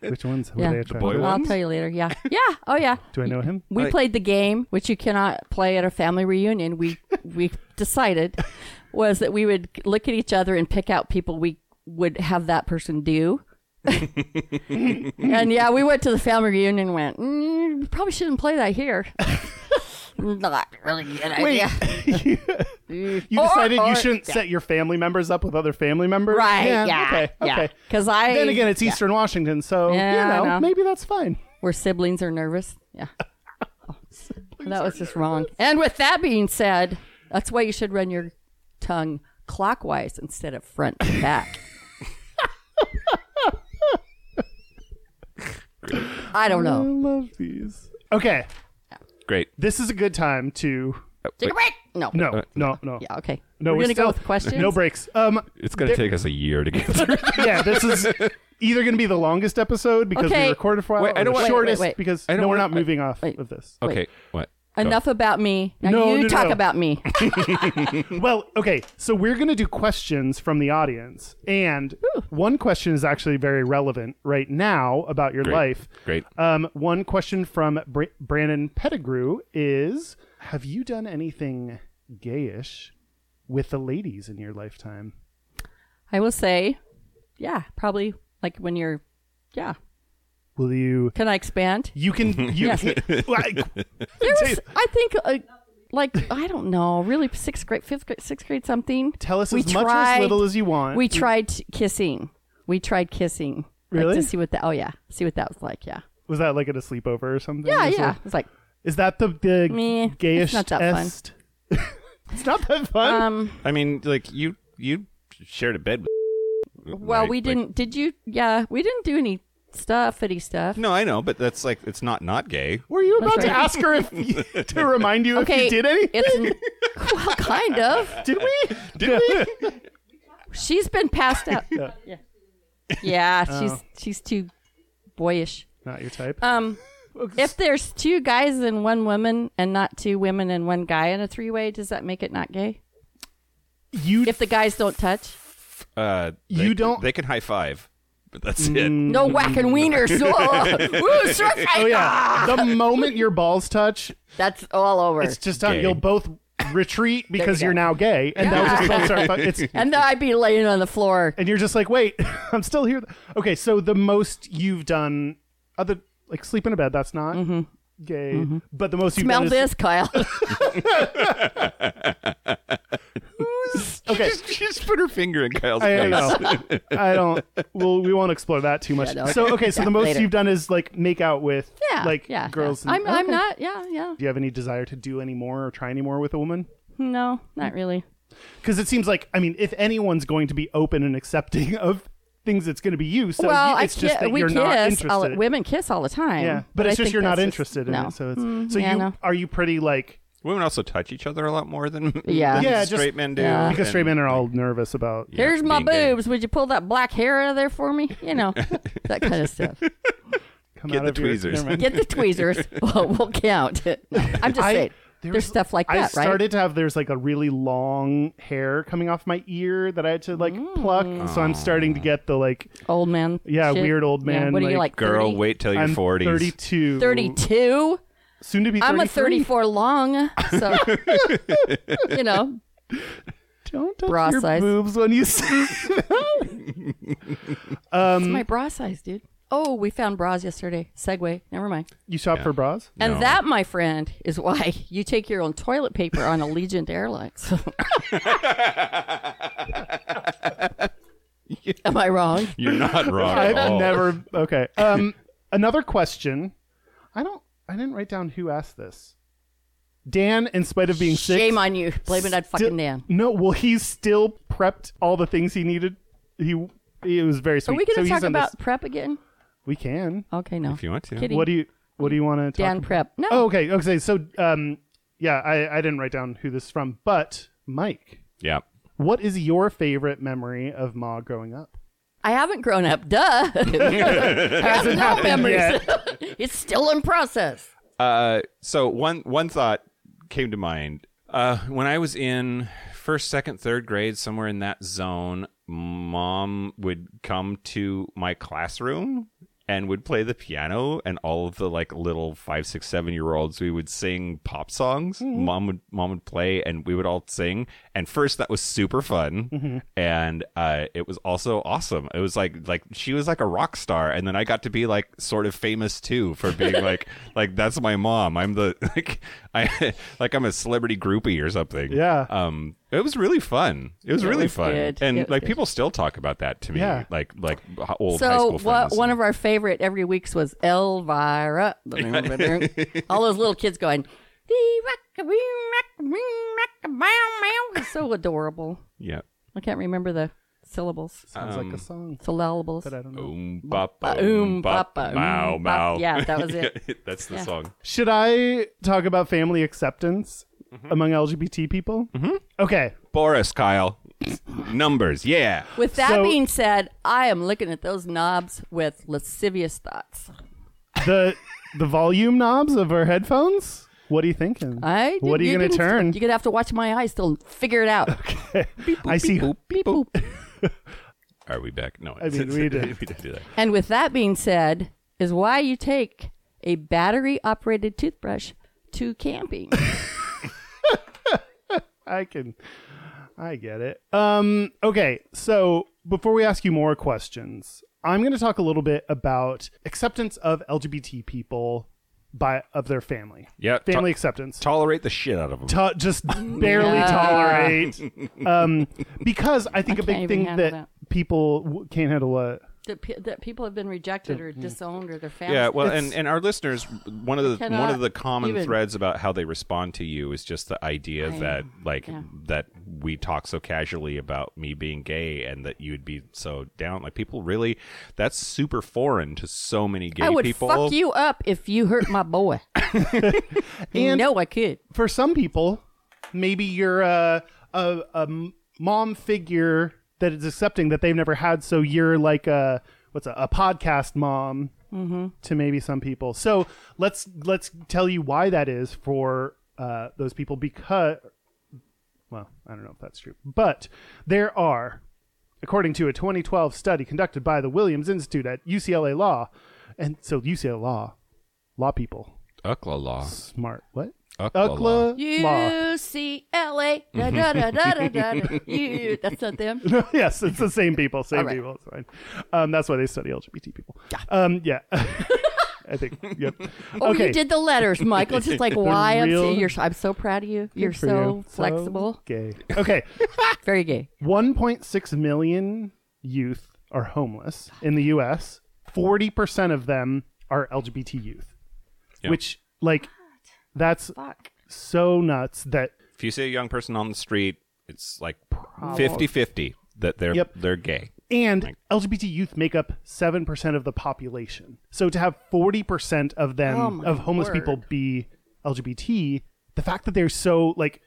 [SPEAKER 3] Which ones were
[SPEAKER 4] Yeah.
[SPEAKER 3] they
[SPEAKER 4] The
[SPEAKER 3] attracted
[SPEAKER 2] Uh, boy
[SPEAKER 3] to?
[SPEAKER 2] one?
[SPEAKER 4] I'll
[SPEAKER 2] ones?
[SPEAKER 4] tell you later. Yeah. <laughs> Yeah. Oh yeah.
[SPEAKER 3] Do I know him?
[SPEAKER 4] We
[SPEAKER 2] Like-
[SPEAKER 4] played the game, which you cannot play at a family
[SPEAKER 3] <laughs>
[SPEAKER 4] reunion. We we decided was that we would look at each other and pick out people we would have that
[SPEAKER 3] <laughs>
[SPEAKER 4] person do. and yeah, we went to the family reunion and
[SPEAKER 3] <laughs>
[SPEAKER 4] went, <laughs> mm, probably shouldn't play that here. Not really a good idea.
[SPEAKER 3] you
[SPEAKER 4] Or-
[SPEAKER 3] decided you
[SPEAKER 4] or-
[SPEAKER 3] shouldn't
[SPEAKER 4] yeah.
[SPEAKER 3] set your family members up with other family members,
[SPEAKER 4] Right, yeah,
[SPEAKER 3] okay.
[SPEAKER 4] yeah.
[SPEAKER 3] Okay.
[SPEAKER 4] 'Cause I-
[SPEAKER 3] then again, it's
[SPEAKER 4] yeah.
[SPEAKER 3] Eastern Washington, so
[SPEAKER 4] Yeah, I
[SPEAKER 3] you know,
[SPEAKER 4] know.
[SPEAKER 3] maybe that's fine.
[SPEAKER 4] where siblings are nervous. <laughs> Yeah. Oh, that was just wrong. And with that being said, that's why you should run your tongue clockwise instead of front to <laughs> back. I don't
[SPEAKER 3] I
[SPEAKER 4] know.
[SPEAKER 3] love these. Okay,
[SPEAKER 2] Great.
[SPEAKER 3] this is a good time to
[SPEAKER 4] Take a break. No.
[SPEAKER 3] no,
[SPEAKER 2] Uh,
[SPEAKER 3] no, no,
[SPEAKER 4] Yeah, okay.
[SPEAKER 3] no.
[SPEAKER 4] We're,
[SPEAKER 3] we're
[SPEAKER 4] gonna
[SPEAKER 3] still-
[SPEAKER 4] go with questions.
[SPEAKER 3] No breaks. Um,
[SPEAKER 2] It's going to take us a year to get through.
[SPEAKER 3] yeah,
[SPEAKER 2] <laughs>
[SPEAKER 3] this is either going to be the longest episode because we
[SPEAKER 4] Okay.
[SPEAKER 3] recorded for a while,
[SPEAKER 2] Wait, I
[SPEAKER 3] or
[SPEAKER 2] don't
[SPEAKER 3] the
[SPEAKER 2] want- Wait, wait,
[SPEAKER 3] shortest
[SPEAKER 4] wait.
[SPEAKER 3] because
[SPEAKER 2] I don't
[SPEAKER 3] no, we're
[SPEAKER 2] want-
[SPEAKER 3] not moving off
[SPEAKER 4] wait.
[SPEAKER 3] of this.
[SPEAKER 2] Okay. What? Go.
[SPEAKER 4] Enough about me. Now
[SPEAKER 3] No,
[SPEAKER 4] you
[SPEAKER 3] no,
[SPEAKER 4] talk
[SPEAKER 3] no. <laughs>
[SPEAKER 4] about me.
[SPEAKER 3] Well, okay, so we're going to do questions from the audience, and one question is actually very relevant right now about your
[SPEAKER 2] Great.
[SPEAKER 3] life.
[SPEAKER 2] Great.
[SPEAKER 3] Um, one question from Br- Brandon Pettigrew is: Have you done anything gayish with the ladies in your lifetime?
[SPEAKER 4] I will say, yeah, probably like when you're, yeah.
[SPEAKER 3] Will you?
[SPEAKER 4] Can I expand?
[SPEAKER 3] You can.
[SPEAKER 2] <laughs>
[SPEAKER 3] You
[SPEAKER 4] Yes.
[SPEAKER 3] like,
[SPEAKER 4] There was, I think, uh, like I don't know, really sixth grade, fifth grade, sixth grade, something.
[SPEAKER 3] tell us
[SPEAKER 4] We
[SPEAKER 3] as much or as
[SPEAKER 4] tried-
[SPEAKER 3] little as you want.
[SPEAKER 4] We tried t- kissing. We tried kissing. like,
[SPEAKER 3] Really?
[SPEAKER 4] to see what that? Oh yeah, see what that was like. Yeah.
[SPEAKER 3] was that like at a sleepover or something?
[SPEAKER 4] Yeah,
[SPEAKER 3] Is
[SPEAKER 4] yeah.
[SPEAKER 3] it-
[SPEAKER 4] It's like
[SPEAKER 3] Is that the the
[SPEAKER 4] Meh, it's
[SPEAKER 3] gayish
[SPEAKER 4] not that fun.
[SPEAKER 3] <laughs> it's not that fun.
[SPEAKER 4] um.
[SPEAKER 2] I mean, like you you shared a bed with
[SPEAKER 4] Well,
[SPEAKER 2] right?
[SPEAKER 4] we
[SPEAKER 2] Like-
[SPEAKER 4] didn't. did you? Yeah, we didn't do any stuff, fitty stuff.
[SPEAKER 2] no, I know, but that's like it's not not gay.
[SPEAKER 3] Were you about
[SPEAKER 4] That's
[SPEAKER 3] to
[SPEAKER 4] right.
[SPEAKER 3] ask her
[SPEAKER 4] <laughs>
[SPEAKER 3] if to remind you
[SPEAKER 4] Okay.
[SPEAKER 3] if you did anything? <laughs>
[SPEAKER 4] It's n- well, kind of.
[SPEAKER 3] Did we?
[SPEAKER 2] Did we?
[SPEAKER 4] <laughs> She's been passed out. Yeah. Yeah. she's
[SPEAKER 3] Oh.
[SPEAKER 4] she's too boyish.
[SPEAKER 3] Not your type.
[SPEAKER 4] Um. If there's two guys and one woman, and not two women and one guy in a three-way, does that make it not gay?
[SPEAKER 3] you
[SPEAKER 4] If the guys don't touch,
[SPEAKER 2] Uh,
[SPEAKER 3] You
[SPEAKER 2] they-
[SPEAKER 3] don't- Mm,
[SPEAKER 2] They can high five, but that's it.
[SPEAKER 4] no whacking wieners. <laughs> Ugh. Woo, surf
[SPEAKER 3] Oh <laughs> yeah.
[SPEAKER 4] <laughs>
[SPEAKER 3] the moment your balls touch,
[SPEAKER 4] That's all over.
[SPEAKER 3] it's just done.
[SPEAKER 2] Gay.
[SPEAKER 3] You'll both retreat because
[SPEAKER 4] you go.
[SPEAKER 3] you're now gay, and they'll just both start. fuck-
[SPEAKER 4] <laughs>
[SPEAKER 3] It's
[SPEAKER 4] and then I'd be laying on the floor.
[SPEAKER 3] and you're just like, wait, <laughs> I'm still here. Okay, so the most you've done, other like sleep in a bed, that's not gay, but the most you've
[SPEAKER 4] Mm-hmm. Smell
[SPEAKER 3] done is-
[SPEAKER 4] this,
[SPEAKER 3] <laughs>
[SPEAKER 4] Kyle. <laughs>
[SPEAKER 3] <laughs> Okay,
[SPEAKER 2] She just put her finger in Kyle's
[SPEAKER 3] I, I
[SPEAKER 2] face.
[SPEAKER 3] <laughs> know. I don't. Well, we won't explore that too much.
[SPEAKER 4] Yeah, no,
[SPEAKER 3] so
[SPEAKER 4] okay.
[SPEAKER 3] okay, so
[SPEAKER 4] Yeah,
[SPEAKER 3] the most
[SPEAKER 4] later.
[SPEAKER 3] you've done is like make out with
[SPEAKER 4] Yeah,
[SPEAKER 3] like
[SPEAKER 4] yeah,
[SPEAKER 3] girls.
[SPEAKER 4] yeah.
[SPEAKER 3] and-
[SPEAKER 4] I'm, I'm
[SPEAKER 3] okay.
[SPEAKER 4] not. Yeah, yeah.
[SPEAKER 3] Do you have any desire to do any more or try any more with a woman?
[SPEAKER 4] No, not really.
[SPEAKER 3] Because it seems like I mean, if anyone's going to be open and accepting <laughs> of things, it's going to be you. So
[SPEAKER 4] well,
[SPEAKER 3] you,
[SPEAKER 4] I
[SPEAKER 3] it's just
[SPEAKER 4] ki-
[SPEAKER 3] that
[SPEAKER 4] we
[SPEAKER 3] you're not
[SPEAKER 4] kiss.
[SPEAKER 3] interested.
[SPEAKER 4] all- women kiss all the time.
[SPEAKER 3] yeah, but,
[SPEAKER 4] I
[SPEAKER 3] it's just
[SPEAKER 4] think
[SPEAKER 3] you're not
[SPEAKER 4] that's just-
[SPEAKER 3] interested in
[SPEAKER 4] no. Mm-hmm.
[SPEAKER 3] it. So
[SPEAKER 4] Mm,
[SPEAKER 3] it's so
[SPEAKER 4] yeah,
[SPEAKER 3] you
[SPEAKER 4] no.
[SPEAKER 3] are you pretty like
[SPEAKER 2] Women also touch each other a lot more than <laughs>
[SPEAKER 4] Yeah.
[SPEAKER 2] than
[SPEAKER 3] Yeah, just-
[SPEAKER 2] straight men do.
[SPEAKER 4] Yeah.
[SPEAKER 2] and-
[SPEAKER 3] because straight men are all nervous about.
[SPEAKER 2] Yeah,
[SPEAKER 4] Here's my
[SPEAKER 2] being gay.
[SPEAKER 4] boobs. Would you pull that black hair out of there for me? You
[SPEAKER 2] <laughs>
[SPEAKER 4] know, that kind of stuff.
[SPEAKER 3] Come
[SPEAKER 2] Get
[SPEAKER 3] out
[SPEAKER 2] the
[SPEAKER 3] of your-
[SPEAKER 2] tweezers.
[SPEAKER 3] never mind.
[SPEAKER 4] Get the
[SPEAKER 3] <laughs>
[SPEAKER 4] tweezers. Well, we'll count. <laughs> No, I'm just
[SPEAKER 3] I-
[SPEAKER 4] saying.
[SPEAKER 3] there was-
[SPEAKER 4] There's, stuff like
[SPEAKER 3] I
[SPEAKER 4] that, right?
[SPEAKER 3] started to have there's like a really long hair coming off my ear that I had to like pluck. So I'm starting to
[SPEAKER 4] Mm.
[SPEAKER 3] get the like
[SPEAKER 4] Old man.
[SPEAKER 3] Yeah,
[SPEAKER 4] shit.
[SPEAKER 3] weird old
[SPEAKER 4] Yeah,
[SPEAKER 3] man,
[SPEAKER 4] what are you
[SPEAKER 3] like,
[SPEAKER 4] like?
[SPEAKER 2] Girl,
[SPEAKER 4] 30?
[SPEAKER 2] wait till you're
[SPEAKER 3] I'm
[SPEAKER 2] 40s.
[SPEAKER 3] 32.
[SPEAKER 4] 32.
[SPEAKER 3] Soon to be 33.
[SPEAKER 4] I'm a 34 long,
[SPEAKER 3] <laughs>
[SPEAKER 4] so you know.
[SPEAKER 3] Don't touch
[SPEAKER 4] Bra
[SPEAKER 3] your
[SPEAKER 4] size.
[SPEAKER 3] boobs when you see.
[SPEAKER 4] It's
[SPEAKER 3] Um,
[SPEAKER 4] my bra size, dude. Oh, we found bras yesterday. Segway. Never mind.
[SPEAKER 3] <laughs> You shop for bras?
[SPEAKER 4] And
[SPEAKER 2] No.
[SPEAKER 4] that, my friend, is why you take your own toilet paper on
[SPEAKER 2] <laughs>
[SPEAKER 4] Allegiant Airlines. <laughs> Am I wrong?
[SPEAKER 2] You're
[SPEAKER 3] <laughs>
[SPEAKER 2] not wrong. at
[SPEAKER 3] <laughs> I've
[SPEAKER 2] all.
[SPEAKER 3] never. <laughs> Okay. Um, another question. I don't. I didn't write down who asked this. Dan, in spite of being sick,
[SPEAKER 4] Shame on you. Blame it on
[SPEAKER 3] still-
[SPEAKER 4] fucking Dan.
[SPEAKER 3] No, well, he's still prepped all the things he needed. He. It was very sweet.
[SPEAKER 4] Are we
[SPEAKER 3] so
[SPEAKER 4] going to
[SPEAKER 3] he's
[SPEAKER 4] talk
[SPEAKER 3] on
[SPEAKER 4] about
[SPEAKER 3] This.
[SPEAKER 4] prep again?
[SPEAKER 3] We can.
[SPEAKER 4] Okay, no.
[SPEAKER 2] If you want to.
[SPEAKER 4] Kidding.
[SPEAKER 3] What do you? What do you want to?
[SPEAKER 4] Dan
[SPEAKER 3] talk
[SPEAKER 4] prep. No.
[SPEAKER 3] Oh, okay. Okay. So, um, yeah, I, I didn't write down who this is from, but Mike,
[SPEAKER 2] Yeah.
[SPEAKER 3] what is your favorite memory of Ma growing up?
[SPEAKER 4] I haven't grown
[SPEAKER 3] <laughs>
[SPEAKER 4] up. Duh. <laughs>
[SPEAKER 3] Hasn't happened yet.
[SPEAKER 4] it's still in process.
[SPEAKER 2] Uh, so one one thought came to mind uh, when I was in first, second, third grade, somewhere in that zone. Mom would come to my classroom and would play the piano, and all of the like little five, six, seven year olds. We would sing pop songs.
[SPEAKER 4] Mm-hmm.
[SPEAKER 2] Mom would mom would play, and we would all sing. And first, that was super fun,
[SPEAKER 4] Mm-hmm.
[SPEAKER 2] and uh, it was also awesome. It was like like she was like a rock star, and then I got to be like sort of famous too for
[SPEAKER 4] <laughs>
[SPEAKER 2] being like like <laughs> that's my mom. I'm the like I like I'm a celebrity groupie or something.
[SPEAKER 3] Yeah.
[SPEAKER 2] Um. It was really fun. It was
[SPEAKER 4] It
[SPEAKER 2] really
[SPEAKER 4] was
[SPEAKER 2] fun,
[SPEAKER 4] good.
[SPEAKER 2] and
[SPEAKER 4] It was
[SPEAKER 2] like
[SPEAKER 4] good.
[SPEAKER 2] people still talk about that to me.
[SPEAKER 3] Yeah.
[SPEAKER 2] Like like h- old high
[SPEAKER 4] So
[SPEAKER 2] school
[SPEAKER 4] what,
[SPEAKER 2] friends.
[SPEAKER 4] one of our favorite every week's was
[SPEAKER 2] <laughs>
[SPEAKER 4] Elvira. All those little kids going, "Dee rock a wee rock a wee rock a bow meow." so adorable.
[SPEAKER 2] yeah.
[SPEAKER 4] I can't remember the syllables,
[SPEAKER 3] Sounds like a song,
[SPEAKER 4] syllables.
[SPEAKER 3] but uh, I don't know.
[SPEAKER 2] Oom bapa
[SPEAKER 4] Oom,
[SPEAKER 2] oom bapa
[SPEAKER 4] bapa,
[SPEAKER 2] mow
[SPEAKER 4] oom, bop.
[SPEAKER 2] mow.
[SPEAKER 4] Yeah, that was
[SPEAKER 2] <laughs>
[SPEAKER 4] it.
[SPEAKER 2] That's the
[SPEAKER 4] Yeah.
[SPEAKER 2] song.
[SPEAKER 3] Should I talk about family acceptance among LGBT people? Mm-hmm. Okay.
[SPEAKER 2] Boris Kyle. Numbers. Yeah.
[SPEAKER 4] With that
[SPEAKER 3] So-
[SPEAKER 4] being said, I am looking at those knobs with lascivious thoughts.
[SPEAKER 3] The the volume knobs of our headphones? What are you thinking?
[SPEAKER 4] I did-
[SPEAKER 3] what are you, gonna
[SPEAKER 4] didn't-
[SPEAKER 3] turn?
[SPEAKER 4] You're gonna have to watch my eyes to figure it out.
[SPEAKER 3] <laughs> I see
[SPEAKER 4] Beep, boop.
[SPEAKER 2] Are we back? No.
[SPEAKER 3] I
[SPEAKER 2] <laughs>
[SPEAKER 3] mean, we did.
[SPEAKER 2] we did do that.
[SPEAKER 4] And with that being said, is why you take a battery operated toothbrush
[SPEAKER 3] <laughs>
[SPEAKER 4] to camping.
[SPEAKER 3] I can I get it. Um okay, so before we ask you more questions, I'm going to talk a little bit about acceptance of LGBT people by of their family.
[SPEAKER 2] Yeah. to-
[SPEAKER 3] Family acceptance.
[SPEAKER 2] tolerate the shit out of them.
[SPEAKER 3] to- just barely
[SPEAKER 4] Yeah.
[SPEAKER 3] tolerate um because I think a
[SPEAKER 4] I
[SPEAKER 3] big
[SPEAKER 4] can't
[SPEAKER 3] thing
[SPEAKER 4] even
[SPEAKER 3] that,
[SPEAKER 4] handle that.
[SPEAKER 3] people w- can't handle uh, what
[SPEAKER 4] that, pe- that people have been rejected or disowned or their families.
[SPEAKER 2] Yeah, well, and, and our listeners, one of the one
[SPEAKER 4] cannot
[SPEAKER 2] of the common
[SPEAKER 4] even-
[SPEAKER 2] threads about how they respond to you is just the idea that like that we talk so casually about me being gay and that you'd be so down. Like people really, that's super foreign to so many gay
[SPEAKER 4] I would
[SPEAKER 2] people.
[SPEAKER 4] fuck you up if you hurt
[SPEAKER 3] <laughs>
[SPEAKER 4] my boy. you know I could.
[SPEAKER 3] for some people, maybe you're a, a, a m- mom figure that is accepting that they've never had. So you're like a what's a, a podcast mom to maybe some people. So let's let's tell you why that is for uh, those people because well, I don't know if that's true, but there are, according to a 2012 study conducted by the Williams Institute at UCLA Law, and so UCLA Law, law people,
[SPEAKER 2] Ukla law.
[SPEAKER 3] smart. What?
[SPEAKER 2] Ukla law.
[SPEAKER 3] UCLA Law.
[SPEAKER 4] U C L A da da da da da da. da. You. That's
[SPEAKER 3] <laughs>
[SPEAKER 4] not them.
[SPEAKER 3] <laughs> yes, it's the same people. Same
[SPEAKER 4] All right.
[SPEAKER 3] people. It's fine. Um, that's why they study LGBT people. Yeah. Um, yeah. <laughs> I think. Yep.
[SPEAKER 4] Oh,
[SPEAKER 3] okay.
[SPEAKER 4] you did the letters, Michael.
[SPEAKER 3] <laughs>
[SPEAKER 4] It's just like YMC.
[SPEAKER 3] real-
[SPEAKER 4] You're, so- I'm so proud of you. You're
[SPEAKER 3] Good for
[SPEAKER 4] so
[SPEAKER 3] you.
[SPEAKER 4] flexible.
[SPEAKER 3] gay. Okay. <laughs>
[SPEAKER 4] Very gay.
[SPEAKER 3] 1.6 million youth are homeless in the U.S. 40% of them are LGBT youth,
[SPEAKER 2] Yeah.
[SPEAKER 3] which like that's
[SPEAKER 4] Fuck.
[SPEAKER 3] so nuts that
[SPEAKER 2] If you see a young person on the street, it's like 50-50 that they're
[SPEAKER 3] Yep.
[SPEAKER 2] they're gay.
[SPEAKER 3] And LGBT youth make up 7% of the population. So to have 40% of them,
[SPEAKER 4] Oh my
[SPEAKER 3] of homeless
[SPEAKER 4] word.
[SPEAKER 3] people, be LGBT, the fact that they're so, like,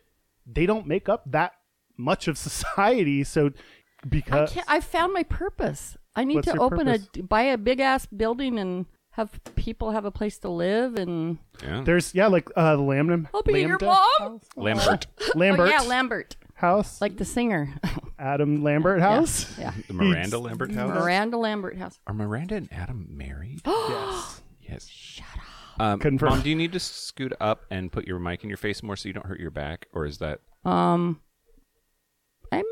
[SPEAKER 3] they don't make up that much of <laughs> society. So
[SPEAKER 4] I,
[SPEAKER 3] because.
[SPEAKER 4] can't, I found my purpose. I need
[SPEAKER 3] What's
[SPEAKER 4] to
[SPEAKER 3] your
[SPEAKER 4] open
[SPEAKER 3] purpose?
[SPEAKER 4] a buy a big ass building and have people have a place to live and
[SPEAKER 2] Yeah.
[SPEAKER 3] There's, yeah, like uh, the Lambda.
[SPEAKER 4] I'll be your
[SPEAKER 3] Lambda
[SPEAKER 4] mom. <laughs>
[SPEAKER 3] House?
[SPEAKER 2] Lambert,
[SPEAKER 3] Lambert
[SPEAKER 4] Oh, yeah, Lambert,
[SPEAKER 3] House.
[SPEAKER 4] like the singer. <laughs>
[SPEAKER 3] Adam Lambert
[SPEAKER 4] <gasps>
[SPEAKER 3] House.
[SPEAKER 4] yeah,
[SPEAKER 2] the Miranda Lambert house.
[SPEAKER 4] Miranda Lambert house.
[SPEAKER 2] Are Miranda and Adam <gasps> married?
[SPEAKER 3] Yes.
[SPEAKER 2] Yes. Shut up. Um,
[SPEAKER 3] Confirm.
[SPEAKER 2] Mom, do you need to scoot up and put your mic in your face more so you don't hurt your back? Or is <laughs> that?
[SPEAKER 4] Um, I'm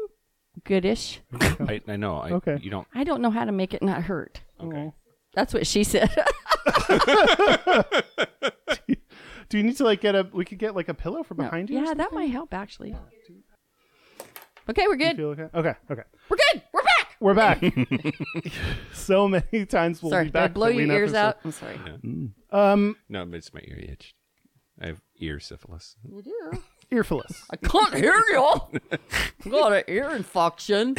[SPEAKER 4] goodish.
[SPEAKER 2] I, I know. I,
[SPEAKER 3] Okay.
[SPEAKER 2] You don't.
[SPEAKER 4] I don't know how to make it not hurt.
[SPEAKER 2] Okay.
[SPEAKER 4] That's what she <laughs> said.
[SPEAKER 3] Do you need to, like, get a. We could get, like, a pillow from behind you? or
[SPEAKER 4] yeah, that might help actually. Okay, we're
[SPEAKER 3] something?
[SPEAKER 4] good.
[SPEAKER 3] Feel okay? Okay. Okay.
[SPEAKER 4] We're good. We're back.
[SPEAKER 3] We're back. <laughs> so many times we'll
[SPEAKER 4] sorry,
[SPEAKER 3] be
[SPEAKER 4] did I
[SPEAKER 3] back.
[SPEAKER 4] blow
[SPEAKER 3] that we
[SPEAKER 4] your
[SPEAKER 3] never
[SPEAKER 4] ears
[SPEAKER 3] said.
[SPEAKER 4] out? I'm sorry.
[SPEAKER 2] No, it's my ear itched. I have ear syphilis.
[SPEAKER 4] You do.
[SPEAKER 3] Earfulous.
[SPEAKER 4] I can't hear <laughs> y'all. Got an ear infection.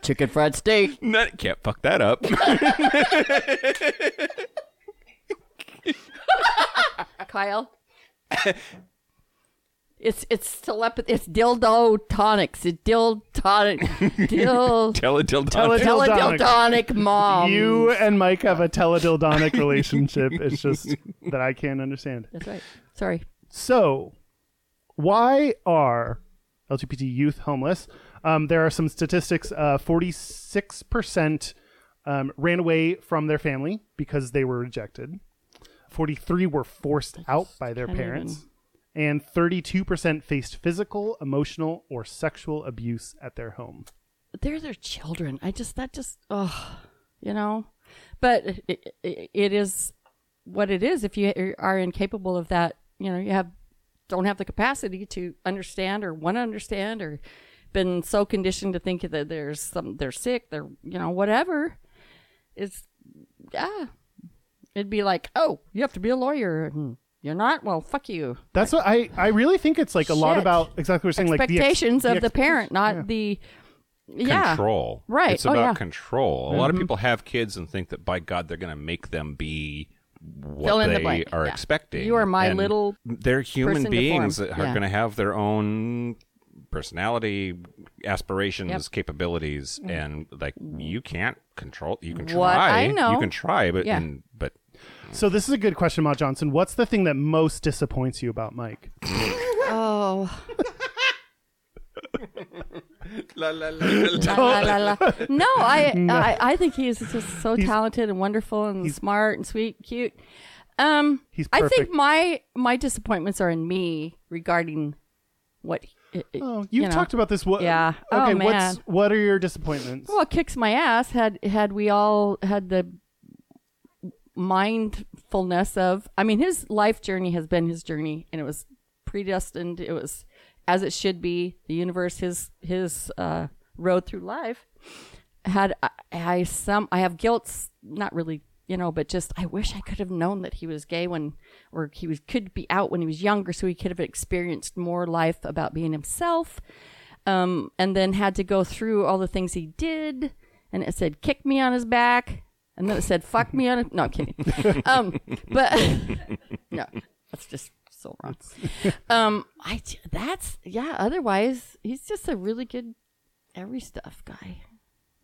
[SPEAKER 4] Chicken fried steak.
[SPEAKER 2] No, can't fuck that up. <laughs>
[SPEAKER 4] Kyle. <laughs> it's it's telepathy. It's dildo tonics. It's dill tonic.
[SPEAKER 2] <laughs>
[SPEAKER 4] Dill.
[SPEAKER 2] Tell it till
[SPEAKER 3] Tell it- Teledildonic.
[SPEAKER 4] Teledildonic mom.
[SPEAKER 3] You and Mike have a teledildonic relationship. It's just that I can't understand.
[SPEAKER 4] That's right. Sorry.
[SPEAKER 3] So, why are LGBT youth homeless? Um, there are some statistics. Uh, 46% um, ran away from their family because they were rejected. 43 were forced out by their
[SPEAKER 4] can't
[SPEAKER 3] parents. And 32% faced physical, emotional, or sexual abuse at their home.
[SPEAKER 4] they're their children. I just that just oh, you know, but it, it, it is what it is if you are incapable of that you know you have don't have the capacity to understand or want to understand or been so conditioned to think that there's some they're sick they're you know whatever it's yeah it'd be like oh you have to be a lawyer and you're not well fuck you
[SPEAKER 3] That's what I, I really think it's like a lot
[SPEAKER 4] Shit.
[SPEAKER 3] about exactly what we're saying, like the ex-
[SPEAKER 4] expectations of the,
[SPEAKER 3] ex-
[SPEAKER 4] parent not the yeah
[SPEAKER 2] Control.
[SPEAKER 4] Right.
[SPEAKER 2] It's
[SPEAKER 4] Oh,
[SPEAKER 2] about
[SPEAKER 4] yeah. Mm-hmm.
[SPEAKER 2] control. A lot of people have kids and think that by God they're going to make them be what
[SPEAKER 4] Fill in the
[SPEAKER 2] they
[SPEAKER 4] blank.
[SPEAKER 2] are
[SPEAKER 4] Yeah.
[SPEAKER 2] expecting.
[SPEAKER 4] You are my
[SPEAKER 2] And
[SPEAKER 4] little
[SPEAKER 2] They're human
[SPEAKER 4] person
[SPEAKER 2] beings that
[SPEAKER 4] deformed.
[SPEAKER 2] are
[SPEAKER 4] Yeah.
[SPEAKER 2] going to have their own personality, aspirations, capabilities, and like you can't control. You can try.
[SPEAKER 4] Mm. What I know.
[SPEAKER 2] You can try, but
[SPEAKER 4] Yeah.
[SPEAKER 2] and, but
[SPEAKER 3] So this is a good question, Ma Johnson. What's the thing that most disappoints you about Mike?
[SPEAKER 4] <laughs> oh la, la, la, la. No,
[SPEAKER 3] <laughs>
[SPEAKER 4] I, I I think he's just so talented and wonderful and smart and sweet, and cute. Um,
[SPEAKER 3] He's
[SPEAKER 4] I think
[SPEAKER 3] perfect.
[SPEAKER 4] my my disappointments are in me regarding what. it- it-
[SPEAKER 3] Oh, you've
[SPEAKER 4] you know.
[SPEAKER 3] talked about this. What?
[SPEAKER 4] Yeah. Oh,
[SPEAKER 3] Okay.
[SPEAKER 4] man.
[SPEAKER 3] what's what are your disappointments?
[SPEAKER 4] Well, it kicks my ass. Had had we all had the mindfulness of, I mean, his life journey has been his journey, and it was predestined. It was as it should be. The universe, his his uh, road through life. Had I, I some, I have guilt, s- not really, you know, but just I wish I could have known that he was gay when, or he was could be out when he was younger, so he could have experienced more life about being himself um, and then had to go through all the things he did. And it said, kick me on his back. And then it said, fuck me on it. No,
[SPEAKER 3] <laughs>
[SPEAKER 4] I'm kidding. Um, but <laughs> no, that's just so wrong. Um, I, j- that's, yeah, otherwise, he's just a really good every stuff guy.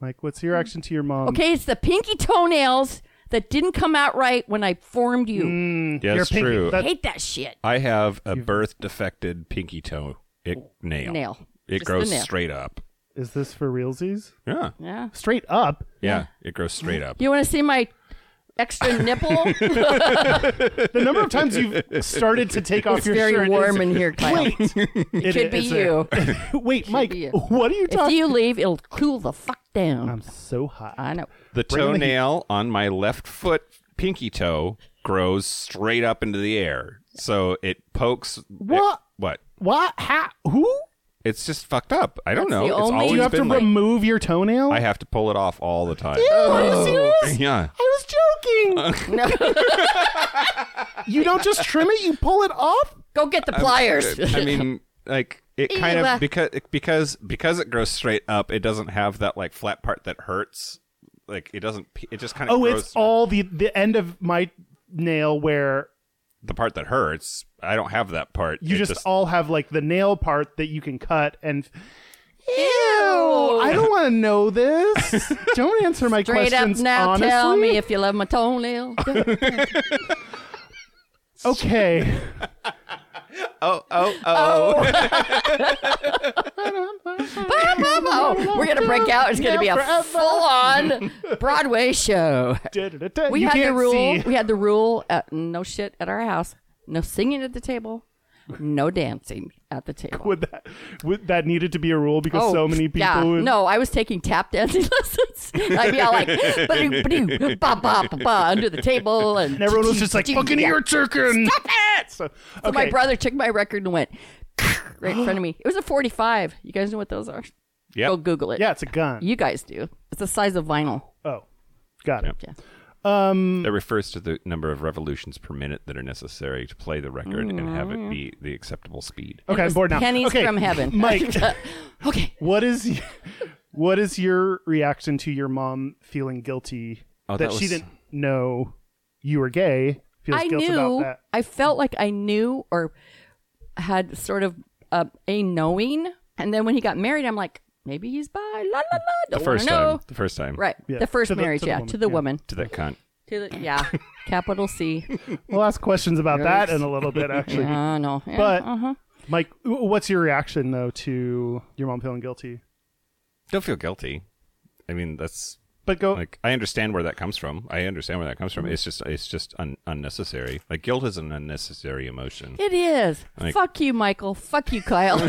[SPEAKER 3] Mike, what's your action to your mom?
[SPEAKER 4] Okay, it's the pinky toenails that didn't come out right when I formed you.
[SPEAKER 3] Mm.
[SPEAKER 2] yeah,
[SPEAKER 3] Your
[SPEAKER 2] it's
[SPEAKER 3] pinky-
[SPEAKER 2] true.
[SPEAKER 4] I
[SPEAKER 3] that-
[SPEAKER 4] hate that shit.
[SPEAKER 2] I have a birth defected pinky toe it, nail.
[SPEAKER 4] Nail.
[SPEAKER 2] It
[SPEAKER 4] Just the
[SPEAKER 2] grows
[SPEAKER 4] nail.
[SPEAKER 2] straight up.
[SPEAKER 3] is this for realsies?
[SPEAKER 2] Yeah.
[SPEAKER 4] Yeah.
[SPEAKER 3] Straight up.
[SPEAKER 2] Yeah, it grows straight up.
[SPEAKER 4] You want to see my
[SPEAKER 3] <laughs>
[SPEAKER 4] extra nipple?
[SPEAKER 3] The number of
[SPEAKER 2] <laughs>
[SPEAKER 3] times you've started to take off
[SPEAKER 4] it's
[SPEAKER 3] your
[SPEAKER 4] very
[SPEAKER 3] shirt.
[SPEAKER 4] warm in here,
[SPEAKER 3] <laughs>
[SPEAKER 4] Kyle.
[SPEAKER 3] Wait, it
[SPEAKER 4] Could be
[SPEAKER 3] is a- <laughs>
[SPEAKER 4] you. <laughs>
[SPEAKER 3] Wait, Mike,
[SPEAKER 4] be you.
[SPEAKER 3] what are you
[SPEAKER 4] If
[SPEAKER 3] talking? Um,
[SPEAKER 4] you leave, it'll cool the fuck down.
[SPEAKER 3] I'm so hot.
[SPEAKER 4] I know.
[SPEAKER 2] The toenail on my left foot pinky toe grows straight up into the air. So it pokes it-
[SPEAKER 3] What?
[SPEAKER 2] what?
[SPEAKER 3] What? How? Who?
[SPEAKER 2] It's just fucked up. I don't
[SPEAKER 4] That's the
[SPEAKER 2] know. It's
[SPEAKER 4] only-
[SPEAKER 2] always
[SPEAKER 3] Do you have to
[SPEAKER 2] been like,
[SPEAKER 3] remove your toenail?
[SPEAKER 2] I have to pull it off all the time.
[SPEAKER 3] Are you serious?
[SPEAKER 2] Yeah.
[SPEAKER 3] I was joking.
[SPEAKER 4] Uh,
[SPEAKER 3] <laughs> you don't just trim it; you pull it off.
[SPEAKER 4] Go get the pliers.
[SPEAKER 2] I mean, like it kind
[SPEAKER 3] uh.
[SPEAKER 4] Ew.
[SPEAKER 2] of because because because it grows straight up, it doesn't have that like flat part that hurts. Like it doesn't. It just kind of.
[SPEAKER 3] Oh,
[SPEAKER 2] grows
[SPEAKER 3] it's all the the end of my nail where
[SPEAKER 2] the part that hurts. I don't have that part.
[SPEAKER 3] you
[SPEAKER 2] It
[SPEAKER 3] just, all have like the nail part that you can cut and. Ew! I don't want to know
[SPEAKER 4] <laughs>
[SPEAKER 3] this. don't answer my
[SPEAKER 4] Straight up
[SPEAKER 3] questions
[SPEAKER 4] now,
[SPEAKER 3] honestly.
[SPEAKER 4] tell me if you love my toenail.
[SPEAKER 3] okay.
[SPEAKER 4] <laughs>
[SPEAKER 2] Oh oh oh.
[SPEAKER 4] oh, we're gonna break out. It's gonna be a full-on Broadway show. We
[SPEAKER 3] you
[SPEAKER 4] had the
[SPEAKER 3] can't
[SPEAKER 4] rule.
[SPEAKER 3] see.
[SPEAKER 4] We had the rule. At, no shit at our house. No singing at the table. No dancing at the table.
[SPEAKER 3] Would that would that needed to be a rule because
[SPEAKER 4] Oh,
[SPEAKER 3] so many people
[SPEAKER 4] Yeah.
[SPEAKER 3] would
[SPEAKER 4] No, I was taking tap dancing lessons. I'd be all like, ba-doo, ba-doo, ba ba ba ba under the table, and,
[SPEAKER 3] and everyone was
[SPEAKER 4] <laughs>
[SPEAKER 3] just like fucking ear chicken. Stop it! So, okay.
[SPEAKER 4] So my brother took my record and went <laughs> right in front of me. It was a 45. You guys know what those are?
[SPEAKER 2] Yep.
[SPEAKER 4] Go Google it.
[SPEAKER 3] yeah, it's a gun.
[SPEAKER 4] You guys do. It's the size of vinyl.
[SPEAKER 3] oh, got it.
[SPEAKER 4] Yeah.
[SPEAKER 2] That refers to the number of revolutions per minute that are necessary to play the record and have it be the acceptable speed.
[SPEAKER 3] Okay, I'm bored now.
[SPEAKER 4] Pennies
[SPEAKER 3] okay,
[SPEAKER 4] from heaven.
[SPEAKER 3] <laughs> Mike,
[SPEAKER 4] <laughs> okay.
[SPEAKER 3] what is <laughs> what is your reaction to your mom feeling guilty
[SPEAKER 2] Oh,
[SPEAKER 3] that,
[SPEAKER 2] that
[SPEAKER 3] she
[SPEAKER 2] was-
[SPEAKER 3] didn't know you were gay? Feels
[SPEAKER 4] I
[SPEAKER 3] guilt about
[SPEAKER 4] knew.
[SPEAKER 3] that.
[SPEAKER 4] I felt like I knew or had sort of uh, a knowing. And then when he got married, I'm like, maybe he's bi. La la la. Don't
[SPEAKER 2] The
[SPEAKER 4] wanna
[SPEAKER 2] first
[SPEAKER 4] know.
[SPEAKER 2] time. The first time.
[SPEAKER 4] Right.
[SPEAKER 3] Yeah.
[SPEAKER 4] The first
[SPEAKER 3] To the-
[SPEAKER 4] marriage,
[SPEAKER 3] to the
[SPEAKER 4] yeah.
[SPEAKER 3] woman,
[SPEAKER 4] To the
[SPEAKER 3] yeah.
[SPEAKER 4] woman.
[SPEAKER 2] To that cunt.
[SPEAKER 4] To the, <laughs> yeah. Capital C.
[SPEAKER 3] We'll ask questions about that
[SPEAKER 4] Yikes.
[SPEAKER 3] in a little bit, actually.
[SPEAKER 4] Uh, no. <laughs> Yeah,
[SPEAKER 3] But-
[SPEAKER 4] uh-huh.
[SPEAKER 3] Mike, w- what's your reaction though to your mom feeling guilty?
[SPEAKER 2] Don't feel guilty. I mean, that's
[SPEAKER 3] But go.
[SPEAKER 2] like I understand where that comes from. I understand where that comes from. It's just it's just un- unnecessary. Like guilt is an unnecessary emotion.
[SPEAKER 4] It is.
[SPEAKER 2] Like-
[SPEAKER 4] Fuck you, Michael. Fuck you, Kyle.
[SPEAKER 3] <laughs>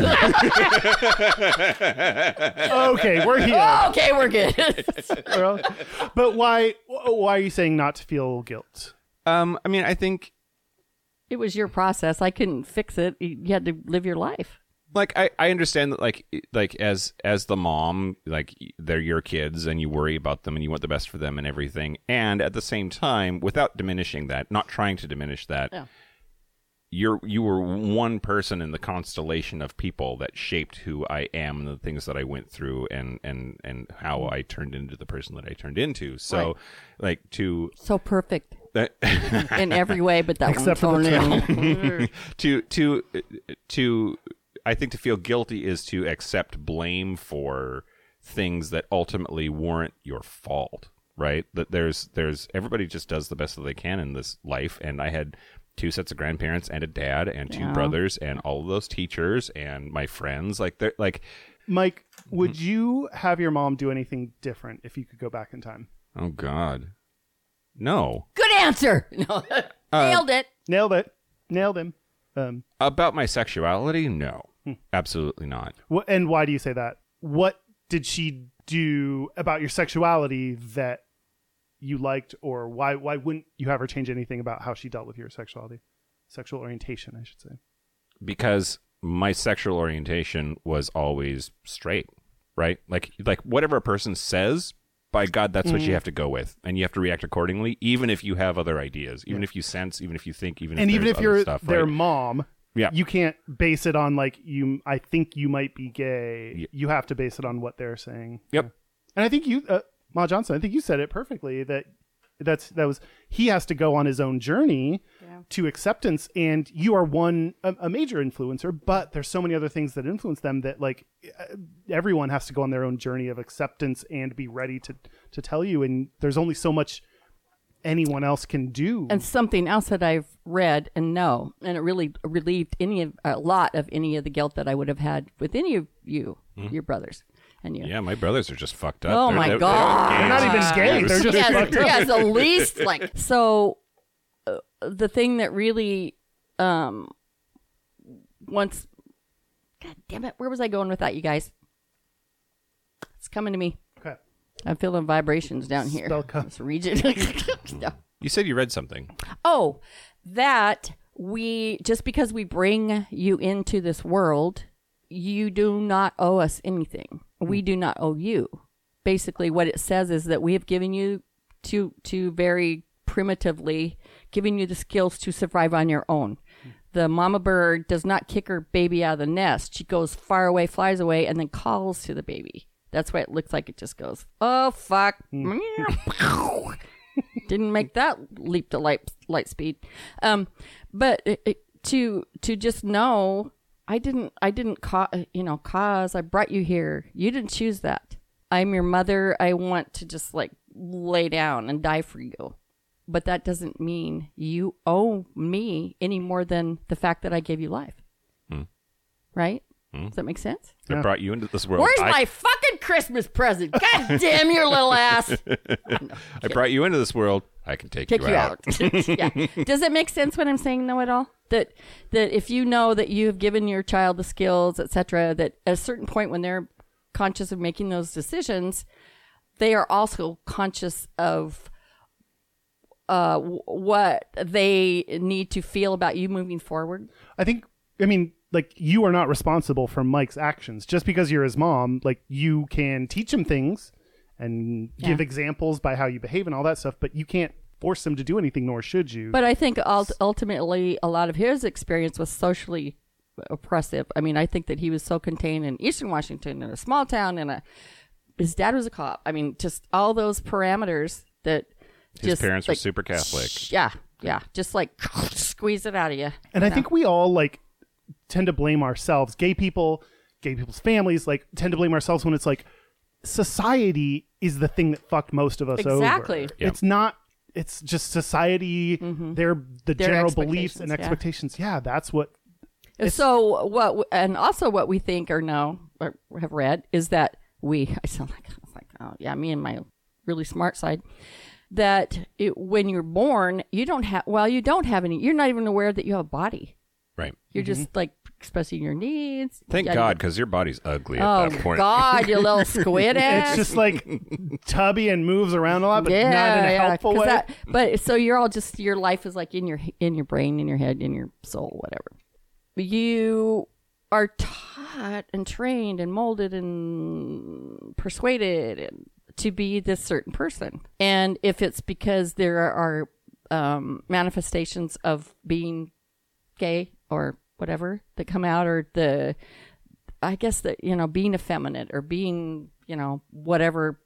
[SPEAKER 4] <laughs>
[SPEAKER 3] Oh,
[SPEAKER 2] <laughs>
[SPEAKER 3] okay, we're here.
[SPEAKER 4] okay, we're good.
[SPEAKER 3] Well, but why why are you saying not to feel guilt?
[SPEAKER 2] Um, I mean, I think
[SPEAKER 4] <laughs> It was your process. I couldn't fix it. You you had to live your life.
[SPEAKER 2] like I, I understand that like it- like as as the mom like y- they're your kids and you worry about them and you want the best for them and everything and at the same time without diminishing that not trying to diminish that
[SPEAKER 4] Yeah.
[SPEAKER 2] you're you were one person in the constellation of people that shaped who I am and the things that I went through and and and how I turned into the person that I turned into so
[SPEAKER 4] Mm-hmm. Right.
[SPEAKER 2] like to
[SPEAKER 4] So perfect
[SPEAKER 2] that,
[SPEAKER 4] in every
[SPEAKER 3] <laughs>
[SPEAKER 4] way, but that
[SPEAKER 3] Except for
[SPEAKER 4] one
[SPEAKER 3] the
[SPEAKER 4] tornado.
[SPEAKER 2] to to to I think to feel guilty is to accept blame for things that ultimately weren't your fault, right? That there's there's everybody just does the best that they can in this life and I had two sets of grandparents and a dad and two
[SPEAKER 4] Yeah.
[SPEAKER 2] brothers and all of those teachers and my friends like they're like
[SPEAKER 3] Mike, would
[SPEAKER 2] Mm-hmm.
[SPEAKER 3] you have your mom do anything different if you could go back in time?
[SPEAKER 2] oh god. No.
[SPEAKER 4] <laughs> Good answer.
[SPEAKER 3] <laughs>
[SPEAKER 4] No,
[SPEAKER 3] Uh,
[SPEAKER 4] nailed it.
[SPEAKER 3] Nailed it. Nailed him. Um,
[SPEAKER 2] About my sexuality? No. Absolutely not.
[SPEAKER 3] wh- and why do you say that? What did she do about your sexuality that you liked, or why why wouldn't you have her change anything about how she dealt with your sexuality, sexual orientation, I should say?
[SPEAKER 2] because my sexual orientation was always straight, right? Like like whatever a person says, by God, that's what you have to go with, and you have to react accordingly, even if you have other ideas, even if you sense, even if you think, even
[SPEAKER 3] and
[SPEAKER 2] if
[SPEAKER 3] even
[SPEAKER 2] there's
[SPEAKER 3] if you're
[SPEAKER 2] other stuff,
[SPEAKER 3] their
[SPEAKER 2] right?
[SPEAKER 3] mom,
[SPEAKER 2] Yeah.
[SPEAKER 3] you can't base it on like you. I think you might be gay.
[SPEAKER 2] Ye-
[SPEAKER 3] You have to base it on what they're saying.
[SPEAKER 2] Yep.
[SPEAKER 3] And I think you, uh, Ma Johnson, I think you said it perfectly that that's that was he has to go on his own journey to acceptance, and you are one a, a major influencer, but there's so many other things that influence them that like uh, everyone has to go on their own journey of acceptance and be ready to to tell you, and there's only so much anyone else can do.
[SPEAKER 4] And something else that I've read and know, and it really relieved any of a lot of any of the guilt that I would have had with any of you,
[SPEAKER 3] Mm-hmm.
[SPEAKER 4] your brothers, and you.
[SPEAKER 2] Yeah, my brothers are just fucked up.
[SPEAKER 4] Oh
[SPEAKER 2] They're-
[SPEAKER 4] my
[SPEAKER 2] they're-
[SPEAKER 4] God.
[SPEAKER 2] They're,
[SPEAKER 3] they're not even gay; they're just
[SPEAKER 4] yeah,
[SPEAKER 3] fucked up.
[SPEAKER 4] yeah, the least like so. Uh, the thing that really, um, once, God damn it, where was I going with that, you guys? It's coming to me.
[SPEAKER 3] Okay.
[SPEAKER 4] I'm feeling vibrations down here.
[SPEAKER 3] Spell co-
[SPEAKER 4] This region. <laughs> No.
[SPEAKER 2] <laughs> You said you read something.
[SPEAKER 4] Oh, that we just because we bring you into this world, you do not owe us anything. We do not owe you. Basically, what it says is that we have given you to to very primitively giving you the skills to survive on your own. The mama bird does not kick her baby out of the nest. She goes far away, flies away, and then calls to the baby. That's why it looks like it just goes, oh, fuck. Meow. didn't make that leap to light light speed. Um, but it, it- to to just know, I didn't I didn't ca- you know cause I brought you here. You didn't choose that. I'm your mother. I want to just like lay down and die for you. But that doesn't mean you owe me any more than the fact that I gave you life. Right? Does that make sense?
[SPEAKER 2] They
[SPEAKER 3] Yeah.
[SPEAKER 2] brought you into this world.
[SPEAKER 4] Where's
[SPEAKER 2] I,
[SPEAKER 4] my fucking Christmas present? God damn your little ass.
[SPEAKER 2] I brought you into this world. I can take
[SPEAKER 4] kick
[SPEAKER 2] you,
[SPEAKER 4] you out. <laughs> yeah. Does it make sense what I'm saying though at all? That that if you know that you have given your child the skills, etc., that at a certain point when they're conscious of making those decisions, they are also conscious of uh, w- what they need to feel about you moving forward.
[SPEAKER 3] I think I mean like you are not responsible for Mike's actions just because you're his mom like you can teach him things and give examples by how you behave and all that stuff but you can't force him to do anything nor should you
[SPEAKER 4] But I think ult- ultimately, a lot of his experience was socially oppressive. I mean, I think that he was so contained in Eastern Washington, in a small town, and a his dad was a cop. I mean, just all those parameters that
[SPEAKER 2] His
[SPEAKER 4] just,
[SPEAKER 2] parents were
[SPEAKER 4] like,
[SPEAKER 2] super Catholic.
[SPEAKER 4] Yeah, yeah, just like <laughs> squeeze it out of you.
[SPEAKER 3] and I think we all like tend to blame ourselves gay people gay people's families like tend to blame ourselves when it's like society is the thing that fucked most of us over.
[SPEAKER 4] Exactly. Mm-hmm.
[SPEAKER 2] Yeah.
[SPEAKER 3] it's not it's just society their the
[SPEAKER 4] Their
[SPEAKER 3] general beliefs and
[SPEAKER 4] expectations,
[SPEAKER 3] expectations
[SPEAKER 4] yeah.
[SPEAKER 3] yeah that's what
[SPEAKER 4] so what, and also what we think or know or have read is that we. <laughs> I sound like I was like, oh yeah, me and my really smart side. That it, when you're born, you don't have. Well, you don't have any. You're not even aware that you have a body.
[SPEAKER 2] Right.
[SPEAKER 4] You're just like expressing your needs.
[SPEAKER 2] Thank
[SPEAKER 4] yada-
[SPEAKER 2] God, because your body's ugly at
[SPEAKER 4] Oh
[SPEAKER 2] that point.
[SPEAKER 4] God,
[SPEAKER 2] <laughs>
[SPEAKER 4] you little squid
[SPEAKER 3] It's
[SPEAKER 4] ass.
[SPEAKER 3] just like tubby and moves around a lot, but not in a helpful
[SPEAKER 4] 'cause
[SPEAKER 3] way.
[SPEAKER 4] that- but so you're all just your life is like in your in your brain, in your head, in your soul, whatever. You are taught and trained and molded and persuaded and to be this certain person. And if it's because there are um, manifestations of being gay or whatever that come out, or the I guess that you know being effeminate or being you know whatever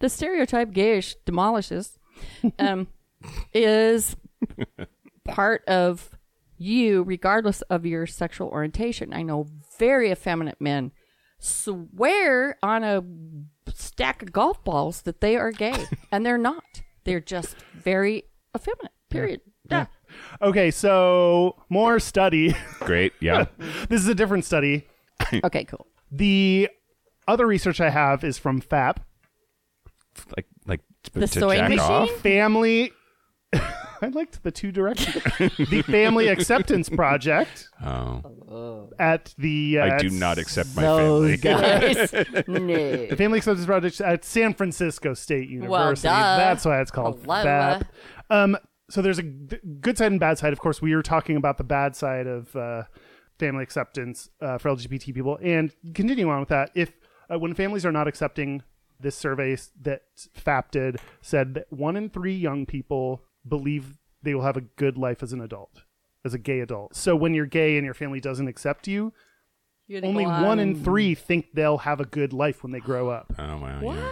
[SPEAKER 4] the stereotype gayish demolishes um, is part of you regardless of your sexual orientation i know very effeminate men swear on a stack of golf balls that they are gay and they're not they're just very effeminate period yeah,
[SPEAKER 3] Okay, so more study. <laughs>
[SPEAKER 2] Great. Yeah.
[SPEAKER 3] this is a different study.
[SPEAKER 4] okay cool
[SPEAKER 3] The other research I have is from FAP,
[SPEAKER 2] like like
[SPEAKER 4] The
[SPEAKER 2] to
[SPEAKER 4] sewing
[SPEAKER 2] jack
[SPEAKER 4] machine?
[SPEAKER 2] off.
[SPEAKER 3] Family. <laughs> I liked the two directions. the Family Acceptance Project
[SPEAKER 2] Oh,
[SPEAKER 3] at the. Uh,
[SPEAKER 2] I do
[SPEAKER 3] at
[SPEAKER 2] not accept my family. <laughs>
[SPEAKER 4] guys <laughs> no
[SPEAKER 3] The Family Acceptance Project at San Francisco State University.
[SPEAKER 4] duh.
[SPEAKER 3] That's why it's called
[SPEAKER 4] Hello.
[SPEAKER 3] FAP. Um, so there's a g- good side and bad side. Of course, we are talking about the bad side of uh, family acceptance uh, for LGBT people. And continuing on with that, if uh, when families are not accepting this survey s- that FAP did said that one in three young people believe they will have a good life as an adult, as a gay adult. So when you're gay and your family doesn't accept you,
[SPEAKER 4] You're gonna
[SPEAKER 3] only
[SPEAKER 4] go
[SPEAKER 3] one
[SPEAKER 4] on-
[SPEAKER 3] in three think they'll have a good life when they grow up
[SPEAKER 2] Oh wow.
[SPEAKER 4] what
[SPEAKER 2] Yeah.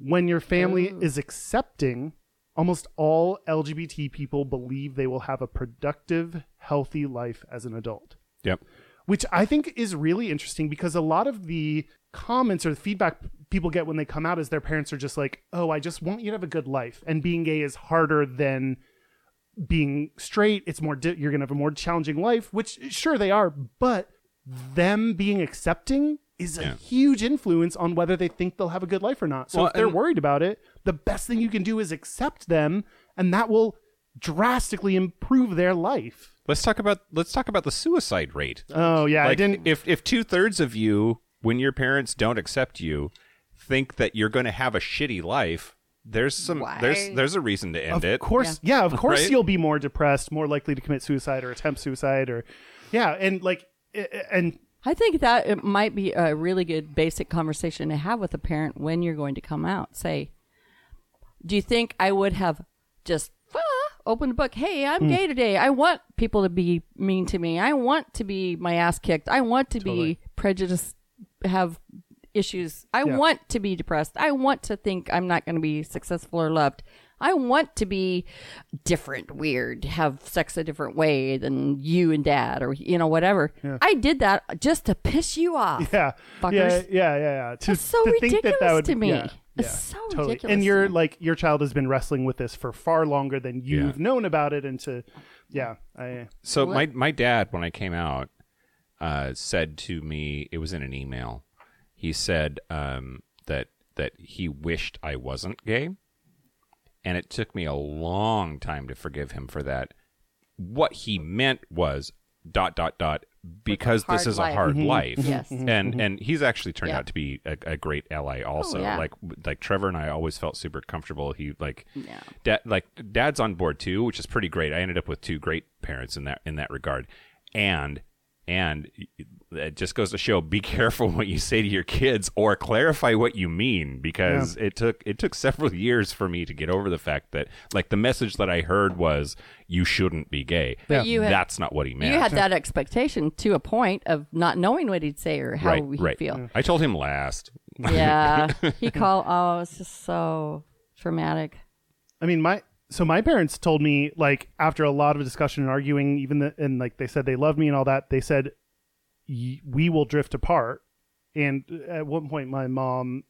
[SPEAKER 3] when your family is accepting, almost all LGBT people believe they will have a productive, healthy life as an adult,
[SPEAKER 2] Yep.
[SPEAKER 3] which I think is really interesting because a lot of the comments or the feedback people get when they come out is their parents are just like, oh, I just want you to have a good life. And being gay is harder than being straight. It's more, di- you're going to have a more challenging life, which sure they are, but them being accepting is a
[SPEAKER 2] Yeah.
[SPEAKER 3] huge influence on whether they think they'll have a good life or not. So
[SPEAKER 2] Well,
[SPEAKER 3] if they're
[SPEAKER 2] and-
[SPEAKER 3] worried about it, the best thing you can do is accept them, and that will drastically improve their life.
[SPEAKER 2] Let's talk about let's talk about the suicide rate.
[SPEAKER 3] Oh yeah, I
[SPEAKER 2] Like,
[SPEAKER 3] didn't.
[SPEAKER 2] If if two thirds of you, when your parents don't accept you, think that you're going to have a shitty life, there's some
[SPEAKER 4] Why?
[SPEAKER 2] there's there's a reason to end
[SPEAKER 3] Of
[SPEAKER 2] it.
[SPEAKER 3] course, yeah, of course
[SPEAKER 2] Right?
[SPEAKER 3] you'll be more depressed, more likely to commit suicide or attempt suicide, or yeah, and like, i- i- and
[SPEAKER 4] I think that it might be a really good basic conversation to have with a parent when you're going to come out. Say, do you think I would have just ah, opened the book? Hey,
[SPEAKER 3] Hmm.
[SPEAKER 4] I'm gay today. I want people to be mean to me. I want to be my ass kicked. I want to be prejudiced, have issues. I
[SPEAKER 3] Yeah.
[SPEAKER 4] want to be depressed. I want to think I'm not going to be successful or loved. I want to be different, weird, have sex a different way than you and dad or, you know, whatever. I did that just to piss you off.
[SPEAKER 3] yeah,
[SPEAKER 4] Fuckers.
[SPEAKER 3] yeah, yeah, yeah, yeah. To,
[SPEAKER 4] That's so
[SPEAKER 3] to think that that
[SPEAKER 4] ridiculous
[SPEAKER 3] would,
[SPEAKER 4] to me.
[SPEAKER 3] Yeah, yeah,
[SPEAKER 4] It's so
[SPEAKER 3] totally.
[SPEAKER 4] ridiculous
[SPEAKER 3] And
[SPEAKER 4] to
[SPEAKER 3] your
[SPEAKER 4] me.
[SPEAKER 3] like your child has been wrestling with this for far longer than you've known about it, and to yeah, I
[SPEAKER 2] So my my dad, when I came out, uh, said to me, it was in an email. He said um, that that he wished I wasn't gay, and it took me a long time to forgive him for that. What he meant was dot dot dot because this
[SPEAKER 4] hard
[SPEAKER 2] is a
[SPEAKER 4] life. Mm-hmm.
[SPEAKER 2] hard life.
[SPEAKER 4] Yes. Mm-hmm.
[SPEAKER 2] And and he's actually turned
[SPEAKER 4] Yeah. Oh,
[SPEAKER 2] out to be a, a great ally also.
[SPEAKER 4] yeah.
[SPEAKER 2] Like like Trevor and I always felt super comfortable. He like
[SPEAKER 4] Yeah.
[SPEAKER 2] dad like dad's on board too, which is pretty great. I ended up with two great parents in that in that regard, and and it just goes to show: be <laughs> careful what you say to your kids, or clarify what you mean, because it took it took several <laughs> years for me to get over the fact that like the message that I heard was you shouldn't be gay.
[SPEAKER 4] But you had-
[SPEAKER 2] That's not what he meant.
[SPEAKER 4] You had that expectation to a point of not knowing what he'd say or how
[SPEAKER 2] right,
[SPEAKER 4] he'd
[SPEAKER 2] right.
[SPEAKER 4] feel.
[SPEAKER 2] I told him last.
[SPEAKER 4] Yeah.
[SPEAKER 3] <laughs>
[SPEAKER 4] he called, oh, it's just so traumatic.
[SPEAKER 3] I mean, my so my parents told me like after a lot of discussion and arguing, even the, and like they said they love me and all that. They said "Y- we will drift apart. And at one point, my mom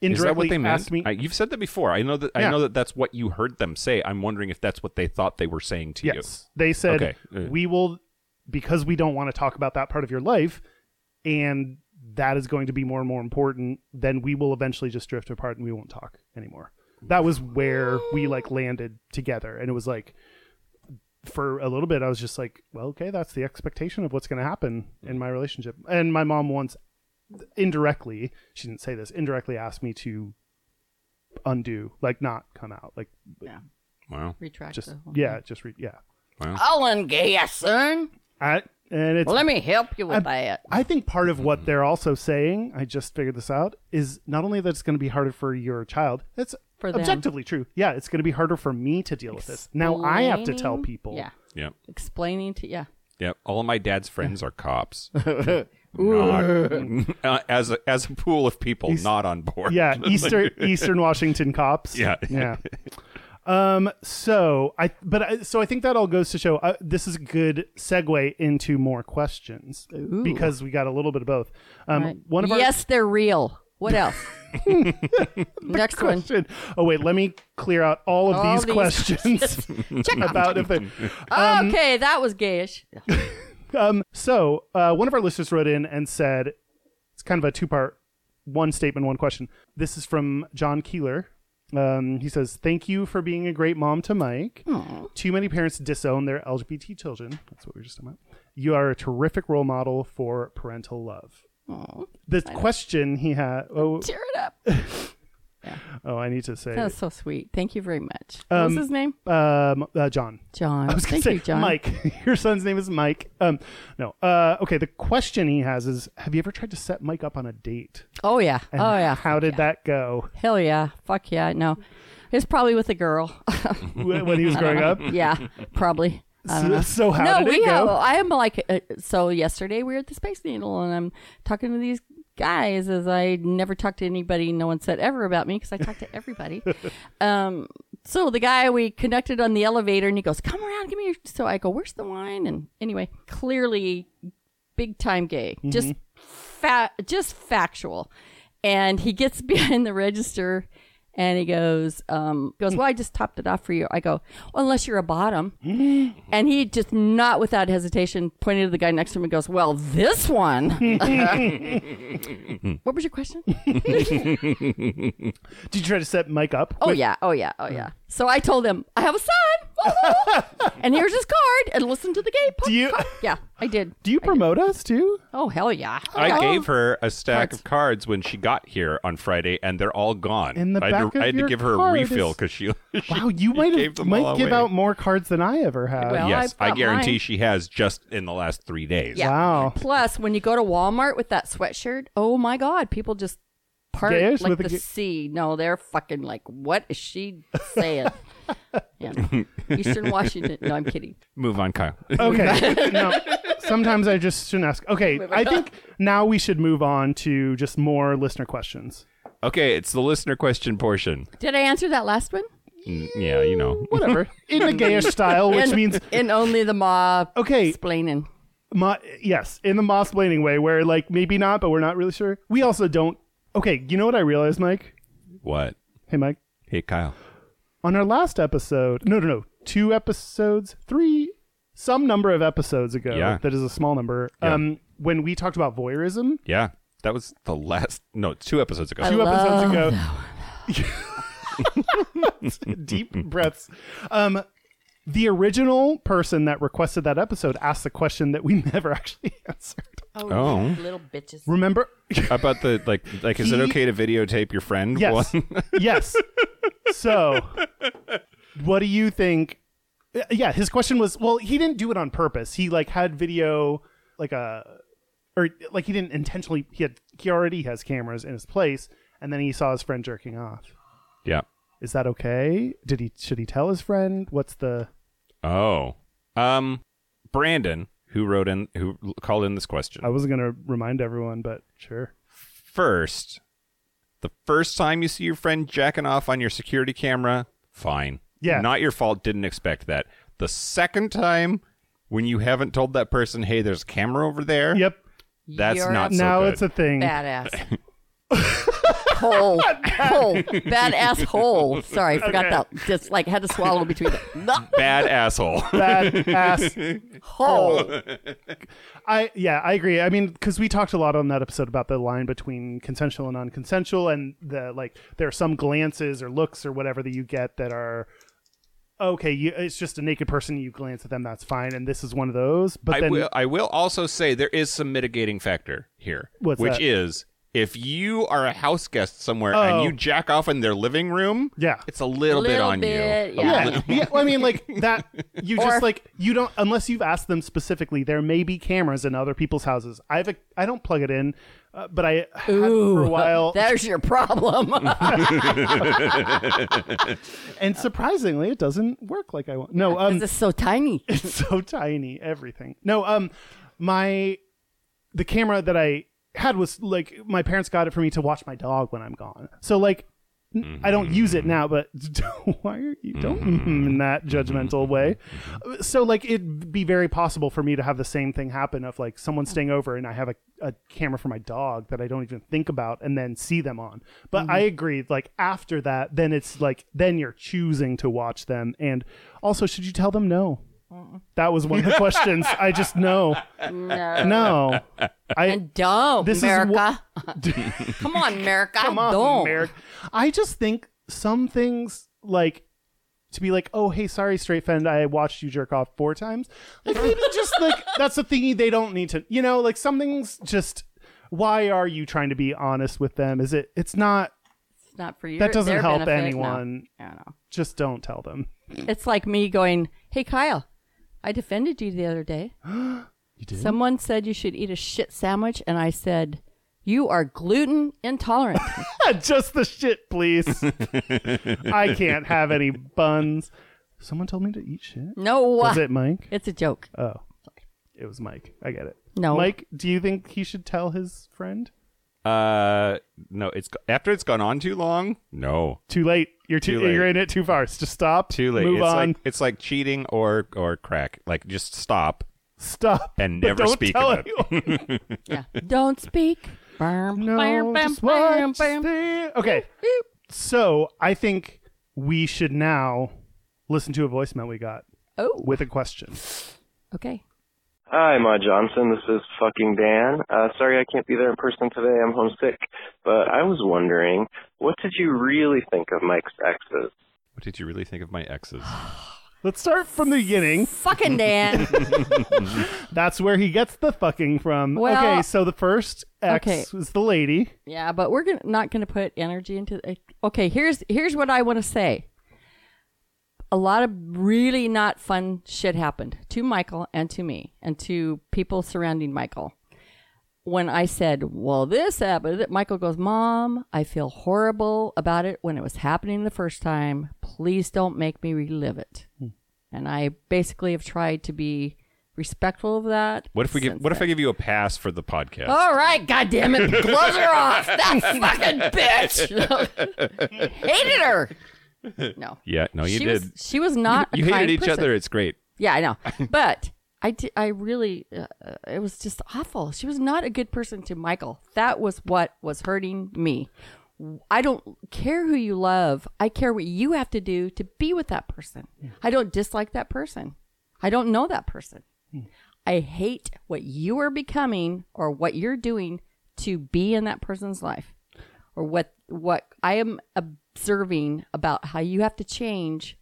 [SPEAKER 3] indirectly
[SPEAKER 2] Is that what they meant?
[SPEAKER 3] asked me.
[SPEAKER 2] I, you've said that before. I know that
[SPEAKER 3] Yeah.
[SPEAKER 2] I know that that's what you heard them say. I'm wondering if that's what they thought they were saying to you.
[SPEAKER 3] yes, they said
[SPEAKER 2] Okay. Uh.
[SPEAKER 3] we will because we don't want to talk about that part of your life, and that is going to be more and more important. Then we will eventually just drift apart and we won't talk anymore. That was where we like landed together, and it was like for a little bit, I was just like, well, okay, that's the expectation of what's going to happen in my relationship. And my mom once indirectly, she didn't say this, indirectly asked me to undo, like not come out, like
[SPEAKER 4] Yeah.
[SPEAKER 2] Wow.
[SPEAKER 4] Retract
[SPEAKER 3] just,
[SPEAKER 4] the whole
[SPEAKER 3] yeah, just read, yeah.
[SPEAKER 4] I'll ungay you, son.
[SPEAKER 3] I, and it's,
[SPEAKER 4] Let me help you with
[SPEAKER 3] I-
[SPEAKER 4] that.
[SPEAKER 3] I think part of what they're also saying, I just figured this out, is not only that it's going to be harder for your child, it's
[SPEAKER 4] For them.
[SPEAKER 3] objectively true. Yeah, it's going to be harder for me to deal with this. Now I have to tell
[SPEAKER 4] Explaining-
[SPEAKER 3] people.
[SPEAKER 4] Yeah.
[SPEAKER 2] Yep.
[SPEAKER 4] Explaining to yeah.
[SPEAKER 2] Yep. All of my dad's friends are
[SPEAKER 3] <laughs>
[SPEAKER 2] cops. Not- <laughs> uh, as a, as a pool of people
[SPEAKER 3] He's-
[SPEAKER 2] not on board. <laughs>
[SPEAKER 3] Yeah, Eastern Eastern Washington cops.
[SPEAKER 2] Yeah.
[SPEAKER 3] yeah. Um. So I, but I, so I think that all goes to show uh, this is a good segue into more questions
[SPEAKER 4] Ooh.
[SPEAKER 3] because we got a little bit of both. Um.
[SPEAKER 4] Right.
[SPEAKER 3] One of our
[SPEAKER 4] yes, they're real. What else? Next one.
[SPEAKER 3] <laughs> question. Oh wait, let me clear out all of
[SPEAKER 4] All
[SPEAKER 3] these,
[SPEAKER 4] these <laughs>
[SPEAKER 3] questions <laughs> about if they.
[SPEAKER 4] okay, that was gayish.
[SPEAKER 3] Um. So uh, one of our listeners wrote in and said, it's kind of a two part, one statement, one question. This is from John Keeler. Um, he says, "Thank you for being a great mom to Mike. Too many parents disown their LGBT children. That's what we were just talking about. You are a terrific role model for parental love." The question he had. Oh,
[SPEAKER 4] Tear it up.
[SPEAKER 3] oh, I need to say,
[SPEAKER 4] That's so sweet. Thank you very much. what
[SPEAKER 3] Um,
[SPEAKER 4] was his name?
[SPEAKER 3] um, uh, John.
[SPEAKER 4] John.
[SPEAKER 3] I was going
[SPEAKER 4] Thank
[SPEAKER 3] to say
[SPEAKER 4] you, John.
[SPEAKER 3] Mike. <laughs> Your son's name is Mike. Um, no. Uh, okay. The question he has is: Have you ever tried to set Mike up on a date?
[SPEAKER 4] Oh yeah.
[SPEAKER 3] And
[SPEAKER 4] oh yeah.
[SPEAKER 3] How did that
[SPEAKER 4] <laughs>
[SPEAKER 3] go
[SPEAKER 4] Hell yeah. Fuck yeah. No. It's probably with a girl. <laughs>
[SPEAKER 3] when when he was growing up?
[SPEAKER 4] yeah. Probably. I don't
[SPEAKER 3] So,
[SPEAKER 4] know.
[SPEAKER 3] so how
[SPEAKER 4] no,
[SPEAKER 3] did
[SPEAKER 4] we
[SPEAKER 3] it
[SPEAKER 4] have.
[SPEAKER 3] go?
[SPEAKER 4] I am like uh, so. Yesterday we were at the Space Needle, and I'm talking to these guys as I never talked to anybody. No one said ever about me because I
[SPEAKER 3] <laughs>
[SPEAKER 4] talked to everybody. um, so the guy we connected on the elevator, and he goes, "Come around, give me." Your... So I go, "Where's the wine?" And anyway, clearly, big time gay,
[SPEAKER 3] Mm-hmm.
[SPEAKER 4] just fa- just factual. And he gets <laughs> behind the register. And he goes, um, goes. Well, I just topped it off for you. I go, well, unless you're a bottom, and he just, not without hesitation, pointed to the guy next to him and goes, Well, this
[SPEAKER 3] <laughs>
[SPEAKER 4] one. what was your question?
[SPEAKER 3] Did you try to set Mike up?
[SPEAKER 4] Oh,
[SPEAKER 3] with-
[SPEAKER 4] yeah. Oh, yeah.
[SPEAKER 3] <laughs>
[SPEAKER 4] Oh, yeah. So I told him, I have a son. Woohoo! and here's his card. And listen to the gay
[SPEAKER 3] Do
[SPEAKER 4] pop.
[SPEAKER 3] you
[SPEAKER 4] Yeah, I did.
[SPEAKER 3] <laughs> do you promote us too?
[SPEAKER 4] Oh, hell yeah.
[SPEAKER 2] I
[SPEAKER 4] Yeah.
[SPEAKER 2] gave her a stack of cards when she got here on Friday, and they're all gone.
[SPEAKER 3] In the
[SPEAKER 2] I had,
[SPEAKER 3] back
[SPEAKER 2] to,
[SPEAKER 3] of
[SPEAKER 2] I had to
[SPEAKER 3] your
[SPEAKER 2] give her a
[SPEAKER 3] card
[SPEAKER 2] refill
[SPEAKER 3] is-
[SPEAKER 2] because she, <laughs> she-
[SPEAKER 3] Wow, you might
[SPEAKER 2] gave
[SPEAKER 3] have,
[SPEAKER 2] them all
[SPEAKER 3] might give
[SPEAKER 2] away.
[SPEAKER 3] out more cards than I ever had.
[SPEAKER 4] Well,
[SPEAKER 2] yes,
[SPEAKER 4] I've
[SPEAKER 2] I
[SPEAKER 4] got
[SPEAKER 2] guarantee
[SPEAKER 4] mine.
[SPEAKER 2] she has just in the last three days.
[SPEAKER 4] Yeah.
[SPEAKER 3] Wow.
[SPEAKER 4] Plus, when you go to Walmart with that sweatshirt, oh my God, people just part
[SPEAKER 3] Gayish
[SPEAKER 4] like
[SPEAKER 3] with a
[SPEAKER 4] the
[SPEAKER 3] gay-
[SPEAKER 4] sea. No, they're fucking like, what is she
[SPEAKER 3] <laughs>
[SPEAKER 4] saying? yeah. Eastern Washington. No, I'm kidding.
[SPEAKER 2] Move on, Kyle. <laughs>
[SPEAKER 4] <laughs>
[SPEAKER 3] Okay. <laughs> no, sometimes I just shouldn't ask. Okay, I think now we should move on to just more listener questions.
[SPEAKER 2] okay, it's the listener question portion.
[SPEAKER 4] Did I answer that last one?
[SPEAKER 2] Mm, yeah, you know.
[SPEAKER 3] Whatever, <laughs> in the
[SPEAKER 4] <laughs>
[SPEAKER 3] gayish style, which
[SPEAKER 4] in,
[SPEAKER 3] means
[SPEAKER 4] in only the mob
[SPEAKER 3] okay,
[SPEAKER 4] explaining.
[SPEAKER 3] Ma- yes, in the moss blaining way, where like maybe not, but we're not really sure. We also don't. Okay, you know what I realized, Mike?
[SPEAKER 2] What?
[SPEAKER 3] Hey, Mike.
[SPEAKER 2] Hey, Kyle.
[SPEAKER 3] On our last episode, no, no, no, two episodes, three, some number of episodes ago.
[SPEAKER 2] Yeah.
[SPEAKER 3] That is a small number.
[SPEAKER 2] Yeah.
[SPEAKER 3] Um, when we talked about voyeurism,
[SPEAKER 2] Yeah, that was the last. No, it's two episodes ago.
[SPEAKER 3] two episodes
[SPEAKER 4] love
[SPEAKER 3] ago. <laughs> Deep breaths. Um, the original person that requested that episode asked the question that we <laughs> never actually answered.
[SPEAKER 2] Oh.
[SPEAKER 4] little bitches.
[SPEAKER 3] Remember? <laughs>
[SPEAKER 2] About the like, like, is it
[SPEAKER 3] He-
[SPEAKER 2] okay to videotape your friend?
[SPEAKER 3] Yes.
[SPEAKER 2] One? <laughs>
[SPEAKER 3] yes. So, what do you think? Uh, Yeah, his question was well, he didn't do it on purpose. He like had video like a or like he didn't intentionally he had he already has cameras in his place and then he saw his friend jerking off.
[SPEAKER 2] yeah.
[SPEAKER 3] Is that okay? Did he should he tell his friend? What's the
[SPEAKER 2] Oh. Um, Brandon, who wrote in, who l- called in this question
[SPEAKER 3] I wasn't going to remind everyone, but sure.
[SPEAKER 2] first. The first time you see your friend jacking off on your security camera, fine.
[SPEAKER 3] Yeah.
[SPEAKER 2] Not your fault. Didn't expect that. The second time, when you haven't told that person, hey, there's a camera over there.
[SPEAKER 3] Yep.
[SPEAKER 2] That's
[SPEAKER 4] You're
[SPEAKER 2] not
[SPEAKER 4] a
[SPEAKER 2] so
[SPEAKER 3] now
[SPEAKER 2] good.
[SPEAKER 3] it's a thing.
[SPEAKER 4] badass.
[SPEAKER 3] <laughs>
[SPEAKER 4] hole, hole, badass hole. Sorry, I forgot
[SPEAKER 3] Okay.
[SPEAKER 4] that. Just like had to swallow
[SPEAKER 3] <laughs>
[SPEAKER 4] between the no,
[SPEAKER 2] bad <laughs> asshole.
[SPEAKER 3] Bad ass
[SPEAKER 4] hole.
[SPEAKER 3] I yeah, I agree. I mean, because we talked a lot on that episode about the line between consensual and non-consensual, and the like. There are some glances or looks or whatever that you get that are okay, you, it's just a naked person. You glance at them, that's fine. And this is one of those. But
[SPEAKER 2] I
[SPEAKER 3] then,
[SPEAKER 2] will. I will also say there is some mitigating factor here,
[SPEAKER 3] What's
[SPEAKER 2] which
[SPEAKER 3] that?
[SPEAKER 2] is if you are a house guest somewhere and
[SPEAKER 3] Oh.
[SPEAKER 2] you jack off in their living room,
[SPEAKER 3] Yeah.
[SPEAKER 2] it's a little, bit
[SPEAKER 4] Little
[SPEAKER 2] on
[SPEAKER 4] bit,
[SPEAKER 2] you. Oh, A
[SPEAKER 4] yeah.
[SPEAKER 2] little- <laughs>
[SPEAKER 3] yeah, yeah. Well, I mean, like that. You
[SPEAKER 4] Or-
[SPEAKER 3] just like you don't unless you've asked them specifically. There may be cameras in other people's houses. I've a, I don't plug it in, uh, but I had for a
[SPEAKER 4] <laughs>
[SPEAKER 3] while. Um,
[SPEAKER 4] There's
[SPEAKER 3] <laughs>
[SPEAKER 4] your problem.
[SPEAKER 3] and surprisingly, it doesn't work like I want. No, um,
[SPEAKER 4] this is so tiny.
[SPEAKER 3] <laughs> it's so tiny everything no um my the camera that i had was like my parents got it for me to watch my dog when i'm gone so like n- I don't use it now, but <laughs> why are you don't mm in that judgmental way? So like it'd be very possible for me to have the same thing happen of like someone staying over and I have a, a camera for my dog that I don't even think about and then see them on. But I agree, like after that, then it's like then you're choosing to watch them. And also, should you tell them no? That was one of the questions. I just know.
[SPEAKER 4] <laughs> No.
[SPEAKER 3] No. I
[SPEAKER 4] And don't,
[SPEAKER 3] This is
[SPEAKER 4] America.
[SPEAKER 3] <laughs> come
[SPEAKER 4] Come on, America. don't.
[SPEAKER 3] on, Merrick. I just think some things like to be like, oh hey, sorry, straight friend, I watched you jerk off four times. Like maybe just
[SPEAKER 4] <laughs>
[SPEAKER 3] like that's a thingy they don't need to you know, like something's just why are you trying to be honest with them? Is it it's not
[SPEAKER 4] It's not for you.
[SPEAKER 3] That doesn't
[SPEAKER 4] their
[SPEAKER 3] help
[SPEAKER 4] benefit. No.
[SPEAKER 3] anyone.
[SPEAKER 4] I don't know.
[SPEAKER 3] just don't tell them. <laughs>
[SPEAKER 4] It's like me going, "Hey, Kyle, I defended you the other day.
[SPEAKER 3] <gasps> You did?
[SPEAKER 4] Someone said you should eat a shit sandwich, and I said." You are gluten intolerant.
[SPEAKER 3] <laughs> just the shit, please. I can't have any buns. Someone told me to eat shit.
[SPEAKER 4] No,
[SPEAKER 3] Was it Mike?
[SPEAKER 4] it's a joke.
[SPEAKER 3] Oh, it was Mike. I get it.
[SPEAKER 4] No.
[SPEAKER 3] Mike, do you think he should tell his friend?
[SPEAKER 2] Uh, no. It's after it's gone on too long. No,
[SPEAKER 3] Too late. You're too,
[SPEAKER 2] Too late.
[SPEAKER 3] you're in it too far. Just stop.
[SPEAKER 2] too late.
[SPEAKER 3] Move
[SPEAKER 2] it's
[SPEAKER 3] on.
[SPEAKER 2] like it's like cheating or or crack. Like just stop
[SPEAKER 3] stop.
[SPEAKER 2] <laughs> and
[SPEAKER 3] But
[SPEAKER 2] never
[SPEAKER 3] don't
[SPEAKER 2] speak
[SPEAKER 3] tell
[SPEAKER 2] about it. <laughs>
[SPEAKER 3] anyone.
[SPEAKER 4] Yeah. Don't
[SPEAKER 3] <laughs>
[SPEAKER 4] speak. Bam,
[SPEAKER 3] no,
[SPEAKER 4] bam, bam,
[SPEAKER 3] just watch
[SPEAKER 4] bam, bam.
[SPEAKER 3] the- Okay. So I think we should now listen to a voicemail we got
[SPEAKER 4] Oh,
[SPEAKER 3] with a question.
[SPEAKER 4] okay.
[SPEAKER 5] Hi, Ma Johnson. This is fucking Dan. Uh, sorry I can't be there in person today. I'm homesick. But I was wondering, what did you really think of Mike's exes?
[SPEAKER 2] What did you really think of my
[SPEAKER 4] <sighs>
[SPEAKER 2] exes?
[SPEAKER 3] Let's start from the beginning.
[SPEAKER 4] Fucking <laughs> Dan.
[SPEAKER 3] That's where he gets the fucking from.
[SPEAKER 4] Well-
[SPEAKER 3] okay, so the first ex
[SPEAKER 4] Okay.
[SPEAKER 3] was the lady.
[SPEAKER 4] Yeah, but we're gonna, not going to put energy into. eh, Okay, here's here's what I want to say. A lot of really not fun shit happened to Michael and to me and to people surrounding Michael. When I said, "Well, this happened," Michael goes, "Mom, I feel horrible about it when it was happening the first time. Please don't make me relive it."
[SPEAKER 2] Hmm.
[SPEAKER 4] And I basically have tried to be respectful of that.
[SPEAKER 2] What if we give?
[SPEAKER 4] since
[SPEAKER 2] What if I
[SPEAKER 4] then.
[SPEAKER 2] give you a pass for the podcast?
[SPEAKER 4] All right, goddamn it, gloves are off. That fucking bitch <laughs> hated her. No,
[SPEAKER 2] Yeah. No, you
[SPEAKER 4] she
[SPEAKER 2] did.
[SPEAKER 4] Was, she was not. a
[SPEAKER 2] you hated
[SPEAKER 4] kind
[SPEAKER 2] each
[SPEAKER 4] person.
[SPEAKER 2] other. It's great.
[SPEAKER 4] Yeah, I know, but I did. I really, uh, uh, it was just awful. She was not a good person to Michael. That was what was hurting me. I don't care who you love. I care what you have to do to be with that person. I don't dislike that person. I don't know that person. I hate what you are becoming or what you're doing to be in that person's life or what what I am observing about how you have to change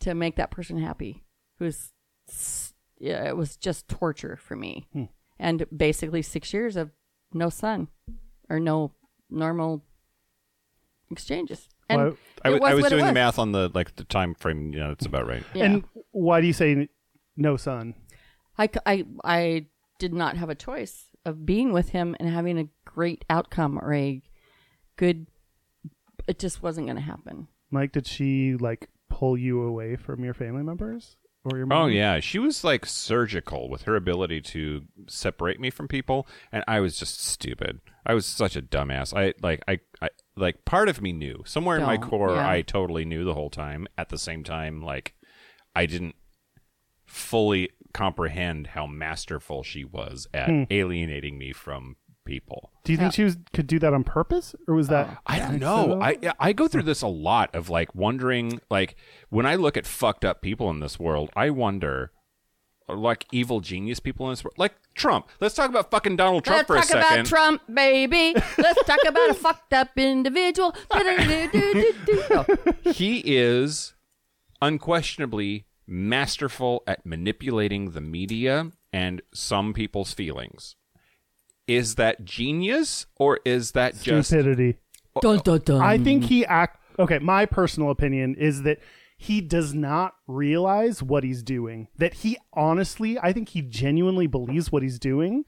[SPEAKER 4] to make that person happy. It was s- yeah, it was just torture for me. And basically 6 years of no sun or no normal exchanges. And
[SPEAKER 3] Well,
[SPEAKER 2] I
[SPEAKER 4] it
[SPEAKER 2] w- I was
[SPEAKER 4] what it
[SPEAKER 2] doing the math on the like the time frame. Yeah, that's about right.
[SPEAKER 4] Yeah.
[SPEAKER 3] And why do you say no son?
[SPEAKER 4] I, c- I- I did not have a choice of being with him and having a great outcome or a good. It just wasn't going to happen.
[SPEAKER 3] Mike, did she like pull you away from your family members or your mom?
[SPEAKER 2] Oh yeah, she was like surgical with her ability to separate me from people, and I was just stupid. I was such a dumbass. I like I, I like part of me knew somewhere in my
[SPEAKER 4] Don't,
[SPEAKER 2] core
[SPEAKER 4] yeah.
[SPEAKER 2] I totally knew the whole time. At the same time, like I didn't fully comprehend how masterful she was at alienating me from people.
[SPEAKER 3] Do you think she was could do that on purpose, or was that?
[SPEAKER 2] Oh, I don't know. I I go through this a lot of like wondering like when I look at fucked up people in this world, I wonder like evil genius people in this world, like Trump. Let's talk about fucking Donald Trump
[SPEAKER 4] Let's
[SPEAKER 2] for a
[SPEAKER 4] talk
[SPEAKER 2] second.
[SPEAKER 4] about Trump, baby. Let's talk
[SPEAKER 3] <laughs>
[SPEAKER 4] about a fucked up individual. Do-do-do-do-do-do. No.
[SPEAKER 2] He is unquestionably masterful at manipulating the media and some people's feelings. Is that genius or is that just
[SPEAKER 3] Stupidity.
[SPEAKER 4] Dun, dun, dun.
[SPEAKER 3] I think he act. Okay, my personal opinion is that he does not realize what he's doing. That he honestly, I think he genuinely believes what he's doing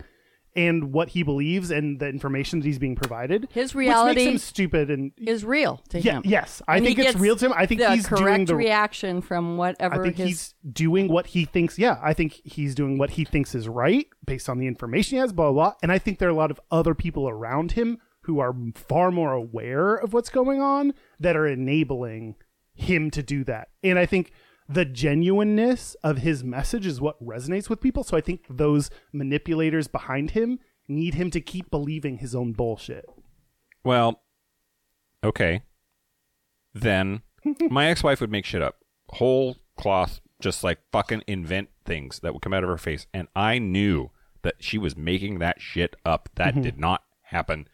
[SPEAKER 3] and what he believes and the information that he's being provided.
[SPEAKER 4] His
[SPEAKER 3] which makes
[SPEAKER 4] reality-
[SPEAKER 3] him stupid and
[SPEAKER 4] is real to
[SPEAKER 3] yeah,
[SPEAKER 4] him.
[SPEAKER 3] yes, I
[SPEAKER 4] And he
[SPEAKER 3] think it's
[SPEAKER 4] gets
[SPEAKER 3] real to him. I think
[SPEAKER 4] the
[SPEAKER 3] he's
[SPEAKER 4] correct
[SPEAKER 3] doing the
[SPEAKER 4] reaction from
[SPEAKER 3] I
[SPEAKER 4] whatever
[SPEAKER 3] think
[SPEAKER 4] his
[SPEAKER 3] he's doing what he thinks. Yeah, I think he's doing what he thinks is right based on the information he has, blah, blah, blah. And I think there are a lot of other people around him who are far more aware of what's going on that are enabling him to do that. And I think the genuineness of his message is what resonates with people. So I think those manipulators behind him need him to keep believing his own bullshit.
[SPEAKER 2] Well, okay. Then my ex-wife would make shit up, whole cloth, just like fucking invent things that would come out of her face, and I knew that she was making that shit up. That did not happen,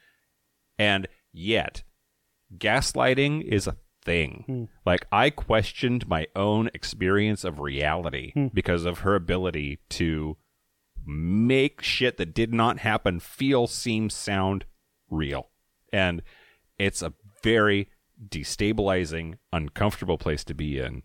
[SPEAKER 2] and yet, gaslighting is a thing. Like I questioned my own experience of reality because of her ability to make shit that did not happen feel, seem, sound real. And it's a very destabilizing, uncomfortable place to be in.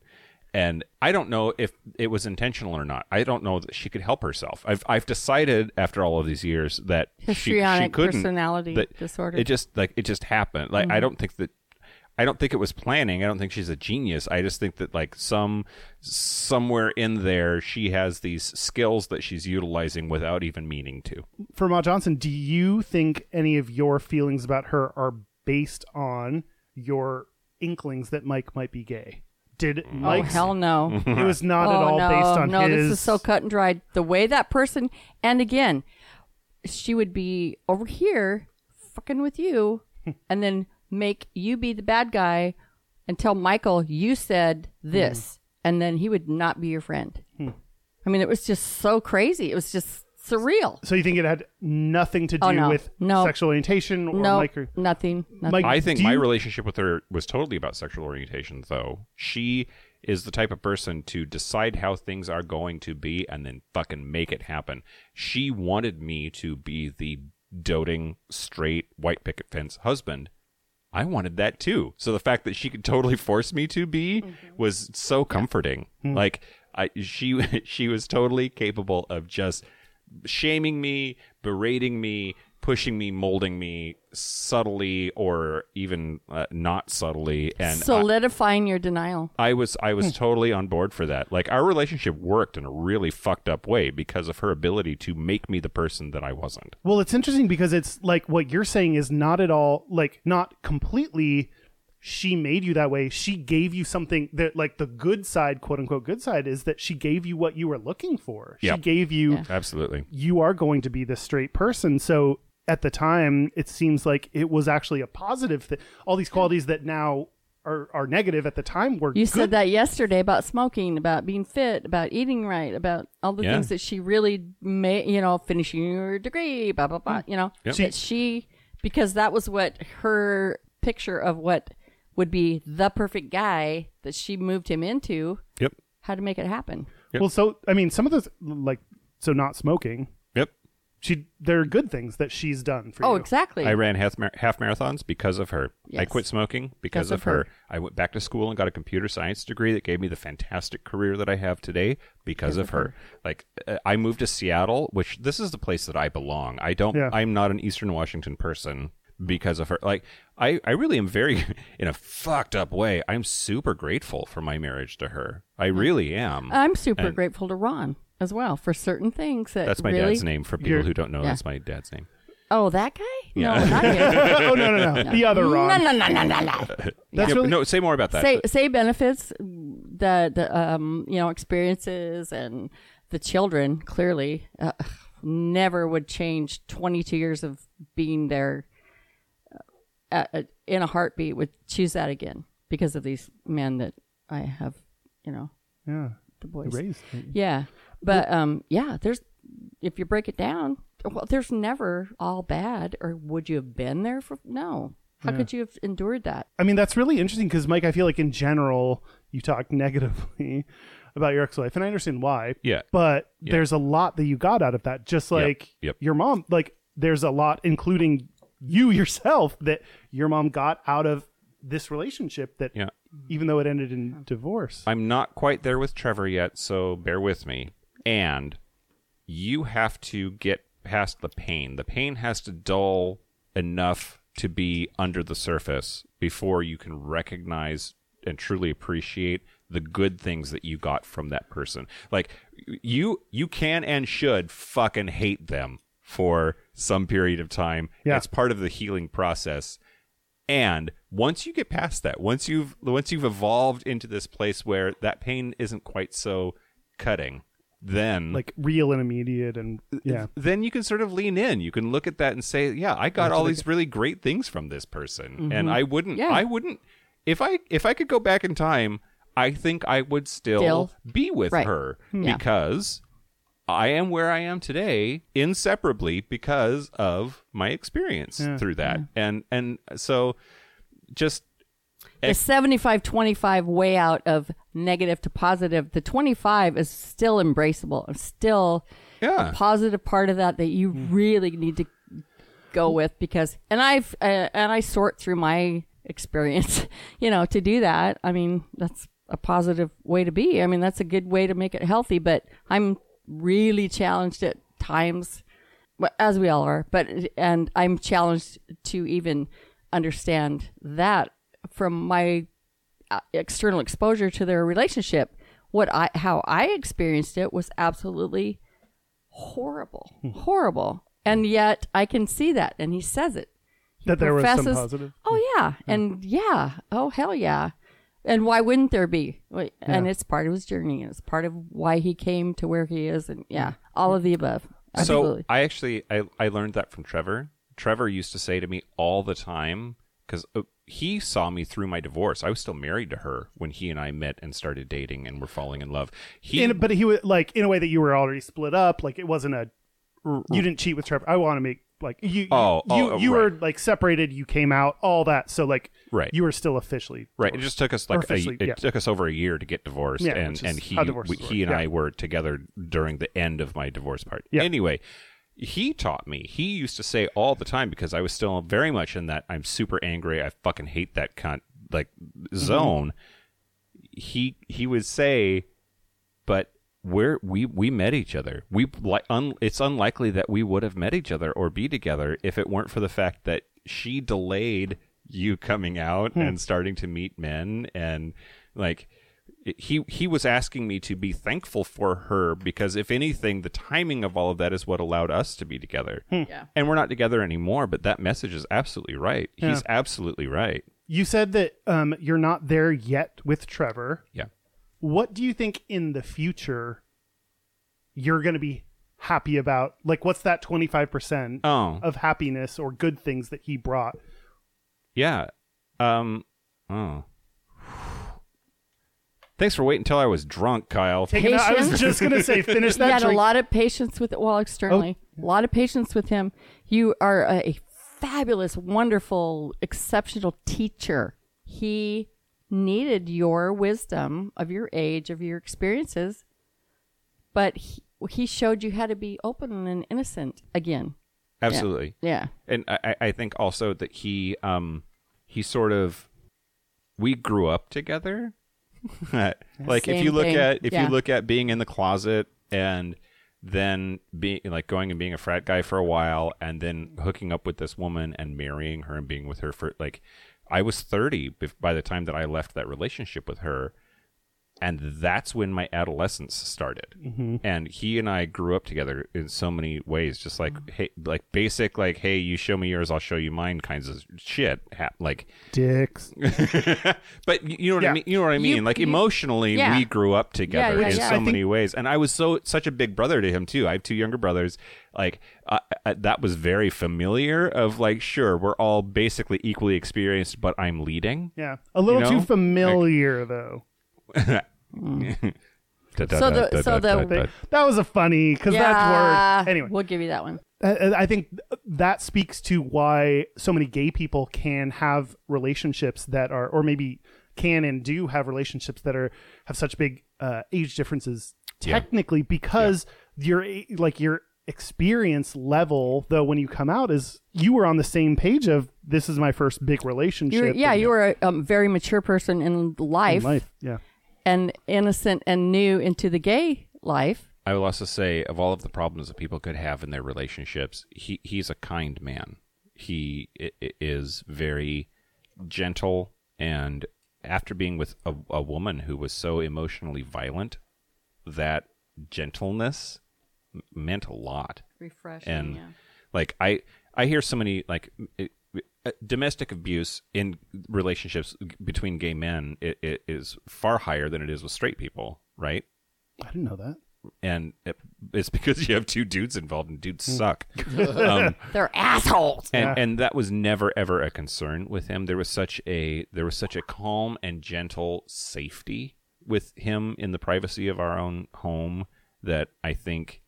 [SPEAKER 2] And I don't know if it was intentional or not. I don't know that she could help herself. I've I've decided after all of these years that she- she,
[SPEAKER 4] Histrionic
[SPEAKER 2] couldn't.
[SPEAKER 4] personality
[SPEAKER 2] that
[SPEAKER 4] disorder. Mm-hmm.
[SPEAKER 2] It just like it just happened. Like I don't think that I don't think it was planning. I don't think she's a genius. I just think that like some somewhere in there she has these skills that she's utilizing without even meaning to.
[SPEAKER 3] for Ma Johnson, do you think any of your feelings about her are based on your inklings that Mike might be gay? Did
[SPEAKER 4] oh
[SPEAKER 3] Mike? <laughs>
[SPEAKER 4] hell no.
[SPEAKER 3] It was not at
[SPEAKER 4] Oh,
[SPEAKER 3] all
[SPEAKER 4] no,
[SPEAKER 3] based on
[SPEAKER 4] no,
[SPEAKER 3] his.
[SPEAKER 4] this is so cut and dried. The way that person, and again, she would be over here fucking with
[SPEAKER 3] <laughs>
[SPEAKER 4] you, and then make you be the bad guy, and tell Michael you said this,
[SPEAKER 3] Hmm.
[SPEAKER 4] and then he would not be your friend. I mean, it was just so crazy. It was just surreal.
[SPEAKER 3] So you think it had nothing to do
[SPEAKER 4] Oh, no.
[SPEAKER 3] with
[SPEAKER 4] No.
[SPEAKER 3] sexual orientation or
[SPEAKER 4] no,
[SPEAKER 3] Mike? Or,
[SPEAKER 4] nothing. nothing.
[SPEAKER 3] Mike,
[SPEAKER 2] I think
[SPEAKER 3] do
[SPEAKER 2] my
[SPEAKER 3] you-
[SPEAKER 2] relationship with her was totally about sexual orientation, though. She is the type of person to decide how things are going to be and then fucking make it happen. She wanted me to be the doting, straight, white picket fence husband. I wanted that too. So the fact that she could totally force me to be
[SPEAKER 3] Mm-hmm.
[SPEAKER 2] was so comforting.
[SPEAKER 3] Hmm.
[SPEAKER 2] Like I she <laughs> she was totally capable of just shaming me, berating me, pushing me, molding me subtly or even uh, not subtly and I-
[SPEAKER 4] solidifying your denial.
[SPEAKER 2] I was I was totally on board for that. Like our relationship worked in a really fucked up way because of her ability to make me the person that I wasn't.
[SPEAKER 3] Well, it's interesting because it's like what you're saying is not at all like not completely she made you that way. She gave you something that like the good side, quote unquote good side is that she gave you what you were looking for.
[SPEAKER 2] Yeah.
[SPEAKER 3] She gave you
[SPEAKER 2] Absolutely.
[SPEAKER 3] you are going to be this straight person. So at the time, it seems like it was actually a positive thing. All these qualities that now are, are negative at the time were
[SPEAKER 4] You
[SPEAKER 3] good.
[SPEAKER 4] said that yesterday about smoking, about being fit, about eating right, about all the
[SPEAKER 2] Yeah.
[SPEAKER 4] things that she really made, you know, finishing your degree, blah, blah,
[SPEAKER 2] Mm.
[SPEAKER 4] blah, you know,
[SPEAKER 2] Yep.
[SPEAKER 4] that she, because that was what her picture of what would be the perfect guy that she moved him into,
[SPEAKER 2] Yep.
[SPEAKER 4] how to make it happen.
[SPEAKER 3] Well, so I mean, some of those like so not smoking.
[SPEAKER 2] Yep.
[SPEAKER 3] She there are good things that she's done for
[SPEAKER 4] Oh,
[SPEAKER 3] you.
[SPEAKER 4] exactly.
[SPEAKER 2] I ran half, mar- half marathons because of her. I
[SPEAKER 4] Yes.
[SPEAKER 2] quit smoking because of, her. I went back to school and got a computer science degree that gave me the fantastic career that I have today because of her. Like uh, I moved to Seattle, which this is the place that I belong. I don't
[SPEAKER 3] Yeah.
[SPEAKER 2] I'm not an Eastern Washington person because of her. Like I I really am very <laughs> in a fucked up way. I'm super grateful for my marriage to her. I really am.
[SPEAKER 4] I'm super
[SPEAKER 2] And-
[SPEAKER 4] grateful to Ron as well for certain things that
[SPEAKER 2] that's my
[SPEAKER 4] really,
[SPEAKER 2] dad's name for people
[SPEAKER 3] You're-
[SPEAKER 2] who don't know
[SPEAKER 4] Yeah.
[SPEAKER 2] that's my dad's name.
[SPEAKER 4] Oh, that guy?
[SPEAKER 2] Yeah.
[SPEAKER 4] No,
[SPEAKER 2] <laughs>
[SPEAKER 4] not
[SPEAKER 3] <laughs>
[SPEAKER 4] him.
[SPEAKER 3] oh no no no the other
[SPEAKER 4] <laughs> no,
[SPEAKER 3] Ron.
[SPEAKER 4] no, no, no, no, no.
[SPEAKER 3] That's
[SPEAKER 2] Yeah, but
[SPEAKER 3] really-
[SPEAKER 2] no, say more about that.
[SPEAKER 4] say say benefits the the um you know experiences and the children clearly uh, never would change 22 years of being there uh, uh, in a heartbeat would choose that again because of these men that I have you know
[SPEAKER 3] Yeah,
[SPEAKER 4] the boys
[SPEAKER 3] raised.
[SPEAKER 4] yeah but um yeah there's if you break it down well there's never all bad or would you have been there for no how could you have endured that
[SPEAKER 3] I mean, that's really interesting because Mike, I feel like in general, you talked <laughs> negatively about your ex-wife, and I understand why.
[SPEAKER 2] Yeah.
[SPEAKER 3] But
[SPEAKER 2] Yeah.
[SPEAKER 3] there's a lot that you got out of that, just like
[SPEAKER 2] Yep.
[SPEAKER 3] your mom. Like there's a lot, including you <laughs> yourself, that your mom got out of this relationship. That
[SPEAKER 2] Yeah.
[SPEAKER 3] even though it ended in divorce,
[SPEAKER 2] I'm not quite there with Trevor yet, so bear with me. And you have to get past the pain. The pain has to dull enough to be under the surface before you can recognize and truly appreciate the good things that you got from that person. Like you you can and should fucking hate them for some period of time.
[SPEAKER 3] Yeah.
[SPEAKER 2] It's part of the healing process. And once you get past that, once you've once you've evolved into this place where that pain isn't quite so cutting, then
[SPEAKER 3] like real and immediate, and yeah,
[SPEAKER 2] then you can sort of lean in. You can look at that and say, "Yeah, I got all these really great things from this person."
[SPEAKER 3] Mm-hmm.
[SPEAKER 2] And I wouldn't
[SPEAKER 4] Yeah.
[SPEAKER 2] I wouldn't if I if I could go back in time, I think I would still,
[SPEAKER 4] Still.
[SPEAKER 2] be with
[SPEAKER 4] Right.
[SPEAKER 2] her
[SPEAKER 4] Yeah.
[SPEAKER 2] because I am where I am today inseparably because of my experience through that. And and so just
[SPEAKER 4] the 75 25 way out of negative to positive the 25 is still embraceable and still
[SPEAKER 2] yeah.
[SPEAKER 4] a positive part of that that you really need to go with because and i've uh, and i sort through my experience <laughs> you know to do that i mean that's a positive way to be i mean that's a good way to make it healthy but i'm really challenged at times well, as we all are but and i'm challenged to even understand that from my uh, external exposure to their relationship what i how i experienced it was absolutely horrible
[SPEAKER 3] Hmm.
[SPEAKER 4] horrible and yet i can see that and he says it
[SPEAKER 3] that there was some
[SPEAKER 4] professes-
[SPEAKER 3] positive. Hmm.
[SPEAKER 4] oh yeah and yeah oh hell yeah and why wouldn't there be Wait, and it's part of his journey and it's part of why he came to where he is and
[SPEAKER 3] Hmm.
[SPEAKER 4] yeah all of the above absolutely
[SPEAKER 2] So I actually I, I learned that from Trevor. Trevor used to say to me all the time because he saw me through my divorce. I was still married to her when he and I met and started dating and were falling in love. He
[SPEAKER 3] in, but he was like in a way that you were already split up. Like it wasn't a you didn't cheat with Trevor. I want to make like you.
[SPEAKER 2] Oh,
[SPEAKER 3] you,
[SPEAKER 2] oh,
[SPEAKER 3] you
[SPEAKER 2] right.
[SPEAKER 3] were like separated. You came out. All that. So like
[SPEAKER 2] Right.
[SPEAKER 3] you were still officially
[SPEAKER 2] right. It
[SPEAKER 3] divorced.
[SPEAKER 2] just took us like a,
[SPEAKER 3] Officially,
[SPEAKER 2] it
[SPEAKER 3] yeah.
[SPEAKER 2] took us over a year to get divorced,
[SPEAKER 3] Yeah,
[SPEAKER 2] and
[SPEAKER 3] which is
[SPEAKER 2] and he
[SPEAKER 3] how divorces
[SPEAKER 2] we-
[SPEAKER 3] work,
[SPEAKER 2] he and
[SPEAKER 3] yeah.
[SPEAKER 2] I were together during the end of my divorce part.
[SPEAKER 3] Yeah.
[SPEAKER 2] Anyway. He taught me. He used to say all the time because I was still very much in that I'm super angry. I fucking hate that cunt like
[SPEAKER 3] Mm-hmm.
[SPEAKER 2] zone. he he would say, but we're we we met each other. We like un, it's unlikely that we would have met each other or be together if it weren't for the fact that she delayed you coming out
[SPEAKER 3] Hmm.
[SPEAKER 2] and starting to meet men and like it- he he was asking me to be thankful for her because if anything the timing of all of that is what allowed us to be together.
[SPEAKER 4] Yeah.
[SPEAKER 2] And we're not together anymore, but that message is absolutely right. He's absolutely right.
[SPEAKER 3] You said that um you're not there yet with Trevor.
[SPEAKER 2] Yeah.
[SPEAKER 3] What do you think in the future you're going to be happy about? Like what's that twenty five percent
[SPEAKER 2] Oh.
[SPEAKER 3] of happiness or good things that he brought?
[SPEAKER 2] Yeah. Um. Oh. <sighs> Thanks for waiting until I was drunk, Kyle.
[SPEAKER 3] Take it out. I was
[SPEAKER 4] Patience.
[SPEAKER 3] just going to say
[SPEAKER 4] <laughs>
[SPEAKER 3] finish
[SPEAKER 4] he
[SPEAKER 3] that.
[SPEAKER 4] had
[SPEAKER 3] drink. Oh,
[SPEAKER 4] a lot of patience with well externally a lot of patience with him you are a, a fabulous wonderful exceptional teacher he needed your wisdom of your age of your experiences but he, he showed you how to be open and innocent again
[SPEAKER 2] Absolutely.
[SPEAKER 4] yeah
[SPEAKER 2] And I, I- I think also that he um he sort of we grew up together. <laughs> like if
[SPEAKER 4] Same
[SPEAKER 2] you look
[SPEAKER 4] thing.
[SPEAKER 2] at if
[SPEAKER 4] Yeah.
[SPEAKER 2] you look at being in the closet and then being like going and being a frat guy for a while and then hooking up with this woman and marrying her and being with her for like I was 30 bef- by the time that I left that relationship with her. and that's when my adolescence started and he and i grew up together in so many ways just like hey like basic like hey you show me yours i'll show you mine kinds of shit hap- like
[SPEAKER 3] dicks.
[SPEAKER 2] <laughs> but y- you know what
[SPEAKER 3] Yeah.
[SPEAKER 2] i mean you know what i mean like emotionally
[SPEAKER 4] yeah.
[SPEAKER 2] we grew up together
[SPEAKER 4] yeah,
[SPEAKER 2] in
[SPEAKER 4] yeah.
[SPEAKER 2] so
[SPEAKER 4] I
[SPEAKER 2] many ways and i was so such a big brother to him too i have two younger brothers like I I- that was very familiar of like sure we're all basically equally experienced but i'm leading
[SPEAKER 3] Yeah. A little
[SPEAKER 2] You know?
[SPEAKER 3] too familiar though.
[SPEAKER 4] So the- so the-
[SPEAKER 3] They- that was a funny because
[SPEAKER 4] Yeah.
[SPEAKER 3] that's word. Anyway,
[SPEAKER 4] we'll give you that one
[SPEAKER 3] I I think that speaks to why so many gay people can have relationships that are, or maybe can and do have relationships that are have such big uh, age differences
[SPEAKER 2] Yeah.
[SPEAKER 3] technically because your a- like your experience level though when you come out is you were on the same page of this is my first big relationship
[SPEAKER 4] You're, yeah, you were a um, very mature person in
[SPEAKER 3] in
[SPEAKER 4] life,
[SPEAKER 3] life yeah
[SPEAKER 4] and innocent and new into the gay life.
[SPEAKER 2] I will also say, of all of the problems that people could have in their relationships, he he's a kind man. He i- i- is very gentle, and after being with a, a woman who was so emotionally violent, that gentleness m- meant a lot
[SPEAKER 4] Refreshing.
[SPEAKER 2] and like i i hear so many like m- it, uh, domestic abuse in relationships g- between gay men i i is far higher than it is with straight people right
[SPEAKER 3] i didn't know that
[SPEAKER 2] and it, it's <laughs> because you have two dudes involved and dudes suck um,
[SPEAKER 4] They're assholes.
[SPEAKER 2] and and that was never ever a concern with him there was such a there was such a calm and gentle safety with him in the privacy of our own home that i think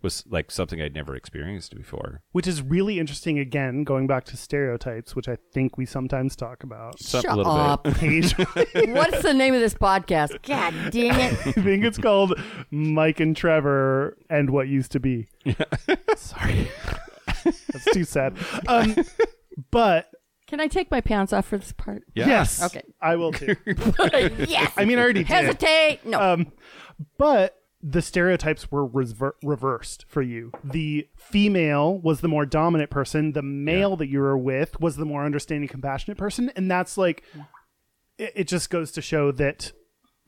[SPEAKER 2] was like something i'd never experienced before
[SPEAKER 3] which is really interesting again going back to stereotypes which i think we sometimes talk about
[SPEAKER 2] Some-
[SPEAKER 4] Shut
[SPEAKER 2] little bit.
[SPEAKER 4] up.
[SPEAKER 3] occasionally
[SPEAKER 4] What's the name of this podcast? God
[SPEAKER 3] <laughs>
[SPEAKER 4] dang
[SPEAKER 3] i
[SPEAKER 4] it.
[SPEAKER 3] think it's called mike and trevor and what used to be <laughs> sorry that's too sad um but
[SPEAKER 4] Can I take my pants off for this part?
[SPEAKER 3] yes
[SPEAKER 4] Okay.
[SPEAKER 3] i will <laughs> too
[SPEAKER 4] <laughs> yes.
[SPEAKER 3] i mean i already did
[SPEAKER 4] Hesitate. No.
[SPEAKER 3] um, but the stereotypes were rever- reversed for you. The female was the more dominant person. The male that you were with was the more understanding, compassionate person. And that's like, it, it just goes to show that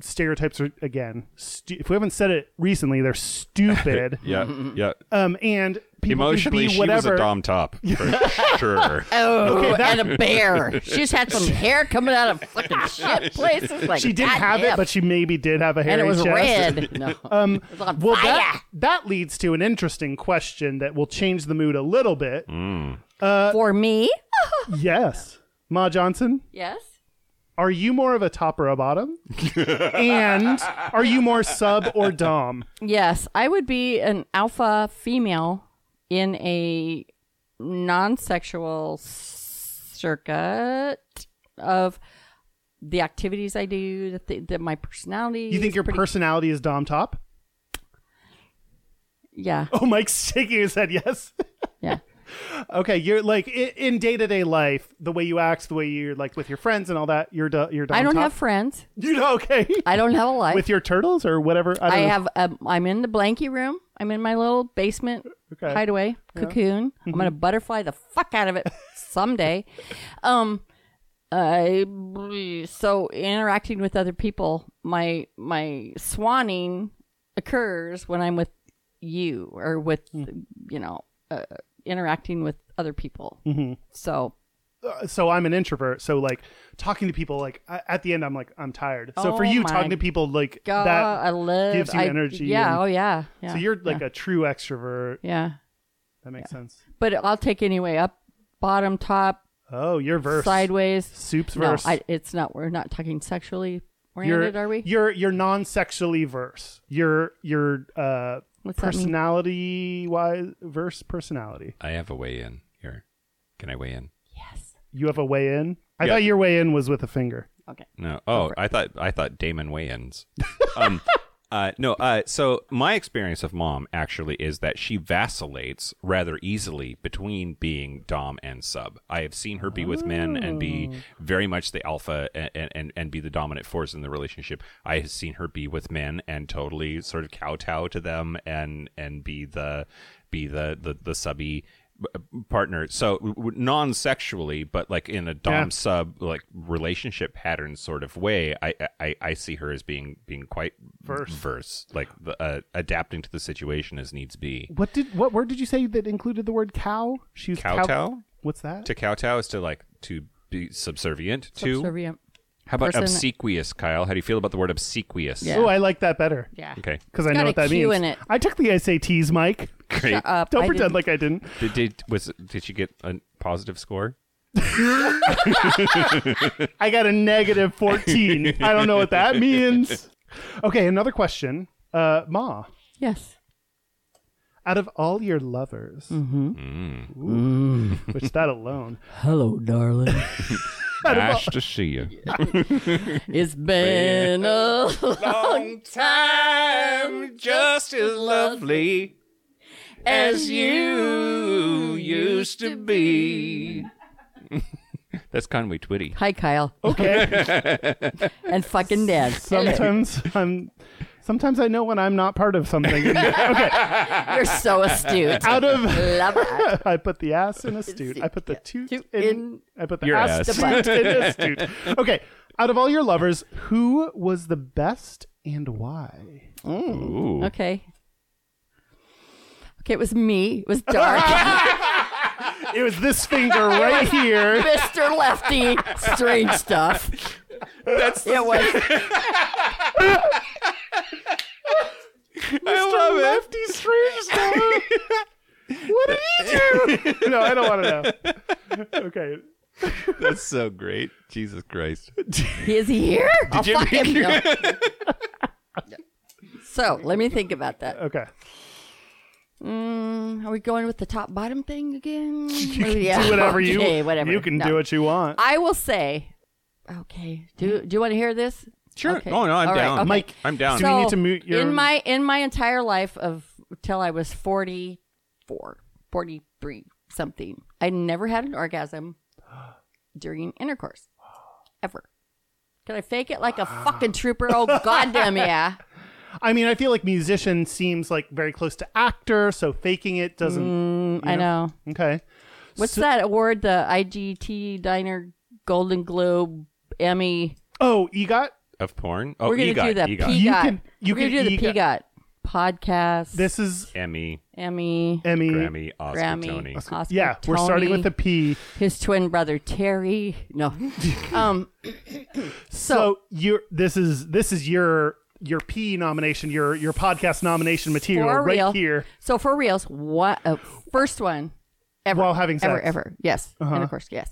[SPEAKER 3] stereotypes are again. Stu- if we haven't said it recently, they're stupid.
[SPEAKER 2] yeah yeah
[SPEAKER 3] Um, and people
[SPEAKER 2] Emotionally,
[SPEAKER 3] can
[SPEAKER 2] she
[SPEAKER 3] be whatever.
[SPEAKER 2] was a dom top for <laughs> sure.
[SPEAKER 4] Oh,
[SPEAKER 3] <laughs>
[SPEAKER 4] and a bear. She's had some hair coming out of fucking shit places. Like
[SPEAKER 3] She did
[SPEAKER 4] God
[SPEAKER 3] have
[SPEAKER 4] damn.
[SPEAKER 3] it, but she maybe did have a hairy
[SPEAKER 4] and it was
[SPEAKER 3] chest. <laughs>
[SPEAKER 4] red. No, um, it was on
[SPEAKER 3] Well,
[SPEAKER 4] fire.
[SPEAKER 3] that, that leads to an interesting question that will change the mood a little bit. uh,
[SPEAKER 4] for me.
[SPEAKER 3] Yes. Ma Johnson,
[SPEAKER 4] Yes.
[SPEAKER 3] are you more of a top or a bottom? and are you more sub or dom?
[SPEAKER 4] Yes, I would be an alpha female in a non-sexual circuit of the activities I do, the, th- the my personality.
[SPEAKER 3] You think
[SPEAKER 4] is
[SPEAKER 3] your
[SPEAKER 4] pretty-
[SPEAKER 3] personality is dom top?
[SPEAKER 4] Yeah,
[SPEAKER 3] Oh, Mike's <laughs> shaking his head. Yes.
[SPEAKER 4] yeah.
[SPEAKER 3] Okay, you're like i- in day to day life, the way you act, the way you're like with your friends and all that. You're do, you're dom
[SPEAKER 4] I don't
[SPEAKER 3] top.
[SPEAKER 4] have friends.
[SPEAKER 3] you know,
[SPEAKER 4] <laughs>
[SPEAKER 3] okay
[SPEAKER 4] I don't have a life.
[SPEAKER 3] with your turtles or whatever. I, don't
[SPEAKER 4] I
[SPEAKER 3] know.
[SPEAKER 4] have. Um, I'm in the blankie room. I'm in my little basement
[SPEAKER 3] Okay. Mm-hmm.
[SPEAKER 4] hideaway cocoon. I'm gonna butterfly the fuck out
[SPEAKER 3] <laughs>
[SPEAKER 4] of it someday. Um, I so interacting with other people, my my swanning occurs when I'm with you or with
[SPEAKER 3] Hmm.
[SPEAKER 4] you know uh, interacting with other people.
[SPEAKER 3] Mm-hmm.
[SPEAKER 4] So
[SPEAKER 3] so I'm an introvert. So like talking to people, like I, at the end, I'm like I'm tired. So for
[SPEAKER 4] Oh
[SPEAKER 3] you,
[SPEAKER 4] my
[SPEAKER 3] talking to people like
[SPEAKER 4] God,
[SPEAKER 3] that
[SPEAKER 4] I live.
[SPEAKER 3] gives you
[SPEAKER 4] I-
[SPEAKER 3] energy
[SPEAKER 4] Yeah.
[SPEAKER 3] and-
[SPEAKER 4] oh yeah. Yeah.
[SPEAKER 3] So you're like a true extrovert.
[SPEAKER 4] yeah.
[SPEAKER 3] That makes sense.
[SPEAKER 4] But I'll take anyway. Up, bottom, top,
[SPEAKER 3] Oh, you're verse.
[SPEAKER 4] sideways.
[SPEAKER 3] Soup's
[SPEAKER 4] No,
[SPEAKER 3] verse.
[SPEAKER 4] I, it's not. We're not talking sexually
[SPEAKER 3] you're,
[SPEAKER 4] oriented, are we?
[SPEAKER 3] You're you're non-sexually verse. You're you're uh
[SPEAKER 4] What's that mean?
[SPEAKER 3] personality wise verse personality.
[SPEAKER 2] I have a weigh in here. Can I weigh in?
[SPEAKER 3] You have a way in. I
[SPEAKER 2] Yeah.
[SPEAKER 3] thought your way in was with a finger.
[SPEAKER 4] Okay.
[SPEAKER 2] No. Oh, I thought I thought Damon weigh-ins. um, uh, no. Uh, so my experience of mom actually is that she vacillates rather easily between being dom and sub. I have seen her be with men and be very much the alpha and and, and, and be the dominant force in the relationship. I have seen her be with men and totally sort of kowtow to them and and be the be the the, the subby partner so w- w- non-sexually but like in a dom
[SPEAKER 3] Yeah.
[SPEAKER 2] sub like relationship pattern sort of way i i i see her as being being quite
[SPEAKER 3] Verse.
[SPEAKER 2] verse like the, uh, adapting to the situation as needs be
[SPEAKER 3] What did what word did you say that included the word cow? She was
[SPEAKER 2] Kowtow?
[SPEAKER 3] What's that?
[SPEAKER 2] to kowtow is to like to be subservient to
[SPEAKER 4] Subservient.
[SPEAKER 2] how about
[SPEAKER 4] person-
[SPEAKER 2] obsequious kyle how do you feel about the word obsequious
[SPEAKER 4] Yeah.
[SPEAKER 3] Oh, I like that better
[SPEAKER 4] Yeah.
[SPEAKER 2] okay
[SPEAKER 3] because I
[SPEAKER 4] It's
[SPEAKER 3] know
[SPEAKER 4] got
[SPEAKER 3] what
[SPEAKER 4] a
[SPEAKER 3] that
[SPEAKER 4] Q
[SPEAKER 3] means.
[SPEAKER 4] in it.
[SPEAKER 3] I took the SATs, Mike.
[SPEAKER 2] great
[SPEAKER 4] Up.
[SPEAKER 3] Don't
[SPEAKER 4] I
[SPEAKER 3] pretend
[SPEAKER 4] didn't-
[SPEAKER 3] like I didn't.
[SPEAKER 2] did, did was did she get a positive score
[SPEAKER 3] I got a negative 14. I don't know what that
[SPEAKER 4] <laughs>
[SPEAKER 3] means. Okay, another question. Uh, Ma,
[SPEAKER 4] Yes.
[SPEAKER 3] out of all your lovers. Ooh. Which that alone.
[SPEAKER 4] Hello, darling.
[SPEAKER 6] Nice to see you.
[SPEAKER 4] <laughs> it's been a
[SPEAKER 3] <laughs>
[SPEAKER 4] long
[SPEAKER 2] time just as lovely
[SPEAKER 4] as
[SPEAKER 2] you used to be. <laughs> That's Conway Twitty.
[SPEAKER 4] Hi, Kyle.
[SPEAKER 3] <laughs> Okay.
[SPEAKER 4] <laughs> And
[SPEAKER 3] <laughs>
[SPEAKER 4] fucking Dan.
[SPEAKER 3] sometimes I'm. Sometimes I know when I'm not part of <laughs> something.
[SPEAKER 4] <laughs> You're
[SPEAKER 3] <laughs>
[SPEAKER 4] so astute.
[SPEAKER 3] out of
[SPEAKER 4] Love it.
[SPEAKER 3] <laughs> I put the ass in astute. I put the toot
[SPEAKER 4] Toot
[SPEAKER 3] in,
[SPEAKER 4] in
[SPEAKER 3] I put the
[SPEAKER 2] your
[SPEAKER 3] ass,
[SPEAKER 2] ass.
[SPEAKER 3] toot <laughs> in astute. Okay. Out of all your lovers, who was the best and why?
[SPEAKER 6] Ooh.
[SPEAKER 4] Okay. Okay, it was me. It
[SPEAKER 3] <laughs>
[SPEAKER 4] was dark. <laughs>
[SPEAKER 3] It was this finger right here.
[SPEAKER 4] Mr. Lefty. Strange stuff. That's it was
[SPEAKER 3] <laughs> I love Lefty Strange <laughs> what did he do? <laughs> No, I don't want to know. Okay.
[SPEAKER 2] That's so great. Jesus Christ.
[SPEAKER 4] Is he here? I'll fuck him.
[SPEAKER 3] <laughs>
[SPEAKER 4] No. so let me think about that.
[SPEAKER 3] Okay.
[SPEAKER 4] Mm, are we going with the top bottom thing again? yeah. <laughs>
[SPEAKER 3] Do <laughs> whatever you
[SPEAKER 4] okay, whatever.
[SPEAKER 3] you can
[SPEAKER 4] No.
[SPEAKER 3] do what you want.
[SPEAKER 4] I will say. Okay. Do Do you want to hear this?
[SPEAKER 2] Sure.
[SPEAKER 4] Okay.
[SPEAKER 2] Oh no, I'm
[SPEAKER 4] All right,
[SPEAKER 2] down.
[SPEAKER 4] okay.
[SPEAKER 3] Mike,
[SPEAKER 2] I'm down.
[SPEAKER 3] do we need to mute your-
[SPEAKER 4] in my in my entire life of till I was 44, 43 something. I never had an orgasm during intercourse ever. Could I fake it like a fucking trooper? Oh goddamn yeah.
[SPEAKER 3] I mean, I feel like musician seems like very close to actor, so faking it doesn't.
[SPEAKER 4] I know.
[SPEAKER 3] Okay.
[SPEAKER 4] What's that award? The IGT Diner Golden Globe Emmy.
[SPEAKER 3] Oh, EGOT.
[SPEAKER 2] Of porn? Oh,
[SPEAKER 4] We're gonna
[SPEAKER 2] EGOT,
[SPEAKER 4] do the
[SPEAKER 2] EGOT.
[SPEAKER 4] PGOT.
[SPEAKER 3] You can- you
[SPEAKER 4] We're
[SPEAKER 3] can
[SPEAKER 4] gonna do the PGOT podcast.
[SPEAKER 3] This is
[SPEAKER 2] Emmy,
[SPEAKER 4] Emmy,
[SPEAKER 3] Emmy.
[SPEAKER 2] Grammy, Oscar,
[SPEAKER 4] Mm, Grammy,
[SPEAKER 2] Tony.
[SPEAKER 4] Oscar,
[SPEAKER 3] Yeah, we're
[SPEAKER 4] Tony,
[SPEAKER 3] starting with the P.
[SPEAKER 4] his twin brother Terry.
[SPEAKER 3] <laughs>
[SPEAKER 4] No, um,
[SPEAKER 3] So you're this is this is your your P nomination, your your podcast nomination material
[SPEAKER 4] for
[SPEAKER 3] right
[SPEAKER 4] real.
[SPEAKER 3] here.
[SPEAKER 4] So for reals, what uh, first one ever
[SPEAKER 3] While having
[SPEAKER 4] ever
[SPEAKER 3] sex. Uh-huh.
[SPEAKER 4] ever yes, and of course yes.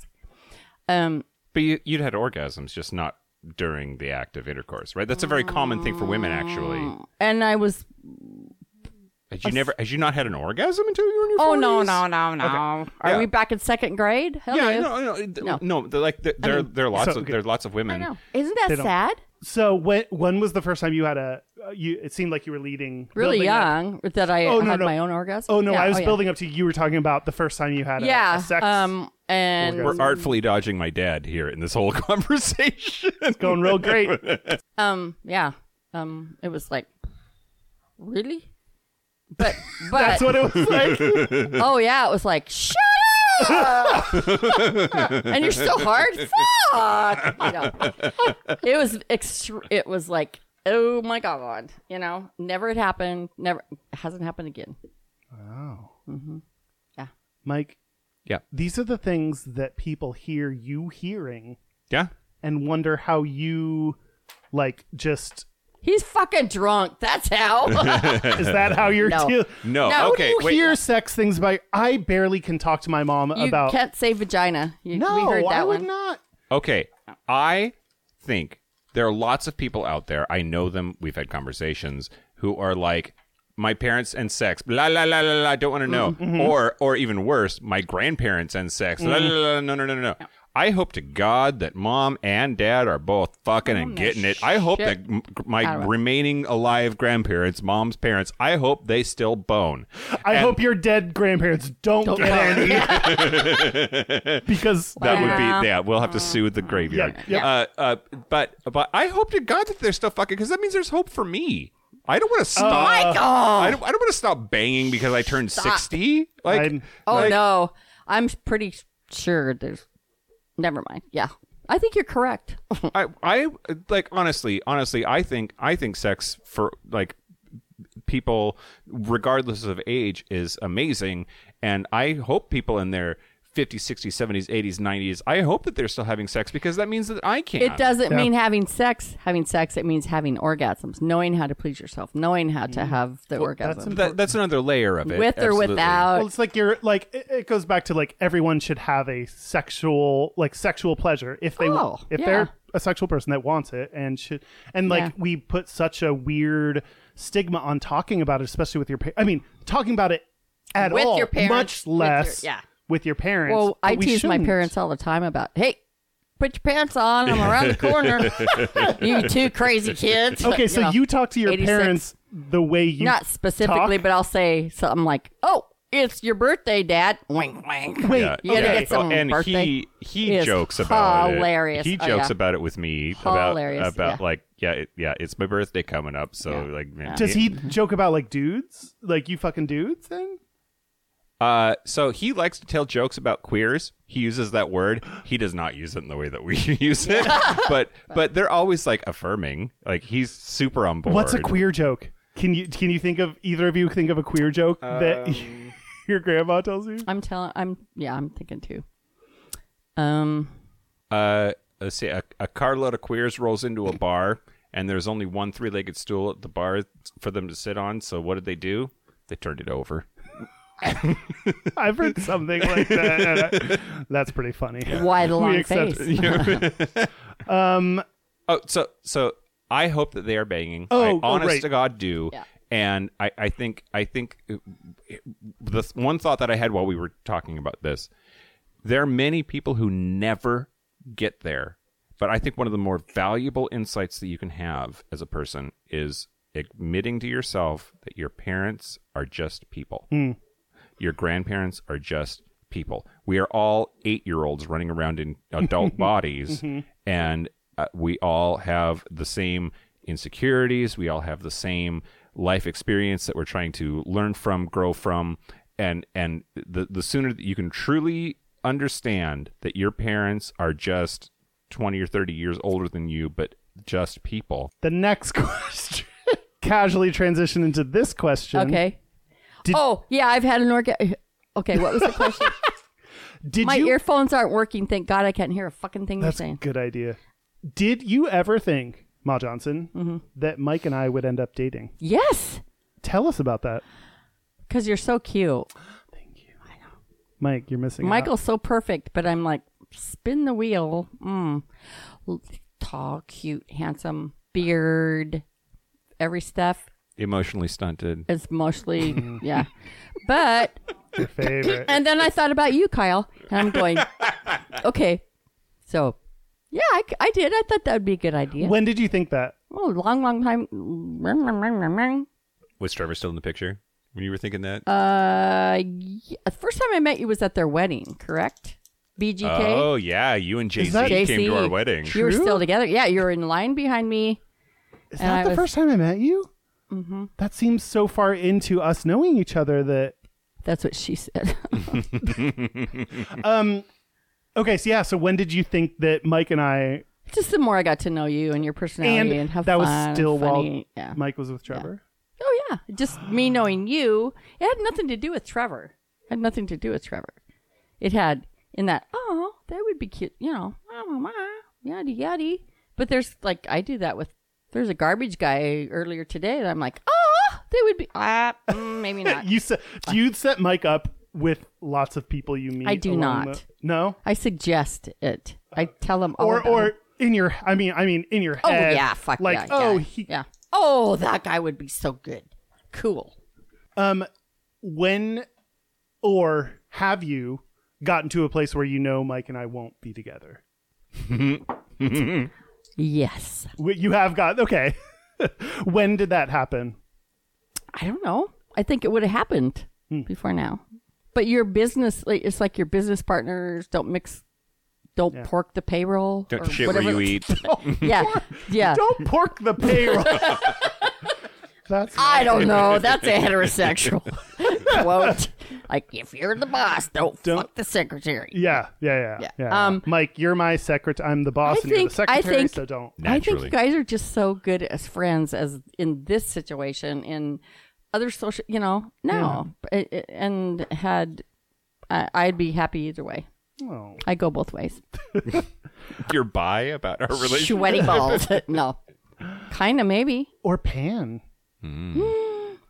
[SPEAKER 4] Um,
[SPEAKER 2] But you, you'd had orgasms, just not during the act of intercourse, right? That's a very common thing for women, actually.
[SPEAKER 4] and I was
[SPEAKER 2] Had you never? Had you not had an orgasm until you were in your?
[SPEAKER 4] oh no
[SPEAKER 2] 40s?
[SPEAKER 4] no no no. Are
[SPEAKER 2] Yeah.
[SPEAKER 4] we back in second grade? Hell
[SPEAKER 2] Yeah,
[SPEAKER 4] yes.
[SPEAKER 2] no, no, th-
[SPEAKER 4] No.
[SPEAKER 2] no. they're like th- there, there are lots
[SPEAKER 3] So,
[SPEAKER 2] of there are lots of
[SPEAKER 4] I
[SPEAKER 2] women.
[SPEAKER 4] know. Isn't that
[SPEAKER 3] don't-
[SPEAKER 4] sad?
[SPEAKER 3] So when when was the first time you had a uh, you? It seemed like you were leading
[SPEAKER 4] Really
[SPEAKER 3] building up-
[SPEAKER 4] young that I
[SPEAKER 3] Oh, no,
[SPEAKER 4] had
[SPEAKER 3] no.
[SPEAKER 4] my own orgasm.
[SPEAKER 3] Oh no,
[SPEAKER 4] Yeah,
[SPEAKER 3] I was
[SPEAKER 4] yeah.
[SPEAKER 3] building up to you were talking about the first time you had a,
[SPEAKER 4] Yeah.
[SPEAKER 3] a sex.
[SPEAKER 4] Um, and
[SPEAKER 2] We're artfully dodging my dad here in this whole <laughs> conversation.
[SPEAKER 3] going real great.
[SPEAKER 4] Um, yeah. Um, it was like, really?
[SPEAKER 3] <laughs>
[SPEAKER 4] But, but,
[SPEAKER 3] That's what it was <laughs> like.
[SPEAKER 4] oh yeah, it was like, shut up! <laughs> and you're so hard? Fuck! You know. It was, extr it was like, oh my God, you know, never had happened, never, it hasn't happened again.
[SPEAKER 3] Mike.
[SPEAKER 2] Yeah.
[SPEAKER 3] These are the things that people hear you hearing
[SPEAKER 2] yeah,
[SPEAKER 3] and wonder how you like just
[SPEAKER 4] He's fucking drunk, that's
[SPEAKER 3] <laughs>
[SPEAKER 4] how.
[SPEAKER 3] is that how you're
[SPEAKER 4] <laughs> No.
[SPEAKER 3] deal-
[SPEAKER 2] no,
[SPEAKER 4] No,
[SPEAKER 2] okay,
[SPEAKER 3] You
[SPEAKER 2] wait.
[SPEAKER 3] hear sex things by I barely can talk to my mom
[SPEAKER 4] you
[SPEAKER 3] about
[SPEAKER 4] can't say vagina. You,
[SPEAKER 3] No,
[SPEAKER 4] we heard that
[SPEAKER 3] I would
[SPEAKER 4] one.
[SPEAKER 3] not.
[SPEAKER 2] Okay. I think there are lots of people out there. I know them. We've had conversations who are like, my parents and sex, la la la la la. I don't want to know. Or, or even worse, my grandparents and sex, la la la. la, No, no, no, no, no. I hope to God that mom and dad are both fucking and getting it. I hope that
[SPEAKER 4] shit
[SPEAKER 2] m- my remaining alive grandparents, mom's parents, I hope they still bone.
[SPEAKER 3] I hope your dead grandparents don't, get any
[SPEAKER 2] <laughs>
[SPEAKER 3] because
[SPEAKER 2] That would
[SPEAKER 4] Yeah.
[SPEAKER 2] be yeah. We'll have to sue the graveyard.
[SPEAKER 3] Yeah,
[SPEAKER 2] Uh, uh, but but I hope to God that they're still fucking because that means there's hope for me. I don't want to
[SPEAKER 3] Oh
[SPEAKER 2] stop. I don't. I don't want to stop banging because I turned sixty. Like
[SPEAKER 3] I'm-
[SPEAKER 4] Oh
[SPEAKER 2] like-
[SPEAKER 4] no, I'm pretty sure there's. Never mind. Yeah, I think you're correct.
[SPEAKER 2] I I like honestly honestly I think I think sex for like people regardless of age is amazing and I hope people in their 50s 60s 70s 80s 90s I hope that they're still having sex because that means that I can
[SPEAKER 4] It doesn't mean having sex. Having sex, it means having orgasms, knowing how to please yourself, knowing how
[SPEAKER 3] Mm.
[SPEAKER 4] to have the orgasm
[SPEAKER 2] that, that's another layer of it
[SPEAKER 4] with or
[SPEAKER 2] absolutely.
[SPEAKER 4] without.
[SPEAKER 3] well, it's like you're like it, it goes back to like everyone should have a sexual like sexual pleasure if they
[SPEAKER 4] Oh,
[SPEAKER 3] if
[SPEAKER 4] yeah.
[SPEAKER 3] they're a sexual person that wants it and should and like
[SPEAKER 4] Yeah.
[SPEAKER 3] we put such a weird stigma on talking about it especially with your pa- I mean talking about it at
[SPEAKER 4] With
[SPEAKER 3] all,
[SPEAKER 4] your parents,
[SPEAKER 3] much
[SPEAKER 4] with your-
[SPEAKER 3] less
[SPEAKER 4] yeah.
[SPEAKER 3] with your parents.
[SPEAKER 4] Well, I
[SPEAKER 3] but we
[SPEAKER 4] tease my
[SPEAKER 3] shouldn't.
[SPEAKER 4] parents all the time about, hey, put your pants on. I'm around the
[SPEAKER 3] <laughs>
[SPEAKER 4] corner. <laughs> you two crazy kids.
[SPEAKER 3] Okay, so
[SPEAKER 4] know,
[SPEAKER 3] you talk to your
[SPEAKER 4] 86.
[SPEAKER 3] parents the way you
[SPEAKER 4] not specifically,
[SPEAKER 3] talk?
[SPEAKER 4] but I'll say something like, oh, it's your birthday, Dad. Wink, wink.
[SPEAKER 3] Wait,
[SPEAKER 2] Yeah,
[SPEAKER 4] You gotta
[SPEAKER 2] yeah.
[SPEAKER 4] get some
[SPEAKER 2] and
[SPEAKER 4] birthday.
[SPEAKER 2] he he
[SPEAKER 4] is
[SPEAKER 2] jokes about
[SPEAKER 4] hilarious.
[SPEAKER 2] it. He
[SPEAKER 4] Oh,
[SPEAKER 2] jokes
[SPEAKER 4] yeah.
[SPEAKER 2] about it with me
[SPEAKER 4] Hilarious,
[SPEAKER 2] about about
[SPEAKER 4] yeah.
[SPEAKER 2] like yeah it, yeah it's my birthday coming up so
[SPEAKER 4] Yeah.
[SPEAKER 2] like man,
[SPEAKER 3] Does he joke about like dudes? Like you fucking dudes then?
[SPEAKER 2] Uh, so he likes to tell jokes about queers. He uses that word. He does not use it in the way that we <laughs> use it, but but they're always like affirming. Like he's super on board.
[SPEAKER 3] What's a queer joke? Can you can you think of either of you think of a queer joke that <laughs> your grandma tells you?
[SPEAKER 4] I'm telling, I'm, yeah, I'm thinking too. Um,
[SPEAKER 2] Uh, let's see. A, a carload of queers rolls into a bar, and there's only one three-legged stool at the bar for them to sit on. So what did they do? They turned it over.
[SPEAKER 3] I've heard something like that. and I- that's pretty funny. <laughs>
[SPEAKER 4] why the long
[SPEAKER 3] accept-
[SPEAKER 4] face?
[SPEAKER 2] Oh, so so I hope that they are banging.
[SPEAKER 3] Oh,
[SPEAKER 2] I
[SPEAKER 3] oh,
[SPEAKER 2] honest
[SPEAKER 3] right.
[SPEAKER 2] to God, do.
[SPEAKER 4] Yeah.
[SPEAKER 2] And I, I think I think uh, the th- one thought that I had while we were talking about this, there are many people who never get there. But I think one of the more valuable insights that you can have as a person is admitting to yourself that your parents are just people. Your grandparents are just people. We are all eight year olds running around in adult bodies, and uh, we all have the same insecurities. We all have the same life experience that we're trying to learn from, grow from, and and the the sooner that you can truly understand that your parents are just twenty or thirty years older than you, but just people.
[SPEAKER 3] The next <laughs> question. Casually transition into this question.
[SPEAKER 4] Okay.
[SPEAKER 3] Did-
[SPEAKER 4] oh, yeah, I've had an orgasm. <laughs> Okay, what
[SPEAKER 3] <laughs>
[SPEAKER 4] was the question?
[SPEAKER 3] Did
[SPEAKER 4] My
[SPEAKER 3] you
[SPEAKER 4] earphones aren't working. Thank God I can't hear a fucking thing
[SPEAKER 3] That's
[SPEAKER 4] you're saying.
[SPEAKER 3] a good idea. Did you ever think, Ma Johnson,
[SPEAKER 4] Mm-hmm.
[SPEAKER 3] that Mike and I would end up dating?
[SPEAKER 4] Yes,
[SPEAKER 3] Tell us about that.
[SPEAKER 4] because you're so cute.
[SPEAKER 3] Mike, you're missing out.
[SPEAKER 4] Michael's so perfect, but I'm like, spin the wheel. Mm. L- Tall, cute, handsome, beard, every stuff
[SPEAKER 2] Emotionally stunted.
[SPEAKER 4] is mostly,
[SPEAKER 3] <laughs>
[SPEAKER 4] yeah. But,
[SPEAKER 3] your favorite.
[SPEAKER 4] <laughs> and then I thought about you, Kyle, and
[SPEAKER 3] <laughs>
[SPEAKER 4] I'm going, okay, so yeah, I, c- I did. I thought that would be a good idea.
[SPEAKER 3] When did you think that?
[SPEAKER 4] oh, long, long time.
[SPEAKER 2] Was Trevor still in the picture when you were thinking that?
[SPEAKER 4] Uh, yeah, the first time I met you was at their wedding, correct? BGK.
[SPEAKER 2] Oh yeah, you and Jay Z
[SPEAKER 3] that-
[SPEAKER 2] came
[SPEAKER 4] JC.
[SPEAKER 2] to our wedding.
[SPEAKER 4] You were
[SPEAKER 3] True?
[SPEAKER 4] still together. Yeah, you were in line behind me.
[SPEAKER 3] Is
[SPEAKER 4] And
[SPEAKER 3] that
[SPEAKER 4] I
[SPEAKER 3] the
[SPEAKER 4] was-
[SPEAKER 3] first time I met you? Mm-hmm. That seems so far into us knowing each other that.
[SPEAKER 4] That's what she said. <laughs>
[SPEAKER 3] Okay, so yeah, so when did you think that Mike and I
[SPEAKER 4] Just the more I got to know you and your personality
[SPEAKER 3] and,
[SPEAKER 4] and, how
[SPEAKER 3] that
[SPEAKER 4] fun
[SPEAKER 3] was still
[SPEAKER 4] and
[SPEAKER 3] while
[SPEAKER 4] funny. yeah.
[SPEAKER 3] Mike was with Trevor?
[SPEAKER 4] Oh yeah, just me knowing you. It had nothing to do with Trevor. It had nothing to do with Trevor. It had in that oh that would be cute, you know, oh, ma, yada yada. But there's like I do that with. There's a garbage guy earlier today that I'm like oh they would be ah mm, maybe not.
[SPEAKER 3] <laughs> You set do you set Mike up with lots of people you meet?
[SPEAKER 4] I do
[SPEAKER 3] along
[SPEAKER 4] not.
[SPEAKER 3] the- no,
[SPEAKER 4] I suggest it. I tell them all
[SPEAKER 3] or
[SPEAKER 4] about
[SPEAKER 3] or
[SPEAKER 4] it.
[SPEAKER 3] in your I mean I mean in your
[SPEAKER 4] oh
[SPEAKER 3] head.
[SPEAKER 4] yeah fuck
[SPEAKER 3] like
[SPEAKER 4] yeah,
[SPEAKER 3] oh
[SPEAKER 4] yeah,
[SPEAKER 3] he
[SPEAKER 4] yeah oh that guy would be so good cool.
[SPEAKER 3] Um, when or have you gotten to a place where you know Mike and I won't be together?
[SPEAKER 4] Yes.
[SPEAKER 3] Wh- You have got okay. <laughs> when did that happen?
[SPEAKER 4] I don't know. I think it would have happened before now. But your business, like, it's like your business partners don't mix, don't pork the payroll.
[SPEAKER 2] Don't
[SPEAKER 4] or
[SPEAKER 2] shit
[SPEAKER 4] whatever.
[SPEAKER 2] where you eat.
[SPEAKER 4] <laughs>
[SPEAKER 2] <laughs>
[SPEAKER 4] Yeah. Yeah.
[SPEAKER 3] Don't pork the
[SPEAKER 4] <laughs>
[SPEAKER 3] payroll. That's
[SPEAKER 4] I don't know. That's a heterosexual quote. Like, if you're the boss, don't, fuck the secretary.
[SPEAKER 3] yeah, yeah, yeah, yeah.
[SPEAKER 4] Yeah.
[SPEAKER 3] yeah.
[SPEAKER 4] Um,
[SPEAKER 3] Mike, you're my secretary. I'm the boss,
[SPEAKER 4] I
[SPEAKER 3] and you're the
[SPEAKER 4] think- I
[SPEAKER 3] secretary.
[SPEAKER 4] think-
[SPEAKER 3] so don't.
[SPEAKER 4] I think you
[SPEAKER 2] Naturally.
[SPEAKER 4] guys are just so good as friends as in this situation in other social, you know, no. I- I- And had, I I'd be happy either way.
[SPEAKER 3] Oh.
[SPEAKER 4] I go both ways.
[SPEAKER 2] You're bi about our relationship.
[SPEAKER 4] Sweaty balls.
[SPEAKER 3] <laughs>
[SPEAKER 4] no. Kind of maybe.
[SPEAKER 3] Or pan.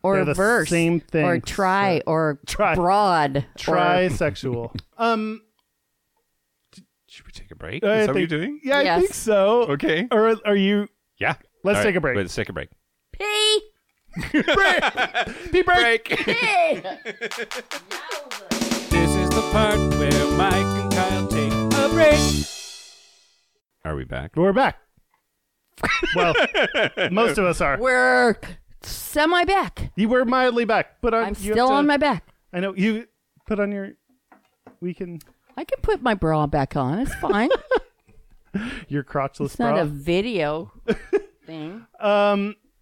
[SPEAKER 4] Or
[SPEAKER 3] They're the
[SPEAKER 4] verse.
[SPEAKER 3] same thing.
[SPEAKER 4] Or try or
[SPEAKER 3] Try.
[SPEAKER 4] broad. Or, <laughs>
[SPEAKER 3] Trisexual. um,
[SPEAKER 2] Should we take a break?
[SPEAKER 3] I
[SPEAKER 2] Is that what
[SPEAKER 3] think-
[SPEAKER 2] you're doing?
[SPEAKER 3] Uh, Yeah, I
[SPEAKER 4] Yes.
[SPEAKER 3] think so.
[SPEAKER 2] Okay.
[SPEAKER 3] Or are you?
[SPEAKER 2] Yeah.
[SPEAKER 3] Let's
[SPEAKER 2] All
[SPEAKER 3] take a break.
[SPEAKER 2] Let's take a break.
[SPEAKER 4] P.
[SPEAKER 3] Pee break.
[SPEAKER 2] <laughs> Break.
[SPEAKER 1] This is the part where Mike and Kyle take a break.
[SPEAKER 2] Are we back?
[SPEAKER 3] We're back. well, most of us are.
[SPEAKER 4] We're semi back.
[SPEAKER 3] You were mildly back, but
[SPEAKER 4] I'm still on my back.
[SPEAKER 3] I know you put on your. We can
[SPEAKER 4] I can put my bra back on. It's fine.
[SPEAKER 3] your crotchless
[SPEAKER 4] it's not
[SPEAKER 3] bra. <laughs>
[SPEAKER 4] a video thing.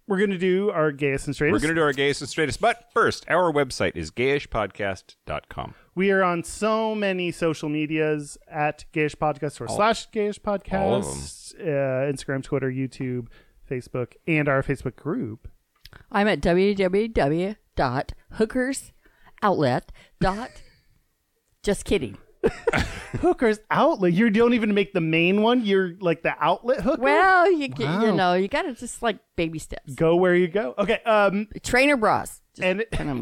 [SPEAKER 3] We're gonna do our gayest and straightest.
[SPEAKER 2] We're going to do our gayest and straightest, but first, our website is gayishpodcast.com.
[SPEAKER 3] We are on so many social medias at Gayish Podcast or slash Gayish Podcast,
[SPEAKER 2] all of 'em.
[SPEAKER 3] Uh, Instagram, Twitter, YouTube, Facebook, and our Facebook group.
[SPEAKER 4] I'm at www.hookersoutlet. Just kidding.
[SPEAKER 3] Hookers outlet. You don't even make the main one. You're like the outlet hooker.
[SPEAKER 4] Well, you get,
[SPEAKER 3] Wow.
[SPEAKER 4] you know, you got to just like baby steps.
[SPEAKER 3] go where you go. Okay. Um.
[SPEAKER 4] Trainer bras. Just
[SPEAKER 3] And <laughs>
[SPEAKER 4] kind of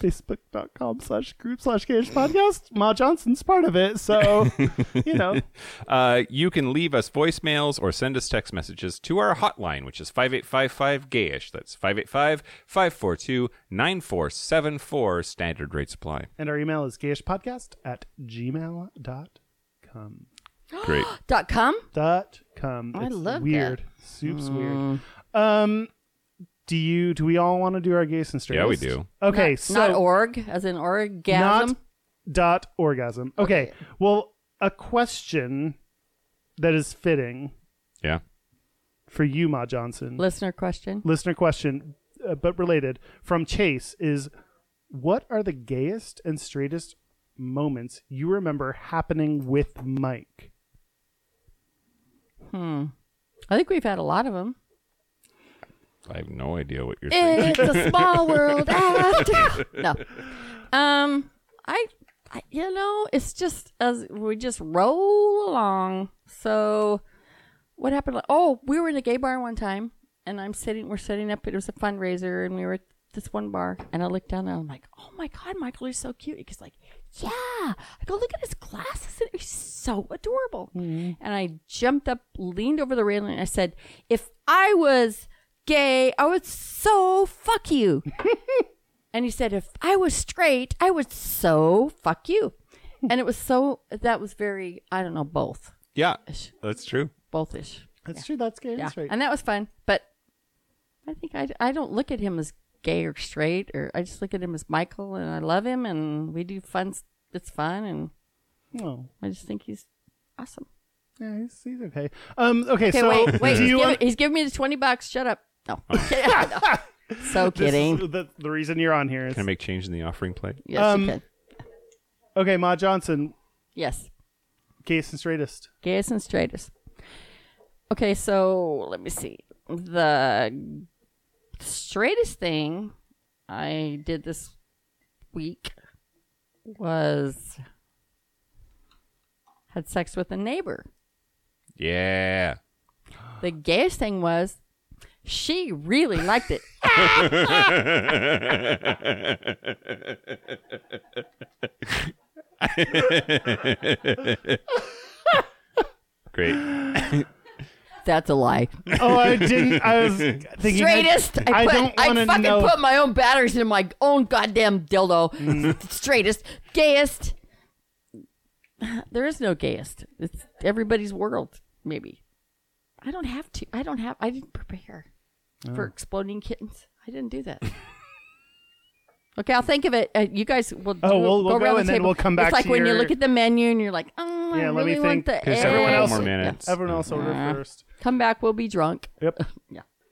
[SPEAKER 3] facebook.com slash group slash Gayish Podcast. Ma Johnson's part of it, <laughs> so you know.
[SPEAKER 2] Uh, you can leave us voicemails or send us text messages to our hotline, which is 5855-GAYISH. That's 585-542-9474, standard rate supply.
[SPEAKER 3] And our email is gayishpodcast at gmail.com.
[SPEAKER 2] Great.
[SPEAKER 4] dot com.
[SPEAKER 3] Dot com.
[SPEAKER 4] I
[SPEAKER 3] It's
[SPEAKER 4] love Mm.
[SPEAKER 3] weird. Soup's weird. Um do you do we all want to do our gays and straightest?
[SPEAKER 2] Yeah, we do.
[SPEAKER 3] Okay,
[SPEAKER 4] not,
[SPEAKER 3] so
[SPEAKER 4] not org as in orgasm.
[SPEAKER 3] Not dot orgasm. Okay. Well, a question that is fitting
[SPEAKER 2] Yeah.
[SPEAKER 3] for you, Ma Johnson.
[SPEAKER 4] Listener question.
[SPEAKER 3] listener question, uh, but related from Chase is what are the gayest and straightest moments you remember happening with Mike?
[SPEAKER 4] I think we've had a lot of them.
[SPEAKER 2] I have no idea what you're saying.
[SPEAKER 4] It's a small world after. No. Um, I, I, you know, it's just as we just roll along. So, what happened? Oh, we were in a gay bar one time, and I'm sitting. We're setting up. It was a fundraiser, and we were at this one bar, and I looked down, and I'm like, oh my god, Michael is so cute. He's like. Yeah, I go look at his glasses, and he's so adorable. And I jumped up, leaned over the railing, and I said, "If I was gay, I would so fuck you." and he said, "If I was straight, I would so fuck you." And it was so that was very I don't know both
[SPEAKER 2] Yeah,
[SPEAKER 4] ish,
[SPEAKER 2] that's true.
[SPEAKER 4] both ish.
[SPEAKER 3] That's true. That's gay
[SPEAKER 4] Yeah,
[SPEAKER 3] and straight.
[SPEAKER 4] and that was fun. But I think I I don't look at him as gay or straight, or I just look at him as Michael, and I love him, and we do fun. s- It's fun, and
[SPEAKER 3] oh,
[SPEAKER 4] I just think he's awesome.
[SPEAKER 3] yeah, he's, he's okay. Um, okay,
[SPEAKER 4] Okay,
[SPEAKER 3] so
[SPEAKER 4] wait, wait.
[SPEAKER 3] do
[SPEAKER 4] He's,
[SPEAKER 3] you
[SPEAKER 4] giving,
[SPEAKER 3] want
[SPEAKER 4] he's giving me the twenty bucks. Shut up. No,
[SPEAKER 3] <laughs>
[SPEAKER 4] No. so
[SPEAKER 3] this
[SPEAKER 4] kidding.
[SPEAKER 3] Is the, the reason you're on here is
[SPEAKER 2] Can I make change in the offering plate?
[SPEAKER 4] yes,
[SPEAKER 3] um,
[SPEAKER 4] you can.
[SPEAKER 3] okay, Ma Johnson,
[SPEAKER 4] Yes.
[SPEAKER 3] gayest and straightest.
[SPEAKER 4] Gayest and straightest. Okay, so let me see. The straightest thing I did this week was had sex with a neighbor.
[SPEAKER 2] Yeah.
[SPEAKER 4] The gayest thing was she really
[SPEAKER 3] <laughs>
[SPEAKER 4] liked it.
[SPEAKER 2] Great. <gasps>
[SPEAKER 4] That's a lie.
[SPEAKER 3] Oh, I didn't.
[SPEAKER 2] <laughs>
[SPEAKER 3] I was thinking.
[SPEAKER 4] straightest. I,
[SPEAKER 3] I
[SPEAKER 4] put,
[SPEAKER 3] don't wanna
[SPEAKER 4] I fucking
[SPEAKER 3] know-
[SPEAKER 4] put my own batteries in my own goddamn dildo.
[SPEAKER 3] Mm-hmm.
[SPEAKER 4] <laughs> straightest, gayest. <sighs> There is no gayest. It's everybody's world. Maybe. I don't have to. I don't have. I didn't prepare
[SPEAKER 3] Oh.
[SPEAKER 4] for exploding kittens. I didn't do that. Okay, I'll think of it. Uh, you guys will do,
[SPEAKER 3] Oh, we'll-
[SPEAKER 4] go
[SPEAKER 3] we'll
[SPEAKER 4] around
[SPEAKER 3] go
[SPEAKER 4] the
[SPEAKER 3] and then
[SPEAKER 4] table.
[SPEAKER 3] we'll come back
[SPEAKER 4] It's like
[SPEAKER 3] to
[SPEAKER 4] when
[SPEAKER 3] your-
[SPEAKER 4] you look at the menu and you're like, oh, I
[SPEAKER 3] Yeah, let me
[SPEAKER 4] really want
[SPEAKER 3] think.
[SPEAKER 4] the
[SPEAKER 2] Gives everyone
[SPEAKER 4] eggs.
[SPEAKER 3] else-
[SPEAKER 2] more
[SPEAKER 4] Yeah.
[SPEAKER 2] minutes.
[SPEAKER 3] Everyone else order first.
[SPEAKER 4] Come back. We'll be drunk. <laughs>
[SPEAKER 3] Yep.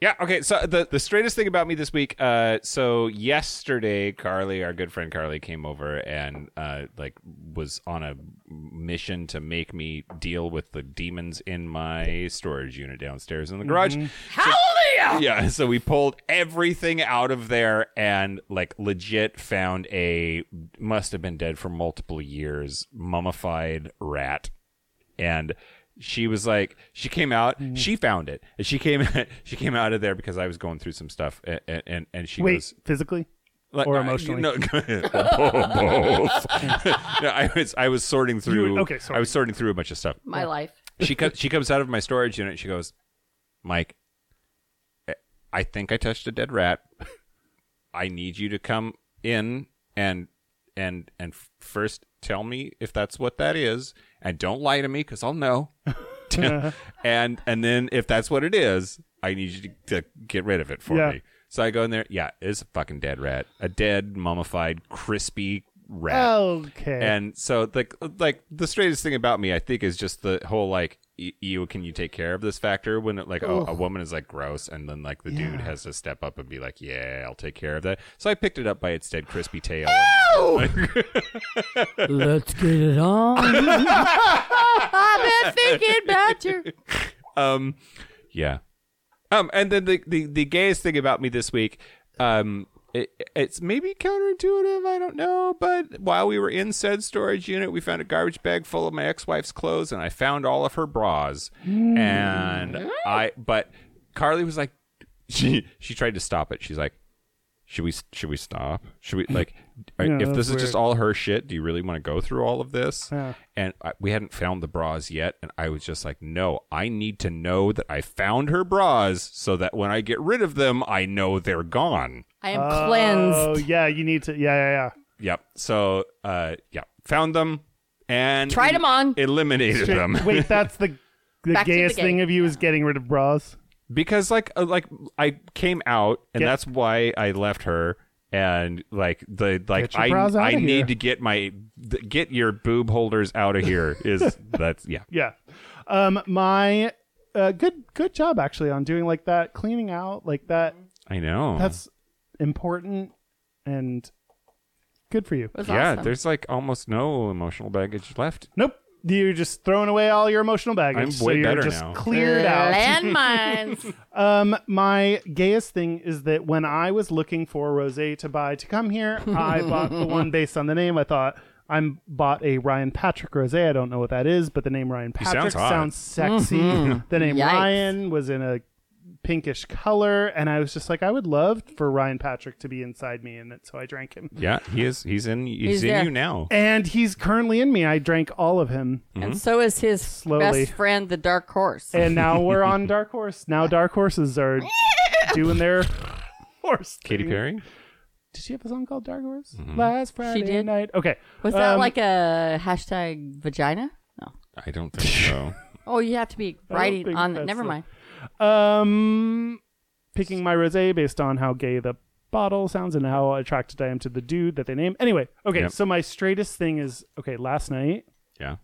[SPEAKER 2] Yeah. Okay. So the the straightest thing about me this week. Uh, so yesterday, Carly, our good friend Carly, came over and uh, like was on a mission to make me deal with the demons in my storage unit downstairs in the garage. Hallelujah! Yeah. <laughs> So we pulled everything out of there and like legit found a must have been dead for multiple years mummified rat and she was like she came out
[SPEAKER 3] Mm.
[SPEAKER 2] she found it and she came <laughs> she came out of there because i was going through some stuff and and, and she
[SPEAKER 3] Wait,
[SPEAKER 2] goes
[SPEAKER 3] physically?
[SPEAKER 2] like,
[SPEAKER 3] or
[SPEAKER 2] uh, you
[SPEAKER 3] emotionally?
[SPEAKER 2] know- <laughs> both. <laughs> No, i was i was sorting through
[SPEAKER 3] okay, sorry.
[SPEAKER 2] i was sorting through a bunch of stuff
[SPEAKER 4] My life.
[SPEAKER 2] she co- she comes out of my eh, storage unit and she goes mike I- i think i touched a dead rat I need you to come in and and and first tell me if that's what that is, and don't lie to me because I'll know. <laughs> and and then if that's what it is, I need you to, to get rid of it for
[SPEAKER 3] Yeah.
[SPEAKER 2] me. So I go in there. Yeah, it's a fucking dead rat, a dead mummified, crispy
[SPEAKER 3] Oh,
[SPEAKER 2] rat.
[SPEAKER 3] Okay.
[SPEAKER 2] And so like like the straightest thing about me I think is just the whole like y- you can you take care of this factor when like a, a woman is like gross and then like the dude has to step up and be like yeah I'll take care of that so I picked it up by its dead crispy tail
[SPEAKER 4] Let's get it on. I've been thinking about you.
[SPEAKER 2] um yeah um and then the the, the gayest thing about me this week um it, it's maybe counterintuitive i don't know but while we were in said storage unit we found a garbage bag full of my ex-wife's clothes and i found all of her bras and i but carly was like <laughs> she she tried to stop it she's like should we should we stop should
[SPEAKER 3] <clears throat>
[SPEAKER 2] we like are-
[SPEAKER 3] Yeah,
[SPEAKER 2] if
[SPEAKER 3] that's
[SPEAKER 2] this is
[SPEAKER 3] weird.
[SPEAKER 2] just all her shit do you really want to go through all of this
[SPEAKER 3] Yeah.
[SPEAKER 2] and I, we hadn't found the bras yet and i was just like no i need to know that i found her bras so that when i get rid of them i know they're gone
[SPEAKER 4] I am
[SPEAKER 3] Oh
[SPEAKER 4] cleansed.
[SPEAKER 3] yeah, you need to. Yeah, yeah,
[SPEAKER 2] yep so uh yeah found them and
[SPEAKER 4] Tried them on.
[SPEAKER 2] eliminated
[SPEAKER 3] yeah.
[SPEAKER 2] them
[SPEAKER 3] Wait, that's
[SPEAKER 4] <laughs>
[SPEAKER 3] the the
[SPEAKER 4] Back to the
[SPEAKER 3] gayest
[SPEAKER 4] gay.
[SPEAKER 3] thing of you is getting rid of bras.
[SPEAKER 2] because like uh, like I came out and
[SPEAKER 3] Get-
[SPEAKER 2] that's why I left her and like the like
[SPEAKER 3] Get your
[SPEAKER 2] I
[SPEAKER 3] bras outta
[SPEAKER 2] I
[SPEAKER 3] here.
[SPEAKER 2] need to get my th- get your boob holders out of here is
[SPEAKER 3] <laughs>
[SPEAKER 2] that's yeah
[SPEAKER 3] Yeah. Um, my uh, good good job actually on doing like that cleaning out like that.
[SPEAKER 2] I know
[SPEAKER 3] That's important and good for you.
[SPEAKER 4] It was
[SPEAKER 2] yeah
[SPEAKER 4] awesome.
[SPEAKER 2] there's like almost no emotional baggage left
[SPEAKER 3] Nope. You're just throwing away all your emotional baggage.
[SPEAKER 2] I'm
[SPEAKER 3] so
[SPEAKER 2] way
[SPEAKER 3] you're
[SPEAKER 2] better
[SPEAKER 3] just
[SPEAKER 2] now.
[SPEAKER 3] cleared out.
[SPEAKER 4] Landmines.
[SPEAKER 3] Um, my gayest thing is that when I was looking for rosé to buy to come here, I bought the one based on the name. I thought I'm bought a Ryan Patrick rosé. I don't know what that is, but the name Ryan Patrick
[SPEAKER 2] sounds hot.
[SPEAKER 3] sounds sexy.
[SPEAKER 2] <laughs>
[SPEAKER 3] The name
[SPEAKER 4] Yikes.
[SPEAKER 3] Ryan was in a pinkish color, and I was just like, I would love for Ryan Patrick to be inside me, and so I drank him.
[SPEAKER 2] yeah he is he's in he's,
[SPEAKER 4] He's
[SPEAKER 2] in
[SPEAKER 4] there.
[SPEAKER 2] you now
[SPEAKER 3] And he's currently in me. I drank all of him.
[SPEAKER 4] and so is his
[SPEAKER 3] Slowly.
[SPEAKER 4] best friend, the dark horse.
[SPEAKER 3] And now we're on Dark Horse. Now Dark Horses are
[SPEAKER 2] <laughs>
[SPEAKER 3] doing their horse.
[SPEAKER 2] Katy
[SPEAKER 3] thing.
[SPEAKER 2] Perry Mm-hmm.
[SPEAKER 3] Did she have a song called Dark Horse? Last Friday
[SPEAKER 4] did.
[SPEAKER 3] night. Okay.
[SPEAKER 4] Was that
[SPEAKER 3] Um,
[SPEAKER 4] like a hashtag vagina? No.
[SPEAKER 2] I don't
[SPEAKER 3] <laughs>
[SPEAKER 2] think so
[SPEAKER 4] Oh, you have to be
[SPEAKER 3] don't
[SPEAKER 4] writing
[SPEAKER 3] think
[SPEAKER 4] on that.
[SPEAKER 3] that's
[SPEAKER 4] Never
[SPEAKER 3] the-
[SPEAKER 4] mind.
[SPEAKER 3] um picking my rosé based on how gay the bottle sounds and how attracted I am to the dude that they name? Anyway, okay.
[SPEAKER 2] Yep.
[SPEAKER 3] So my straightest thing is okay. Last night,
[SPEAKER 2] yeah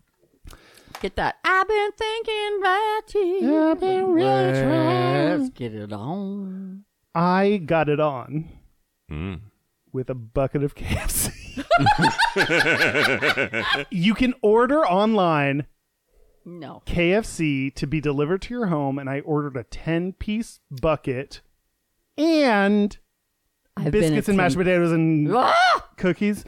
[SPEAKER 4] Get that. I've been thinking about you.
[SPEAKER 3] I've been really trying.
[SPEAKER 4] Let's get it on.
[SPEAKER 3] I got it on
[SPEAKER 2] Mm.
[SPEAKER 3] with a bucket of KFC. you can order online
[SPEAKER 4] No.
[SPEAKER 3] KFC to be delivered to your home, and I ordered a ten-piece bucket and
[SPEAKER 4] I've been
[SPEAKER 3] biscuits and mashed
[SPEAKER 4] attempt-
[SPEAKER 3] potatoes and
[SPEAKER 4] Ah!
[SPEAKER 3] cookies.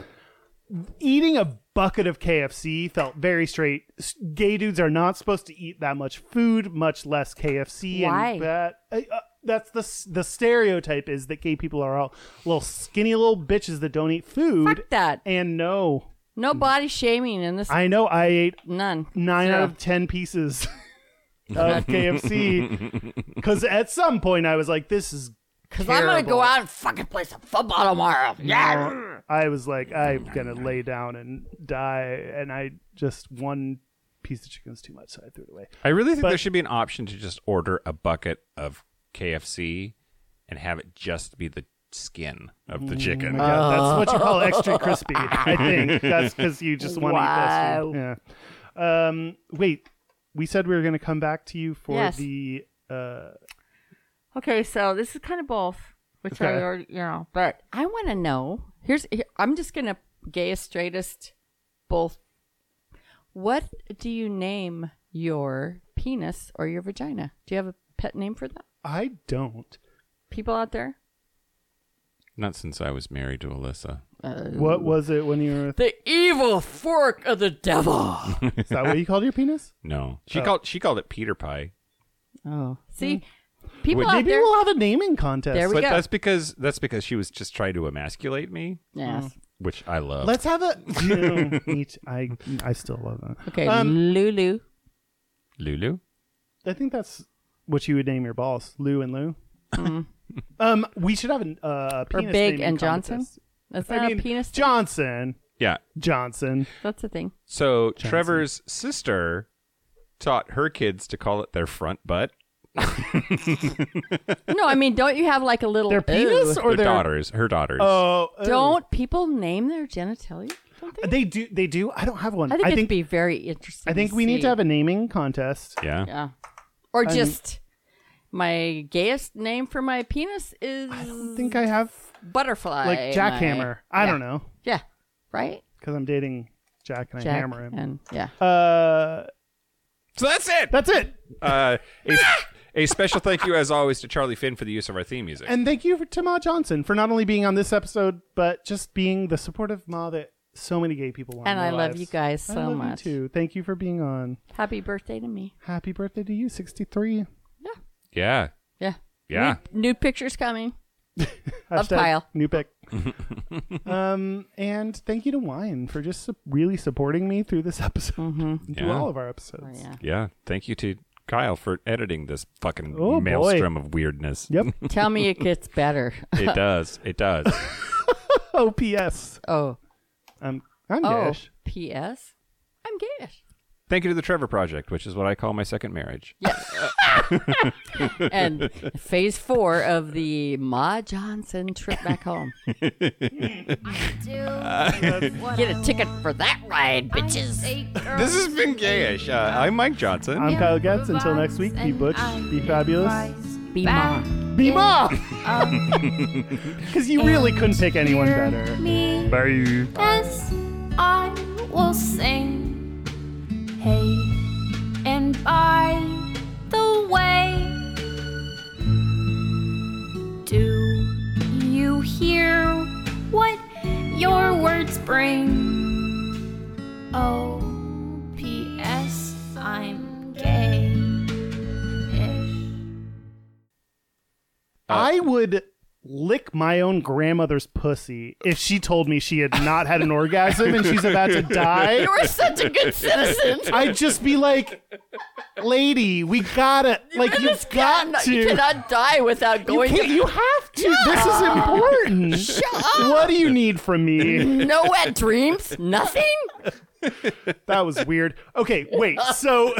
[SPEAKER 3] Eating a bucket of KFC felt very straight. S- Gay dudes are not supposed to eat that much food, much less KFC.
[SPEAKER 4] Why?
[SPEAKER 3] And that, uh, uh, that's the s- the stereotype is that gay people are all little skinny little bitches that don't eat food.
[SPEAKER 4] Fuck that.
[SPEAKER 3] And no,
[SPEAKER 4] No body shaming in this.
[SPEAKER 3] I know I ate
[SPEAKER 4] None.
[SPEAKER 3] nine
[SPEAKER 4] Zero.
[SPEAKER 3] out of ten pieces <laughs>
[SPEAKER 4] <laughs>
[SPEAKER 3] of KFC because at some point I was like, this is
[SPEAKER 4] Because I'm going to
[SPEAKER 3] terrible.
[SPEAKER 4] go out and fucking play some football tomorrow. Yeah.
[SPEAKER 3] I was like, I'm gonna lay down and die, and I just one piece of chicken's too much, so I threw it away.
[SPEAKER 2] I really think
[SPEAKER 3] But-
[SPEAKER 2] there should be an option to just order a bucket of KFC and have it just be the skin of the chicken.
[SPEAKER 3] Yeah, that's what you call
[SPEAKER 4] <laughs>
[SPEAKER 3] extra crispy. I think that's because you just want to eat that. Food. Yeah. Um. Wait, we said we were gonna come back to you for
[SPEAKER 4] Yes.
[SPEAKER 3] the. Uh,
[SPEAKER 4] Okay, so this is kind of both, which I
[SPEAKER 3] Okay.
[SPEAKER 4] already, you know, but I want to know. Here's, here, I'm just going to gayest, straightest, both. What do you name your penis or your vagina? Do you have a pet name for that?
[SPEAKER 3] I don't.
[SPEAKER 4] People out there?
[SPEAKER 2] Not since I was married to Alyssa.
[SPEAKER 3] What was it when you were?
[SPEAKER 4] The evil fork of the devil.
[SPEAKER 3] Is that what you called your penis?
[SPEAKER 2] No,
[SPEAKER 3] Oh.
[SPEAKER 2] she called she called it Peter Pie,
[SPEAKER 4] <laughs> Oh. See, people out
[SPEAKER 3] Maybe
[SPEAKER 4] there.
[SPEAKER 3] we'll have a naming contest.
[SPEAKER 4] There we
[SPEAKER 2] but
[SPEAKER 4] go.
[SPEAKER 2] that's because that's because she was just trying to emasculate me,
[SPEAKER 4] Yes.
[SPEAKER 3] Mm.
[SPEAKER 2] which I love.
[SPEAKER 3] Let's have
[SPEAKER 4] <laughs>
[SPEAKER 3] a. Ew, each, I I still love that.
[SPEAKER 4] Okay,
[SPEAKER 3] Um,
[SPEAKER 4] Lulu.
[SPEAKER 2] Lulu.
[SPEAKER 3] I think that's what you would name your balls, Lou and Lou. <laughs> Um, we should have a uh,
[SPEAKER 4] Mm-hmm. Or
[SPEAKER 3] penis
[SPEAKER 4] Big
[SPEAKER 3] naming
[SPEAKER 4] and Johnson.
[SPEAKER 3] contest.
[SPEAKER 4] That's
[SPEAKER 3] I
[SPEAKER 4] not
[SPEAKER 3] mean,
[SPEAKER 4] a penis. thing?
[SPEAKER 3] Johnson,
[SPEAKER 2] Yeah.
[SPEAKER 3] Johnson.
[SPEAKER 4] That's a thing.
[SPEAKER 2] So
[SPEAKER 3] Johnson.
[SPEAKER 2] Trevor's sister taught her kids to call it their front butt.
[SPEAKER 4] No, I mean, don't you have like a little
[SPEAKER 3] Their penis
[SPEAKER 4] Ew.
[SPEAKER 3] or
[SPEAKER 2] their
[SPEAKER 3] their
[SPEAKER 2] daughters, her daughters.
[SPEAKER 3] Oh, oh.
[SPEAKER 4] Don't people name their genitalia? Don't they?
[SPEAKER 3] they do? They do. I don't have one.
[SPEAKER 4] I think it'd be very interesting.
[SPEAKER 3] I think we need to have a naming contest.
[SPEAKER 2] yeah.
[SPEAKER 4] yeah, or
[SPEAKER 3] I'm-
[SPEAKER 4] just my gayest name for my penis is
[SPEAKER 3] I don't think I have
[SPEAKER 4] butterfly.
[SPEAKER 3] like jackhammer.
[SPEAKER 4] My-
[SPEAKER 3] I
[SPEAKER 4] yeah.
[SPEAKER 3] don't know
[SPEAKER 4] Yeah, right.
[SPEAKER 3] because I'm dating Jack and I
[SPEAKER 4] Jack
[SPEAKER 3] hammer him.
[SPEAKER 4] and yeah.
[SPEAKER 3] uh,
[SPEAKER 2] So that's it.
[SPEAKER 3] that's it.
[SPEAKER 2] Uh,
[SPEAKER 3] <laughs>
[SPEAKER 2] a, a special thank you, as always, to Charlie Finn for the use of our theme music.
[SPEAKER 3] And thank you for, to Ma Johnson for not only being on this episode, but just being the supportive Ma that so many gay people want.
[SPEAKER 4] And
[SPEAKER 3] in their
[SPEAKER 4] I love
[SPEAKER 3] lives.
[SPEAKER 4] you guys
[SPEAKER 3] I
[SPEAKER 4] so
[SPEAKER 3] love you
[SPEAKER 4] much.
[SPEAKER 3] too. Thank you for being on.
[SPEAKER 4] Happy birthday to me.
[SPEAKER 3] Happy birthday to you, 63.
[SPEAKER 2] yeah.
[SPEAKER 4] Yeah.
[SPEAKER 2] Yeah.
[SPEAKER 4] Nude pictures coming. Of
[SPEAKER 3] Hashtag
[SPEAKER 4] Kyle.
[SPEAKER 3] New pick. um, and thank you to Wine for just su- really supporting me through this <laughs> episode,
[SPEAKER 4] Mm-hmm.
[SPEAKER 3] through
[SPEAKER 2] Yeah.
[SPEAKER 3] all of our
[SPEAKER 4] Oh,
[SPEAKER 3] episodes.
[SPEAKER 4] yeah.
[SPEAKER 2] Yeah. Thank you to Kyle for editing this fucking
[SPEAKER 3] Oh, boy.
[SPEAKER 2] maelstrom of weirdness.
[SPEAKER 3] Yep. <laughs>
[SPEAKER 4] Tell me it gets
[SPEAKER 2] <laughs>
[SPEAKER 4] better.
[SPEAKER 2] It does. It does.
[SPEAKER 3] Oh, P.S.
[SPEAKER 4] Oh.
[SPEAKER 3] Um, I'm
[SPEAKER 4] Oh.
[SPEAKER 3] Gash.
[SPEAKER 4] P.S. I'm gayish.
[SPEAKER 2] Thank you to the Trevor Project, which is what I call my second marriage.
[SPEAKER 4] And phase four of the Ma Johnson trip back home.
[SPEAKER 2] Uh,
[SPEAKER 4] Get a ticket for that ride, bitches.
[SPEAKER 2] This has been gayish. Uh, I'm Mike Johnson.
[SPEAKER 3] I'm Kyle Getz. Until next week, be Butch, be fabulous,
[SPEAKER 4] Be Ma.
[SPEAKER 3] be Ma! Because you really couldn't pick anyone better.
[SPEAKER 7] Me
[SPEAKER 3] Bye.
[SPEAKER 7] as I will sing. Hey, and by the way, do you hear what your words bring? Oh, P.S. I'm gay.
[SPEAKER 3] I would lick my own grandmother's pussy if she told me she had not had an orgasm and she's about to die.
[SPEAKER 4] <laughs> You are such
[SPEAKER 3] <laughs>
[SPEAKER 4] a good citizen.
[SPEAKER 3] I'd just be like, lady, we gotta, like, you've got
[SPEAKER 4] cannot,
[SPEAKER 3] to.
[SPEAKER 4] You cannot die without going
[SPEAKER 3] can't- you have to. This is important. What do you need from me?
[SPEAKER 4] <laughs> to no wet dreams. Nothing? <laughs>
[SPEAKER 3] That was weird. Okay, wait. So